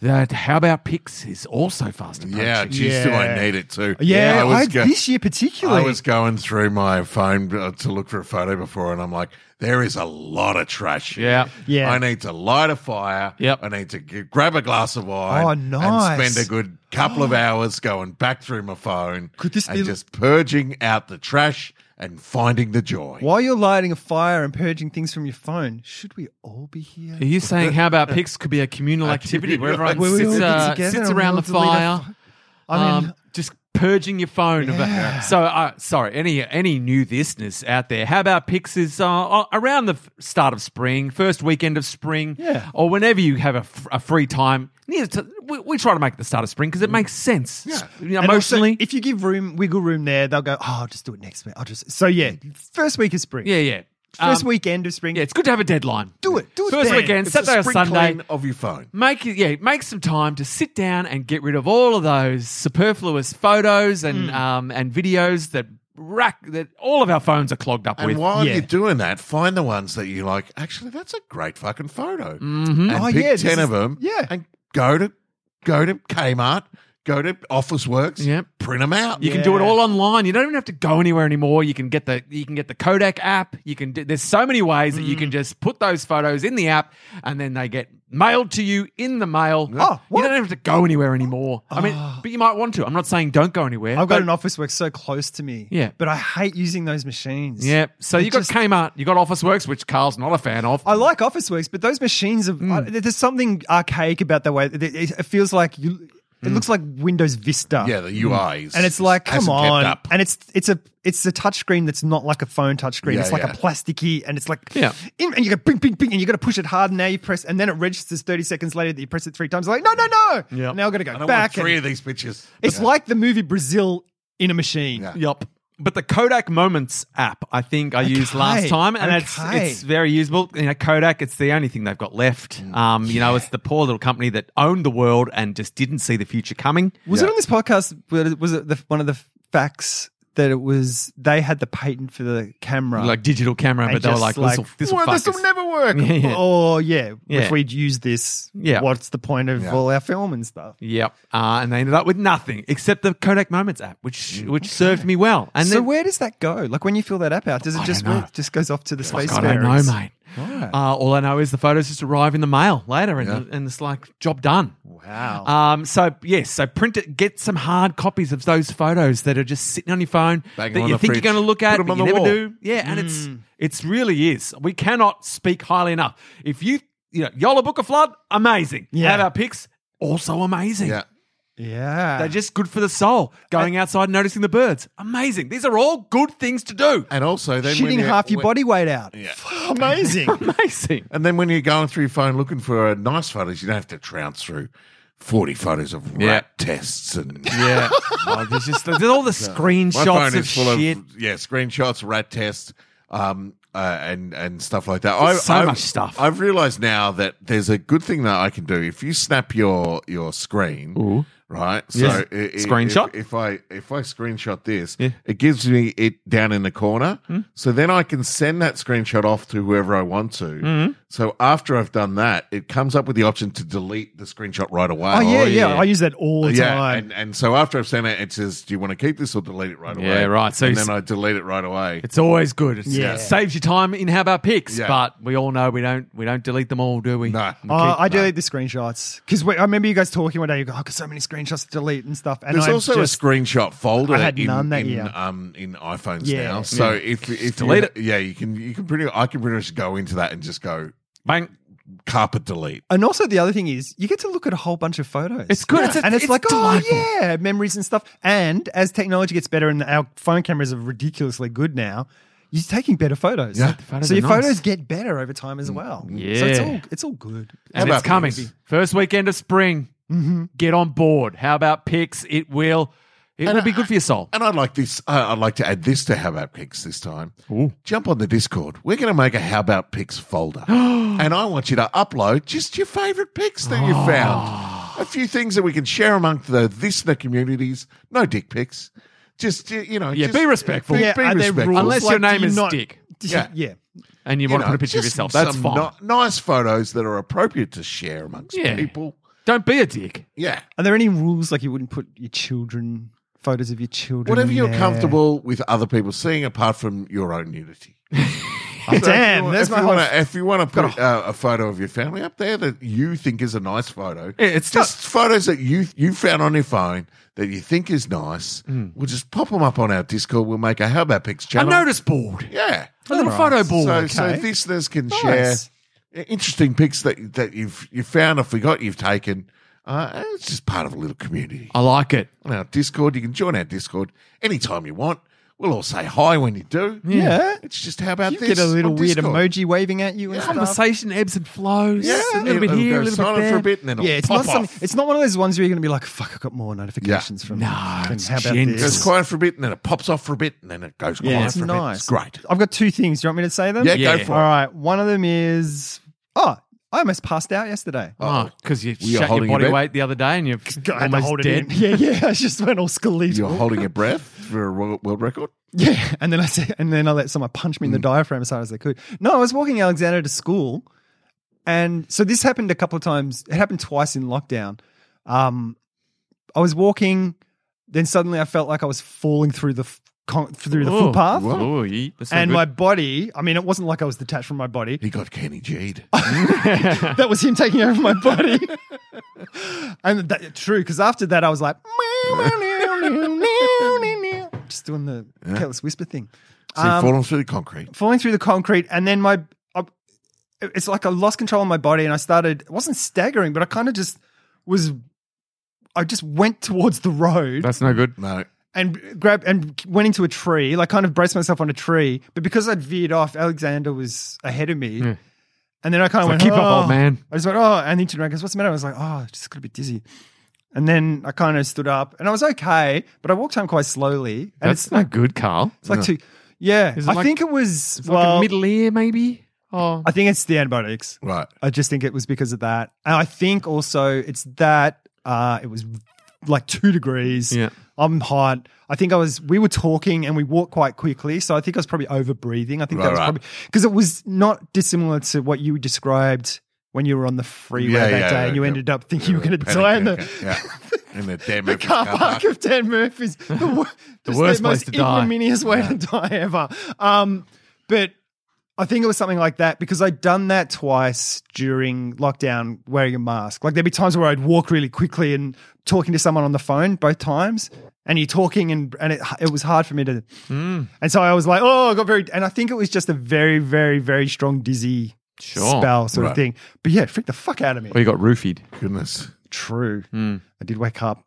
Speaker 5: that how about picks is also fast approaching.
Speaker 1: Yeah, geez, do
Speaker 4: Yeah.
Speaker 1: I need it too?
Speaker 4: Yeah,
Speaker 1: I was
Speaker 4: I-
Speaker 1: go-
Speaker 4: this year particularly.
Speaker 1: I was going through my phone uh, to look for a photo before, and I'm like, there is a lot of trash. here.
Speaker 5: Yeah.
Speaker 4: Yeah.
Speaker 1: I need to light a fire.
Speaker 5: Yep.
Speaker 1: I need to g- grab a glass of wine.
Speaker 4: Oh,
Speaker 1: And
Speaker 4: nice. Oh.
Speaker 1: spend a good couple of hours going back through my phone.
Speaker 4: Could this
Speaker 1: and
Speaker 4: be-
Speaker 1: just purging out the trash and finding the joy?
Speaker 4: While you're lighting a fire and purging things from your phone, should we all be here?
Speaker 5: Are you saying how about picks could be a communal activity where everyone
Speaker 4: Where we all
Speaker 5: sits,
Speaker 4: get
Speaker 5: uh,
Speaker 4: together
Speaker 5: sits
Speaker 4: and
Speaker 5: around
Speaker 4: we'll
Speaker 5: the
Speaker 4: delete our
Speaker 5: fire?
Speaker 4: I mean,
Speaker 5: um, just purging your phone. of-
Speaker 4: Yeah.
Speaker 5: so, uh, sorry, any any new listeners out there? How about picks is uh, uh, around the f- start of spring, first weekend of spring,
Speaker 4: Yeah.
Speaker 5: or whenever you have a, f- a free time. Near to, we, we try to make it the start of spring because it makes sense yeah.
Speaker 4: Mm. and also,
Speaker 5: emotionally.
Speaker 4: if you give room, wiggle room there, they'll go, oh, I'll just do it next week. I'll just. So, yeah, first week of spring.
Speaker 5: Mm. yeah, yeah.
Speaker 4: First
Speaker 5: Um,
Speaker 4: weekend of spring.
Speaker 5: Yeah, it's good to have a deadline.
Speaker 4: Do it. Do it
Speaker 5: First
Speaker 4: then.
Speaker 5: weekend,
Speaker 1: It's a
Speaker 5: Saturday or
Speaker 1: spring
Speaker 5: Sunday.
Speaker 1: clean of your phone.
Speaker 5: Make it, yeah, make some time to sit down and get rid of all of those superfluous photos and
Speaker 4: Hmm.
Speaker 5: um and videos that rack that all of our phones are clogged up
Speaker 1: And
Speaker 5: with.
Speaker 1: while
Speaker 4: yeah.
Speaker 1: you're doing that, find the ones that you like. Actually, that's a great fucking photo. And
Speaker 5: Mm-hmm.
Speaker 4: Oh,
Speaker 1: pick
Speaker 4: yeah, this
Speaker 1: ten
Speaker 4: is-
Speaker 1: of them.
Speaker 4: yeah.
Speaker 1: and go to go to Kmart, go to Office Works.
Speaker 5: Yep.
Speaker 1: print them out.
Speaker 5: You can do it all online. You don't even have to go anywhere anymore. You can get the you can get the Kodak app. You can do, there's so many ways that you
Speaker 4: Hmm.
Speaker 5: can just put those photos in the app and then they get mailed to you in the mail.
Speaker 4: Oh, what? Ah.
Speaker 5: you don't have to go anywhere anymore. I mean, but you might want to. I'm not saying don't go anywhere.
Speaker 4: I've got
Speaker 5: but-
Speaker 4: an office work so close to me.
Speaker 5: Yeah.
Speaker 4: But I hate using those machines.
Speaker 5: Yeah. So
Speaker 4: They
Speaker 5: you got
Speaker 4: just-
Speaker 5: Kmart, you got Officeworks, which Carl's not a fan of.
Speaker 4: I like Office Works, but those machines are. I-
Speaker 5: Mm.
Speaker 4: there's something archaic about the way it, it, it feels like you. It
Speaker 5: Mm.
Speaker 4: looks like Windows Vista.
Speaker 1: Yeah, the UI is,
Speaker 4: Mm. and it's like, come
Speaker 1: hasn't
Speaker 4: on,
Speaker 1: kept up.
Speaker 4: and it's it's a it's a touchscreen that's not like a phone touchscreen.
Speaker 1: Yeah,
Speaker 4: it's like
Speaker 1: yeah.
Speaker 4: a plasticky, and it's like
Speaker 5: Yeah.
Speaker 4: in- and you go ping ping ping, and you got to push it hard. And now you press, and then it registers thirty seconds later that you press it three times. Like no no no,
Speaker 5: Yeah.
Speaker 4: now I got to go
Speaker 1: I don't want
Speaker 4: back. and-
Speaker 1: three of these pictures.
Speaker 4: it's like the movie Brazil in a machine.
Speaker 1: Yeah.
Speaker 5: Yep. But the Kodak Moments app, I think I used
Speaker 4: Okay.
Speaker 5: last time, and
Speaker 4: Okay.
Speaker 5: it's it's very usable. You know, Kodak, it's the only thing they've got left.
Speaker 4: Mm.
Speaker 5: Um, you know, it's the poor little company that owned the world and just didn't see the future coming.
Speaker 4: Was it on this podcast? where it- Was it the, one of the facts that it was they had the patent for the camera?
Speaker 5: Like digital camera,
Speaker 4: And
Speaker 5: but they were
Speaker 4: just
Speaker 5: like,
Speaker 4: like,
Speaker 5: "This will, this will
Speaker 1: well,
Speaker 5: fuck
Speaker 1: this will
Speaker 5: us."
Speaker 1: never work.
Speaker 5: <laughs> Yeah, yeah.
Speaker 4: Or yeah,
Speaker 5: Yeah.
Speaker 4: if we'd use this,
Speaker 5: Yeah.
Speaker 4: what's the point of
Speaker 1: Yeah.
Speaker 4: all our film and stuff?
Speaker 5: Yep. Uh, and they ended up with nothing except the Kodak Moments app, which which served me well. And
Speaker 4: Mm, so
Speaker 5: then,
Speaker 4: where does that go? Like when you fill that app out, does it
Speaker 5: I
Speaker 4: just
Speaker 5: don't know.
Speaker 4: it just goes off to the space?
Speaker 5: God, I don't know,
Speaker 4: fairings?
Speaker 5: mate. Uh, all I know is the photos just arrive in the mail later, and, and it's like job done.
Speaker 1: Oh.
Speaker 4: Wow.
Speaker 5: Um, so yes, so print it. Get some hard copies of those photos that are just sitting on your phone
Speaker 1: Bang 'em
Speaker 5: that
Speaker 1: on
Speaker 5: you
Speaker 1: the
Speaker 5: think
Speaker 1: fridge.
Speaker 5: you're going to look at,
Speaker 1: Put 'em
Speaker 5: but
Speaker 1: on
Speaker 5: you
Speaker 1: the
Speaker 5: never
Speaker 1: wall. Mm.
Speaker 5: do. Yeah, and it's it's really is. We cannot speak highly enough. If you you know Yola Book of Flood, amazing.
Speaker 4: Yeah.
Speaker 5: Have our picks, also amazing.
Speaker 1: Yeah.
Speaker 4: yeah.
Speaker 5: They're just good for the soul. Going outside, and noticing the birds, amazing. These are all good things to do.
Speaker 1: And also, then when
Speaker 4: shitting
Speaker 1: you-
Speaker 4: half your
Speaker 1: when-
Speaker 4: body weight out. Oh,
Speaker 1: Yeah.
Speaker 4: <laughs>
Speaker 5: <laughs>
Speaker 4: Amazing.
Speaker 5: Amazing.
Speaker 1: And then when you're going through your phone looking for uh, nice photos, you don't have to trounce through forty photos of
Speaker 5: Yeah.
Speaker 1: rat tests and <laughs>
Speaker 5: Yeah, Oh, there's <laughs> just there's all the
Speaker 1: My
Speaker 5: screenshots
Speaker 1: phone
Speaker 5: of
Speaker 1: is full
Speaker 5: shit.
Speaker 1: of yeah screenshots, rat tests, um, uh, and and stuff like that.
Speaker 5: There's so much stuff.
Speaker 1: I've realised now that there's a good thing that I can do if you snap your your screen, right? So
Speaker 5: Yes.
Speaker 1: i- i- if-
Speaker 5: Screenshot?
Speaker 1: If, I if I screenshot this,
Speaker 5: Yeah. Hmm.
Speaker 1: it gives me it down in the corner, so then I can send that screenshot off to whoever I want to.
Speaker 5: Mm-hmm.
Speaker 1: So after I've done that, it comes up with the option to delete the screenshot right away.
Speaker 4: oh yeah, yeah,
Speaker 5: yeah.
Speaker 4: I use that all the
Speaker 1: Yeah,
Speaker 4: time.
Speaker 1: and, and so after I've sent it, it says, "Do you want to keep this or delete it right away?"
Speaker 5: Yeah, right. So
Speaker 1: and
Speaker 5: it's-
Speaker 1: then I delete it right away.
Speaker 5: It's always good. It's,
Speaker 4: Yeah.
Speaker 5: It saves you time in how about picks,
Speaker 1: Yeah.
Speaker 5: but we all know we don't we don't delete them all, do we?
Speaker 1: No.
Speaker 5: We
Speaker 4: Oh,
Speaker 5: keep-
Speaker 4: I delete the screenshots because I remember you guys talking one day. You go, oh, I've got so many screenshots to delete and stuff. And
Speaker 1: There's
Speaker 4: I'm
Speaker 1: also
Speaker 4: just,
Speaker 1: a screenshot folder
Speaker 4: I had
Speaker 1: in,
Speaker 4: none that
Speaker 1: in,
Speaker 4: year.
Speaker 1: um in iPhones
Speaker 4: Yeah.
Speaker 1: now. So if if you-
Speaker 5: delete it.
Speaker 1: yeah, you can you can pretty I can pretty much go into that and just go
Speaker 5: Bang.
Speaker 1: carpet delete.
Speaker 4: And also the other thing is you get to look at a whole bunch of photos.
Speaker 5: It's good. It's a-
Speaker 4: and it's,
Speaker 5: it's
Speaker 4: like,
Speaker 5: delightful.
Speaker 4: oh yeah, memories and stuff. And as technology gets better and our phone cameras are ridiculously good now, you're taking better photos.
Speaker 1: Yeah. Mm, The
Speaker 5: photos
Speaker 4: so
Speaker 5: are
Speaker 4: your
Speaker 5: nice.
Speaker 4: photos get better over time as well.
Speaker 5: Yeah.
Speaker 4: So it's all it's all good.
Speaker 5: And
Speaker 1: How about
Speaker 5: it's coming.
Speaker 1: picks?
Speaker 5: First weekend of spring.
Speaker 4: Mm-hmm.
Speaker 5: Get on board. How about picks? It will. It will be good for your soul.
Speaker 1: And I'd like this. Uh, I'd like to add this to How About Picks this time. Jump on the Discord. We're going to make a How About Picks
Speaker 5: <gasps>
Speaker 1: folder, and I want you to upload just your favorite picks that you
Speaker 5: <gasps>
Speaker 1: found. A few things that we can share among the this the communities. No dick pics. Just y- you know.
Speaker 5: Yeah,
Speaker 1: just-
Speaker 5: be respectful.
Speaker 1: Be,
Speaker 5: Yeah,
Speaker 1: be
Speaker 4: are there
Speaker 1: respectful.
Speaker 4: rules?
Speaker 5: Unless
Speaker 4: Like,
Speaker 5: your name
Speaker 4: do you
Speaker 5: is
Speaker 4: not-
Speaker 5: Dick,
Speaker 1: Yeah.
Speaker 4: <laughs> Yeah. yeah.
Speaker 5: and you, want to
Speaker 1: know,
Speaker 5: put a picture of
Speaker 1: just
Speaker 5: yourself. That's
Speaker 1: some
Speaker 5: fine.
Speaker 1: ni- nice photos that are appropriate to share amongst
Speaker 5: Yeah.
Speaker 1: people.
Speaker 5: Don't be a dick.
Speaker 1: Yeah.
Speaker 4: Are there any rules like you wouldn't put your children, photos of your children?
Speaker 1: Whatever you're
Speaker 4: there?
Speaker 1: comfortable with other people seeing, apart from your own nudity.
Speaker 4: Oh, <laughs>
Speaker 1: if
Speaker 4: damn,
Speaker 1: you,
Speaker 4: there's
Speaker 1: if
Speaker 4: my
Speaker 1: you
Speaker 4: whole.
Speaker 1: wanna, If you want to put uh, a photo of your family up there that you think is a nice photo,
Speaker 5: Yeah, it's
Speaker 1: just photos that you you found on your phone that you think is nice.
Speaker 4: Mm.
Speaker 1: We'll just pop them up on our Discord. We'll make a How About Pics
Speaker 5: A
Speaker 1: channel.
Speaker 5: notice board.
Speaker 1: Yeah.
Speaker 5: A little photo board.
Speaker 1: so, so listeners can
Speaker 4: Nice.
Speaker 1: share interesting pics that, that you've you found or forgot you've taken. Uh, and it's just part of a little community.
Speaker 5: I like it.
Speaker 1: On our Discord, you can join our Discord anytime you want. We'll all say hi when you do.
Speaker 4: Yeah.
Speaker 1: It's just how about
Speaker 4: You
Speaker 1: this?
Speaker 4: get a little
Speaker 1: on
Speaker 4: weird
Speaker 1: Discord?
Speaker 4: emoji waving at you and stuff.
Speaker 5: Conversation ebbs and flows.
Speaker 1: Yeah,
Speaker 5: a little bit
Speaker 1: it'll
Speaker 5: here,
Speaker 1: go
Speaker 5: a little bit
Speaker 1: silent
Speaker 5: there.
Speaker 1: for a bit, and then it'll
Speaker 4: Yeah, it's
Speaker 1: pop
Speaker 4: not
Speaker 1: off.
Speaker 4: something. It's not one of those ones where you're going to be like, "Fuck, I got more notifications from."
Speaker 5: No,
Speaker 4: fucking-
Speaker 5: it's
Speaker 4: how about
Speaker 5: gentle.
Speaker 4: this?
Speaker 1: Goes quiet for a bit, and then it pops off for a bit, and then it goes quiet
Speaker 4: Yeah, it's
Speaker 1: for a bit.
Speaker 4: nice.
Speaker 1: It's great.
Speaker 4: I've got two things. Do you want me to say them?
Speaker 1: Yeah,
Speaker 5: Yeah.
Speaker 1: go
Speaker 4: All
Speaker 1: for it.
Speaker 4: right. One of them is oh, I almost passed out yesterday.
Speaker 5: Oh, because you
Speaker 1: Were you
Speaker 5: shut your
Speaker 1: holding your
Speaker 5: body
Speaker 1: bed?
Speaker 5: weight the other day
Speaker 4: <laughs>
Speaker 5: and you're almost dead.
Speaker 4: Yeah, <laughs> yeah. I just went all skeletal.
Speaker 1: You're holding your breath for a world world record.
Speaker 4: Yeah, and then I said, and then I let someone punch me in the
Speaker 1: Mm.
Speaker 4: diaphragm as hard as they could. No, I was walking Alexander to school, and so this happened a couple of times. It happened twice in lockdown. Um, I was walking, then suddenly I felt like I was falling through the f- con- through the
Speaker 5: Oh,
Speaker 4: footpath,
Speaker 5: Oh, yeah. That's not
Speaker 4: and
Speaker 5: good.
Speaker 4: my body. I mean, it wasn't like I was detached from my body.
Speaker 1: He got Kenny
Speaker 4: <laughs>
Speaker 1: G'd.
Speaker 4: that was him taking over my body. <laughs> and that, true, because after that I was like, <laughs> just doing the careless whisper thing.
Speaker 1: So
Speaker 4: Um,
Speaker 1: he fallen through the concrete.
Speaker 4: falling through the concrete, and then my, I, it's like I lost control of my body, and I started. It wasn't staggering, but I kind of just was. I just went towards the road
Speaker 5: That's no good.
Speaker 1: No.
Speaker 4: and grabbed and went into a tree, like kind of braced myself on a tree. But because I'd veered off, Alexander was ahead of me.
Speaker 5: Yeah.
Speaker 4: And then I kind of
Speaker 5: Like,
Speaker 4: went,
Speaker 5: keep up,
Speaker 4: "Oh."
Speaker 5: old man.
Speaker 4: I just went, oh, and he turned around and goes, what's the matter? I was like, oh, I just got a bit dizzy. And then I kind of stood up and I was okay, but I walked home quite slowly. And
Speaker 5: That's
Speaker 4: it's
Speaker 5: not
Speaker 4: like,
Speaker 5: good, Carl.
Speaker 4: it's like two, yeah.
Speaker 5: Is it
Speaker 4: I
Speaker 5: like-
Speaker 4: think it was,
Speaker 5: It's like
Speaker 4: well,
Speaker 5: a middle ear, maybe. Oh,
Speaker 4: I think it's the antibiotics.
Speaker 1: Right.
Speaker 4: I just think it was because of that. And I think also it's that uh, it was like two degrees.
Speaker 5: Yeah.
Speaker 4: I'm hot. I think I was, we were talking and we walked quite quickly. So I think I was probably over breathing. I think
Speaker 1: Right,
Speaker 4: that was
Speaker 1: right.
Speaker 4: probably because it was not dissimilar to what you described when you were on the freeway
Speaker 1: Yeah,
Speaker 4: that
Speaker 1: yeah,
Speaker 4: day and
Speaker 1: yeah,
Speaker 4: you
Speaker 1: yeah.
Speaker 4: ended up thinking you were going to
Speaker 1: Panic
Speaker 4: die in the,
Speaker 1: attack, yeah. In
Speaker 4: <laughs>
Speaker 1: the damn
Speaker 4: the
Speaker 1: Memphis
Speaker 4: car park of Dan Murphy's. The, wor- just the most
Speaker 5: worst place to die.
Speaker 4: ignominious way to die ever. Um, but I think it was something like that because I'd done that twice during lockdown wearing a mask. Like there'd be times where I'd walk really quickly and talking to someone on the phone both times. And you're talking, and, and it, it was hard for me to.
Speaker 5: Hmm.
Speaker 4: And so I was like, oh, I got very. And I think it was just a very, very, very strong dizzy
Speaker 5: Sure.
Speaker 4: spell sort
Speaker 1: Right.
Speaker 4: of thing. But yeah, it freaked the fuck out of me.
Speaker 5: Or Oh, you got roofied. <laughs>
Speaker 1: Goodness.
Speaker 4: True.
Speaker 5: Hmm.
Speaker 4: I did wake up.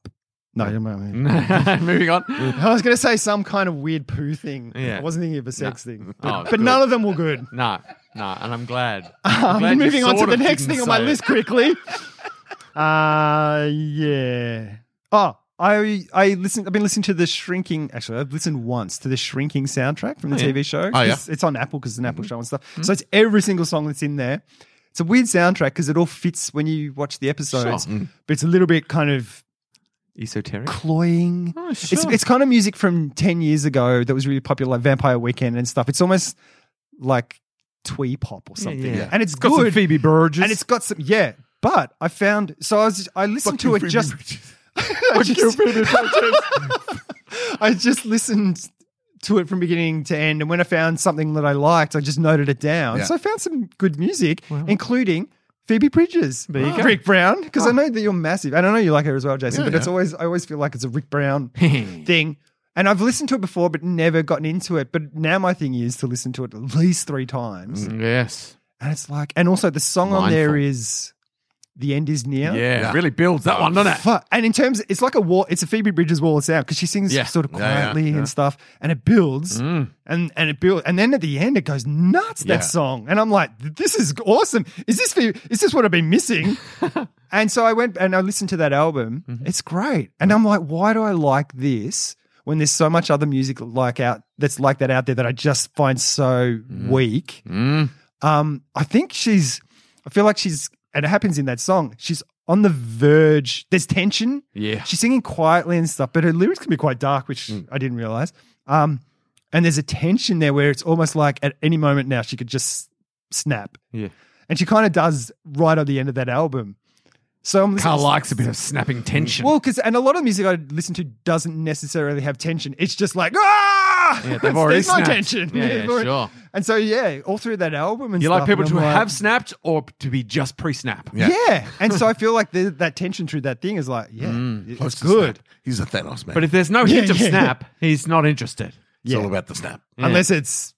Speaker 4: No, I don't know.
Speaker 5: Moving on.
Speaker 4: <laughs> I was going to say some kind of weird poo thing.
Speaker 5: Yeah.
Speaker 4: I wasn't thinking of a sex thing. But,
Speaker 5: Oh,
Speaker 4: but
Speaker 5: good.
Speaker 4: none of them were good.
Speaker 5: No, no, and I'm glad.
Speaker 4: Um,
Speaker 5: <laughs> I'm glad
Speaker 4: <laughs>
Speaker 5: you
Speaker 4: moving on to
Speaker 5: sort
Speaker 4: the
Speaker 5: of
Speaker 4: next
Speaker 5: didn't
Speaker 4: thing on my
Speaker 5: say it.
Speaker 4: list
Speaker 5: <laughs>
Speaker 4: quickly. uh, yeah. Oh, I I listened. I've been listening to the shrinking. Actually, I've listened once to the shrinking soundtrack from the TV show.
Speaker 1: Oh, yeah.
Speaker 4: 'cause It's on Apple because it's an Apple
Speaker 5: Mm-hmm.
Speaker 4: show and stuff. So it's every single song that's in there. It's a weird soundtrack because it all fits when you watch the episodes,
Speaker 5: Mm.
Speaker 4: but it's a little bit kind of
Speaker 5: Esoteric.
Speaker 4: cloying.
Speaker 5: Oh,
Speaker 4: It's
Speaker 5: sure.
Speaker 4: it's kind of music from ten years ago that was really popular, like Vampire Weekend and stuff. It's almost like twee pop or something,
Speaker 5: yeah.
Speaker 4: and it's
Speaker 5: Got some
Speaker 4: good.
Speaker 5: Phoebe Burgess.
Speaker 4: and it's got some yeah. But I found so I was I listened to it <laughs> just I just, <laughs> I just listened to it from beginning to end, and when I found something that I liked, I just noted it down.
Speaker 1: Yeah.
Speaker 4: So I found some good music, including. Phoebe Bridges, there
Speaker 5: you go.
Speaker 4: Rick Brown, because I know that you're massive, and I know you like her as well, Jason.
Speaker 1: Yeah,
Speaker 4: but
Speaker 1: yeah.
Speaker 4: it's always I always feel like it's a Rick Brown thing. And I've listened to it before, but never gotten into it. But now my thing is to listen to it at least three times.
Speaker 5: <laughs> yes.
Speaker 4: And it's like, and also the song on there
Speaker 5: Mm. Mindful.
Speaker 4: is the end is near.
Speaker 5: Yeah, really builds that one, doesn't it?
Speaker 4: Fuck. And in terms, it's like a wall. It's a Phoebe Bridges wall of sound because she sings
Speaker 5: Yeah.
Speaker 4: sort of
Speaker 1: Yeah, yeah, Mm.
Speaker 4: quietly and stuff, and it builds and and it builds, and then at the end it goes nuts
Speaker 5: Yeah.
Speaker 4: that song, and I'm like, this is awesome. Is this Phoebe, is this what I've been
Speaker 1: <laughs>
Speaker 4: missing? and so I went and I listened to that album.
Speaker 1: Mm-hmm.
Speaker 4: It's great, and I'm like, why do I like this? When there's so much other music like out that's like that out there that I just find so
Speaker 1: Mm.
Speaker 4: weak, um, I think she's. I feel like she's, and it happens in that song. She's on the verge. There's tension.
Speaker 5: Yeah. Mm.
Speaker 4: she's singing quietly and stuff, but her lyrics can be quite dark, which I didn't realize. Um, and there's a tension there where it's almost like at any moment now she could just snap,
Speaker 5: Yeah.
Speaker 4: and she kind of does right at the end of that album. So I'm
Speaker 5: Carl
Speaker 4: listening.
Speaker 5: likes a bit of snapping tension.
Speaker 4: Mm. well, because and a lot of music I listen to doesn't necessarily have tension. It's just like ah,
Speaker 5: Yeah, they've
Speaker 4: <laughs>
Speaker 5: already
Speaker 4: there's no
Speaker 5: snapped.
Speaker 4: tension.
Speaker 5: Yeah, yeah,
Speaker 4: They've already-
Speaker 5: sure.
Speaker 4: And so yeah, all through that album, and
Speaker 5: you
Speaker 4: stuff,
Speaker 5: like people
Speaker 4: and
Speaker 5: to
Speaker 4: I'm like-
Speaker 5: have snapped or to be just pre-snap.
Speaker 1: Yeah.
Speaker 4: Yeah. And so I feel like the, that tension through that thing is like, yeah, it-
Speaker 1: Close
Speaker 4: it's
Speaker 1: to
Speaker 4: good.
Speaker 1: snap. He's a Thanos man.
Speaker 5: But if there's no
Speaker 4: <laughs> Yeah,
Speaker 5: hint of
Speaker 4: yeah.
Speaker 5: snap, he's not interested.
Speaker 1: it's
Speaker 4: Yeah. Mm.
Speaker 1: all about the snap.
Speaker 4: Unless it's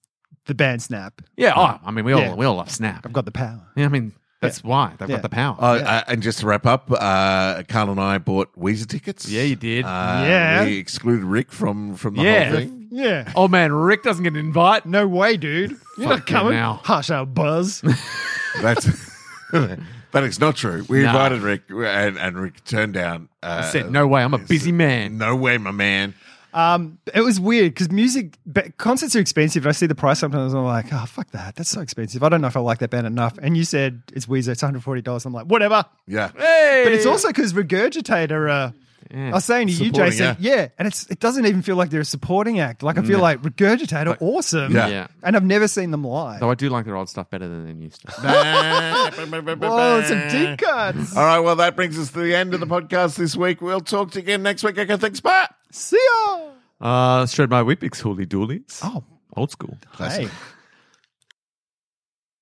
Speaker 4: the band snap.
Speaker 5: Yeah, oh, I mean, we all
Speaker 4: Yeah.
Speaker 5: we all love snap.
Speaker 4: I've got the power.
Speaker 5: Yeah, I mean, that's why they've
Speaker 4: Yeah.
Speaker 5: got the power.
Speaker 1: Oh, uh, and just to wrap up, uh, Carl and I bought Weezer tickets.
Speaker 5: Yeah, you did.
Speaker 1: Uh,
Speaker 4: Yeah.
Speaker 1: we excluded Rick from from the
Speaker 5: Yeah.
Speaker 1: whole thing.
Speaker 4: Yeah.
Speaker 5: Old Oh, man Rick doesn't get an invite.
Speaker 4: Oh, No way, dude. You're not
Speaker 5: Fucking
Speaker 4: coming.
Speaker 5: hell.
Speaker 4: Hush our buzz.
Speaker 1: That's <laughs> that is not true. We
Speaker 5: No.
Speaker 1: invited Rick, and, and Rick turned down. Uh,
Speaker 5: I said, no way, I'm a busy man.
Speaker 1: No way, my
Speaker 5: <laughs>
Speaker 1: man.
Speaker 4: um, it was weird because music but concerts are expensive. I see the price sometimes. I'm like, oh fuck that. That's so expensive. I don't know if I like that band enough. And you said it's Weezer. It's 140 dollars. I'm like, whatever.
Speaker 1: Yeah,
Speaker 5: Hey!
Speaker 4: But it's also because Regurgitate are. Uh, I was saying to you,
Speaker 1: Supporting
Speaker 4: Jason,
Speaker 1: act.
Speaker 4: yeah, and it's it doesn't even feel like they're a supporting act. Like I feel like Regurgitate are awesome,
Speaker 1: Yeah.
Speaker 5: Yeah.
Speaker 4: and I've never seen them live.
Speaker 5: Though I do like their old stuff better than their new stuff.
Speaker 4: Whoa, Oh, some deep cuts.
Speaker 1: All right, well, that brings us to the end of the podcast this week. We'll talk to you again next week. Okay, thanks, Matt.
Speaker 4: See ya.
Speaker 5: uh, shred my whippix, hooly doolies.
Speaker 4: Oh,
Speaker 5: Old school.
Speaker 4: hey.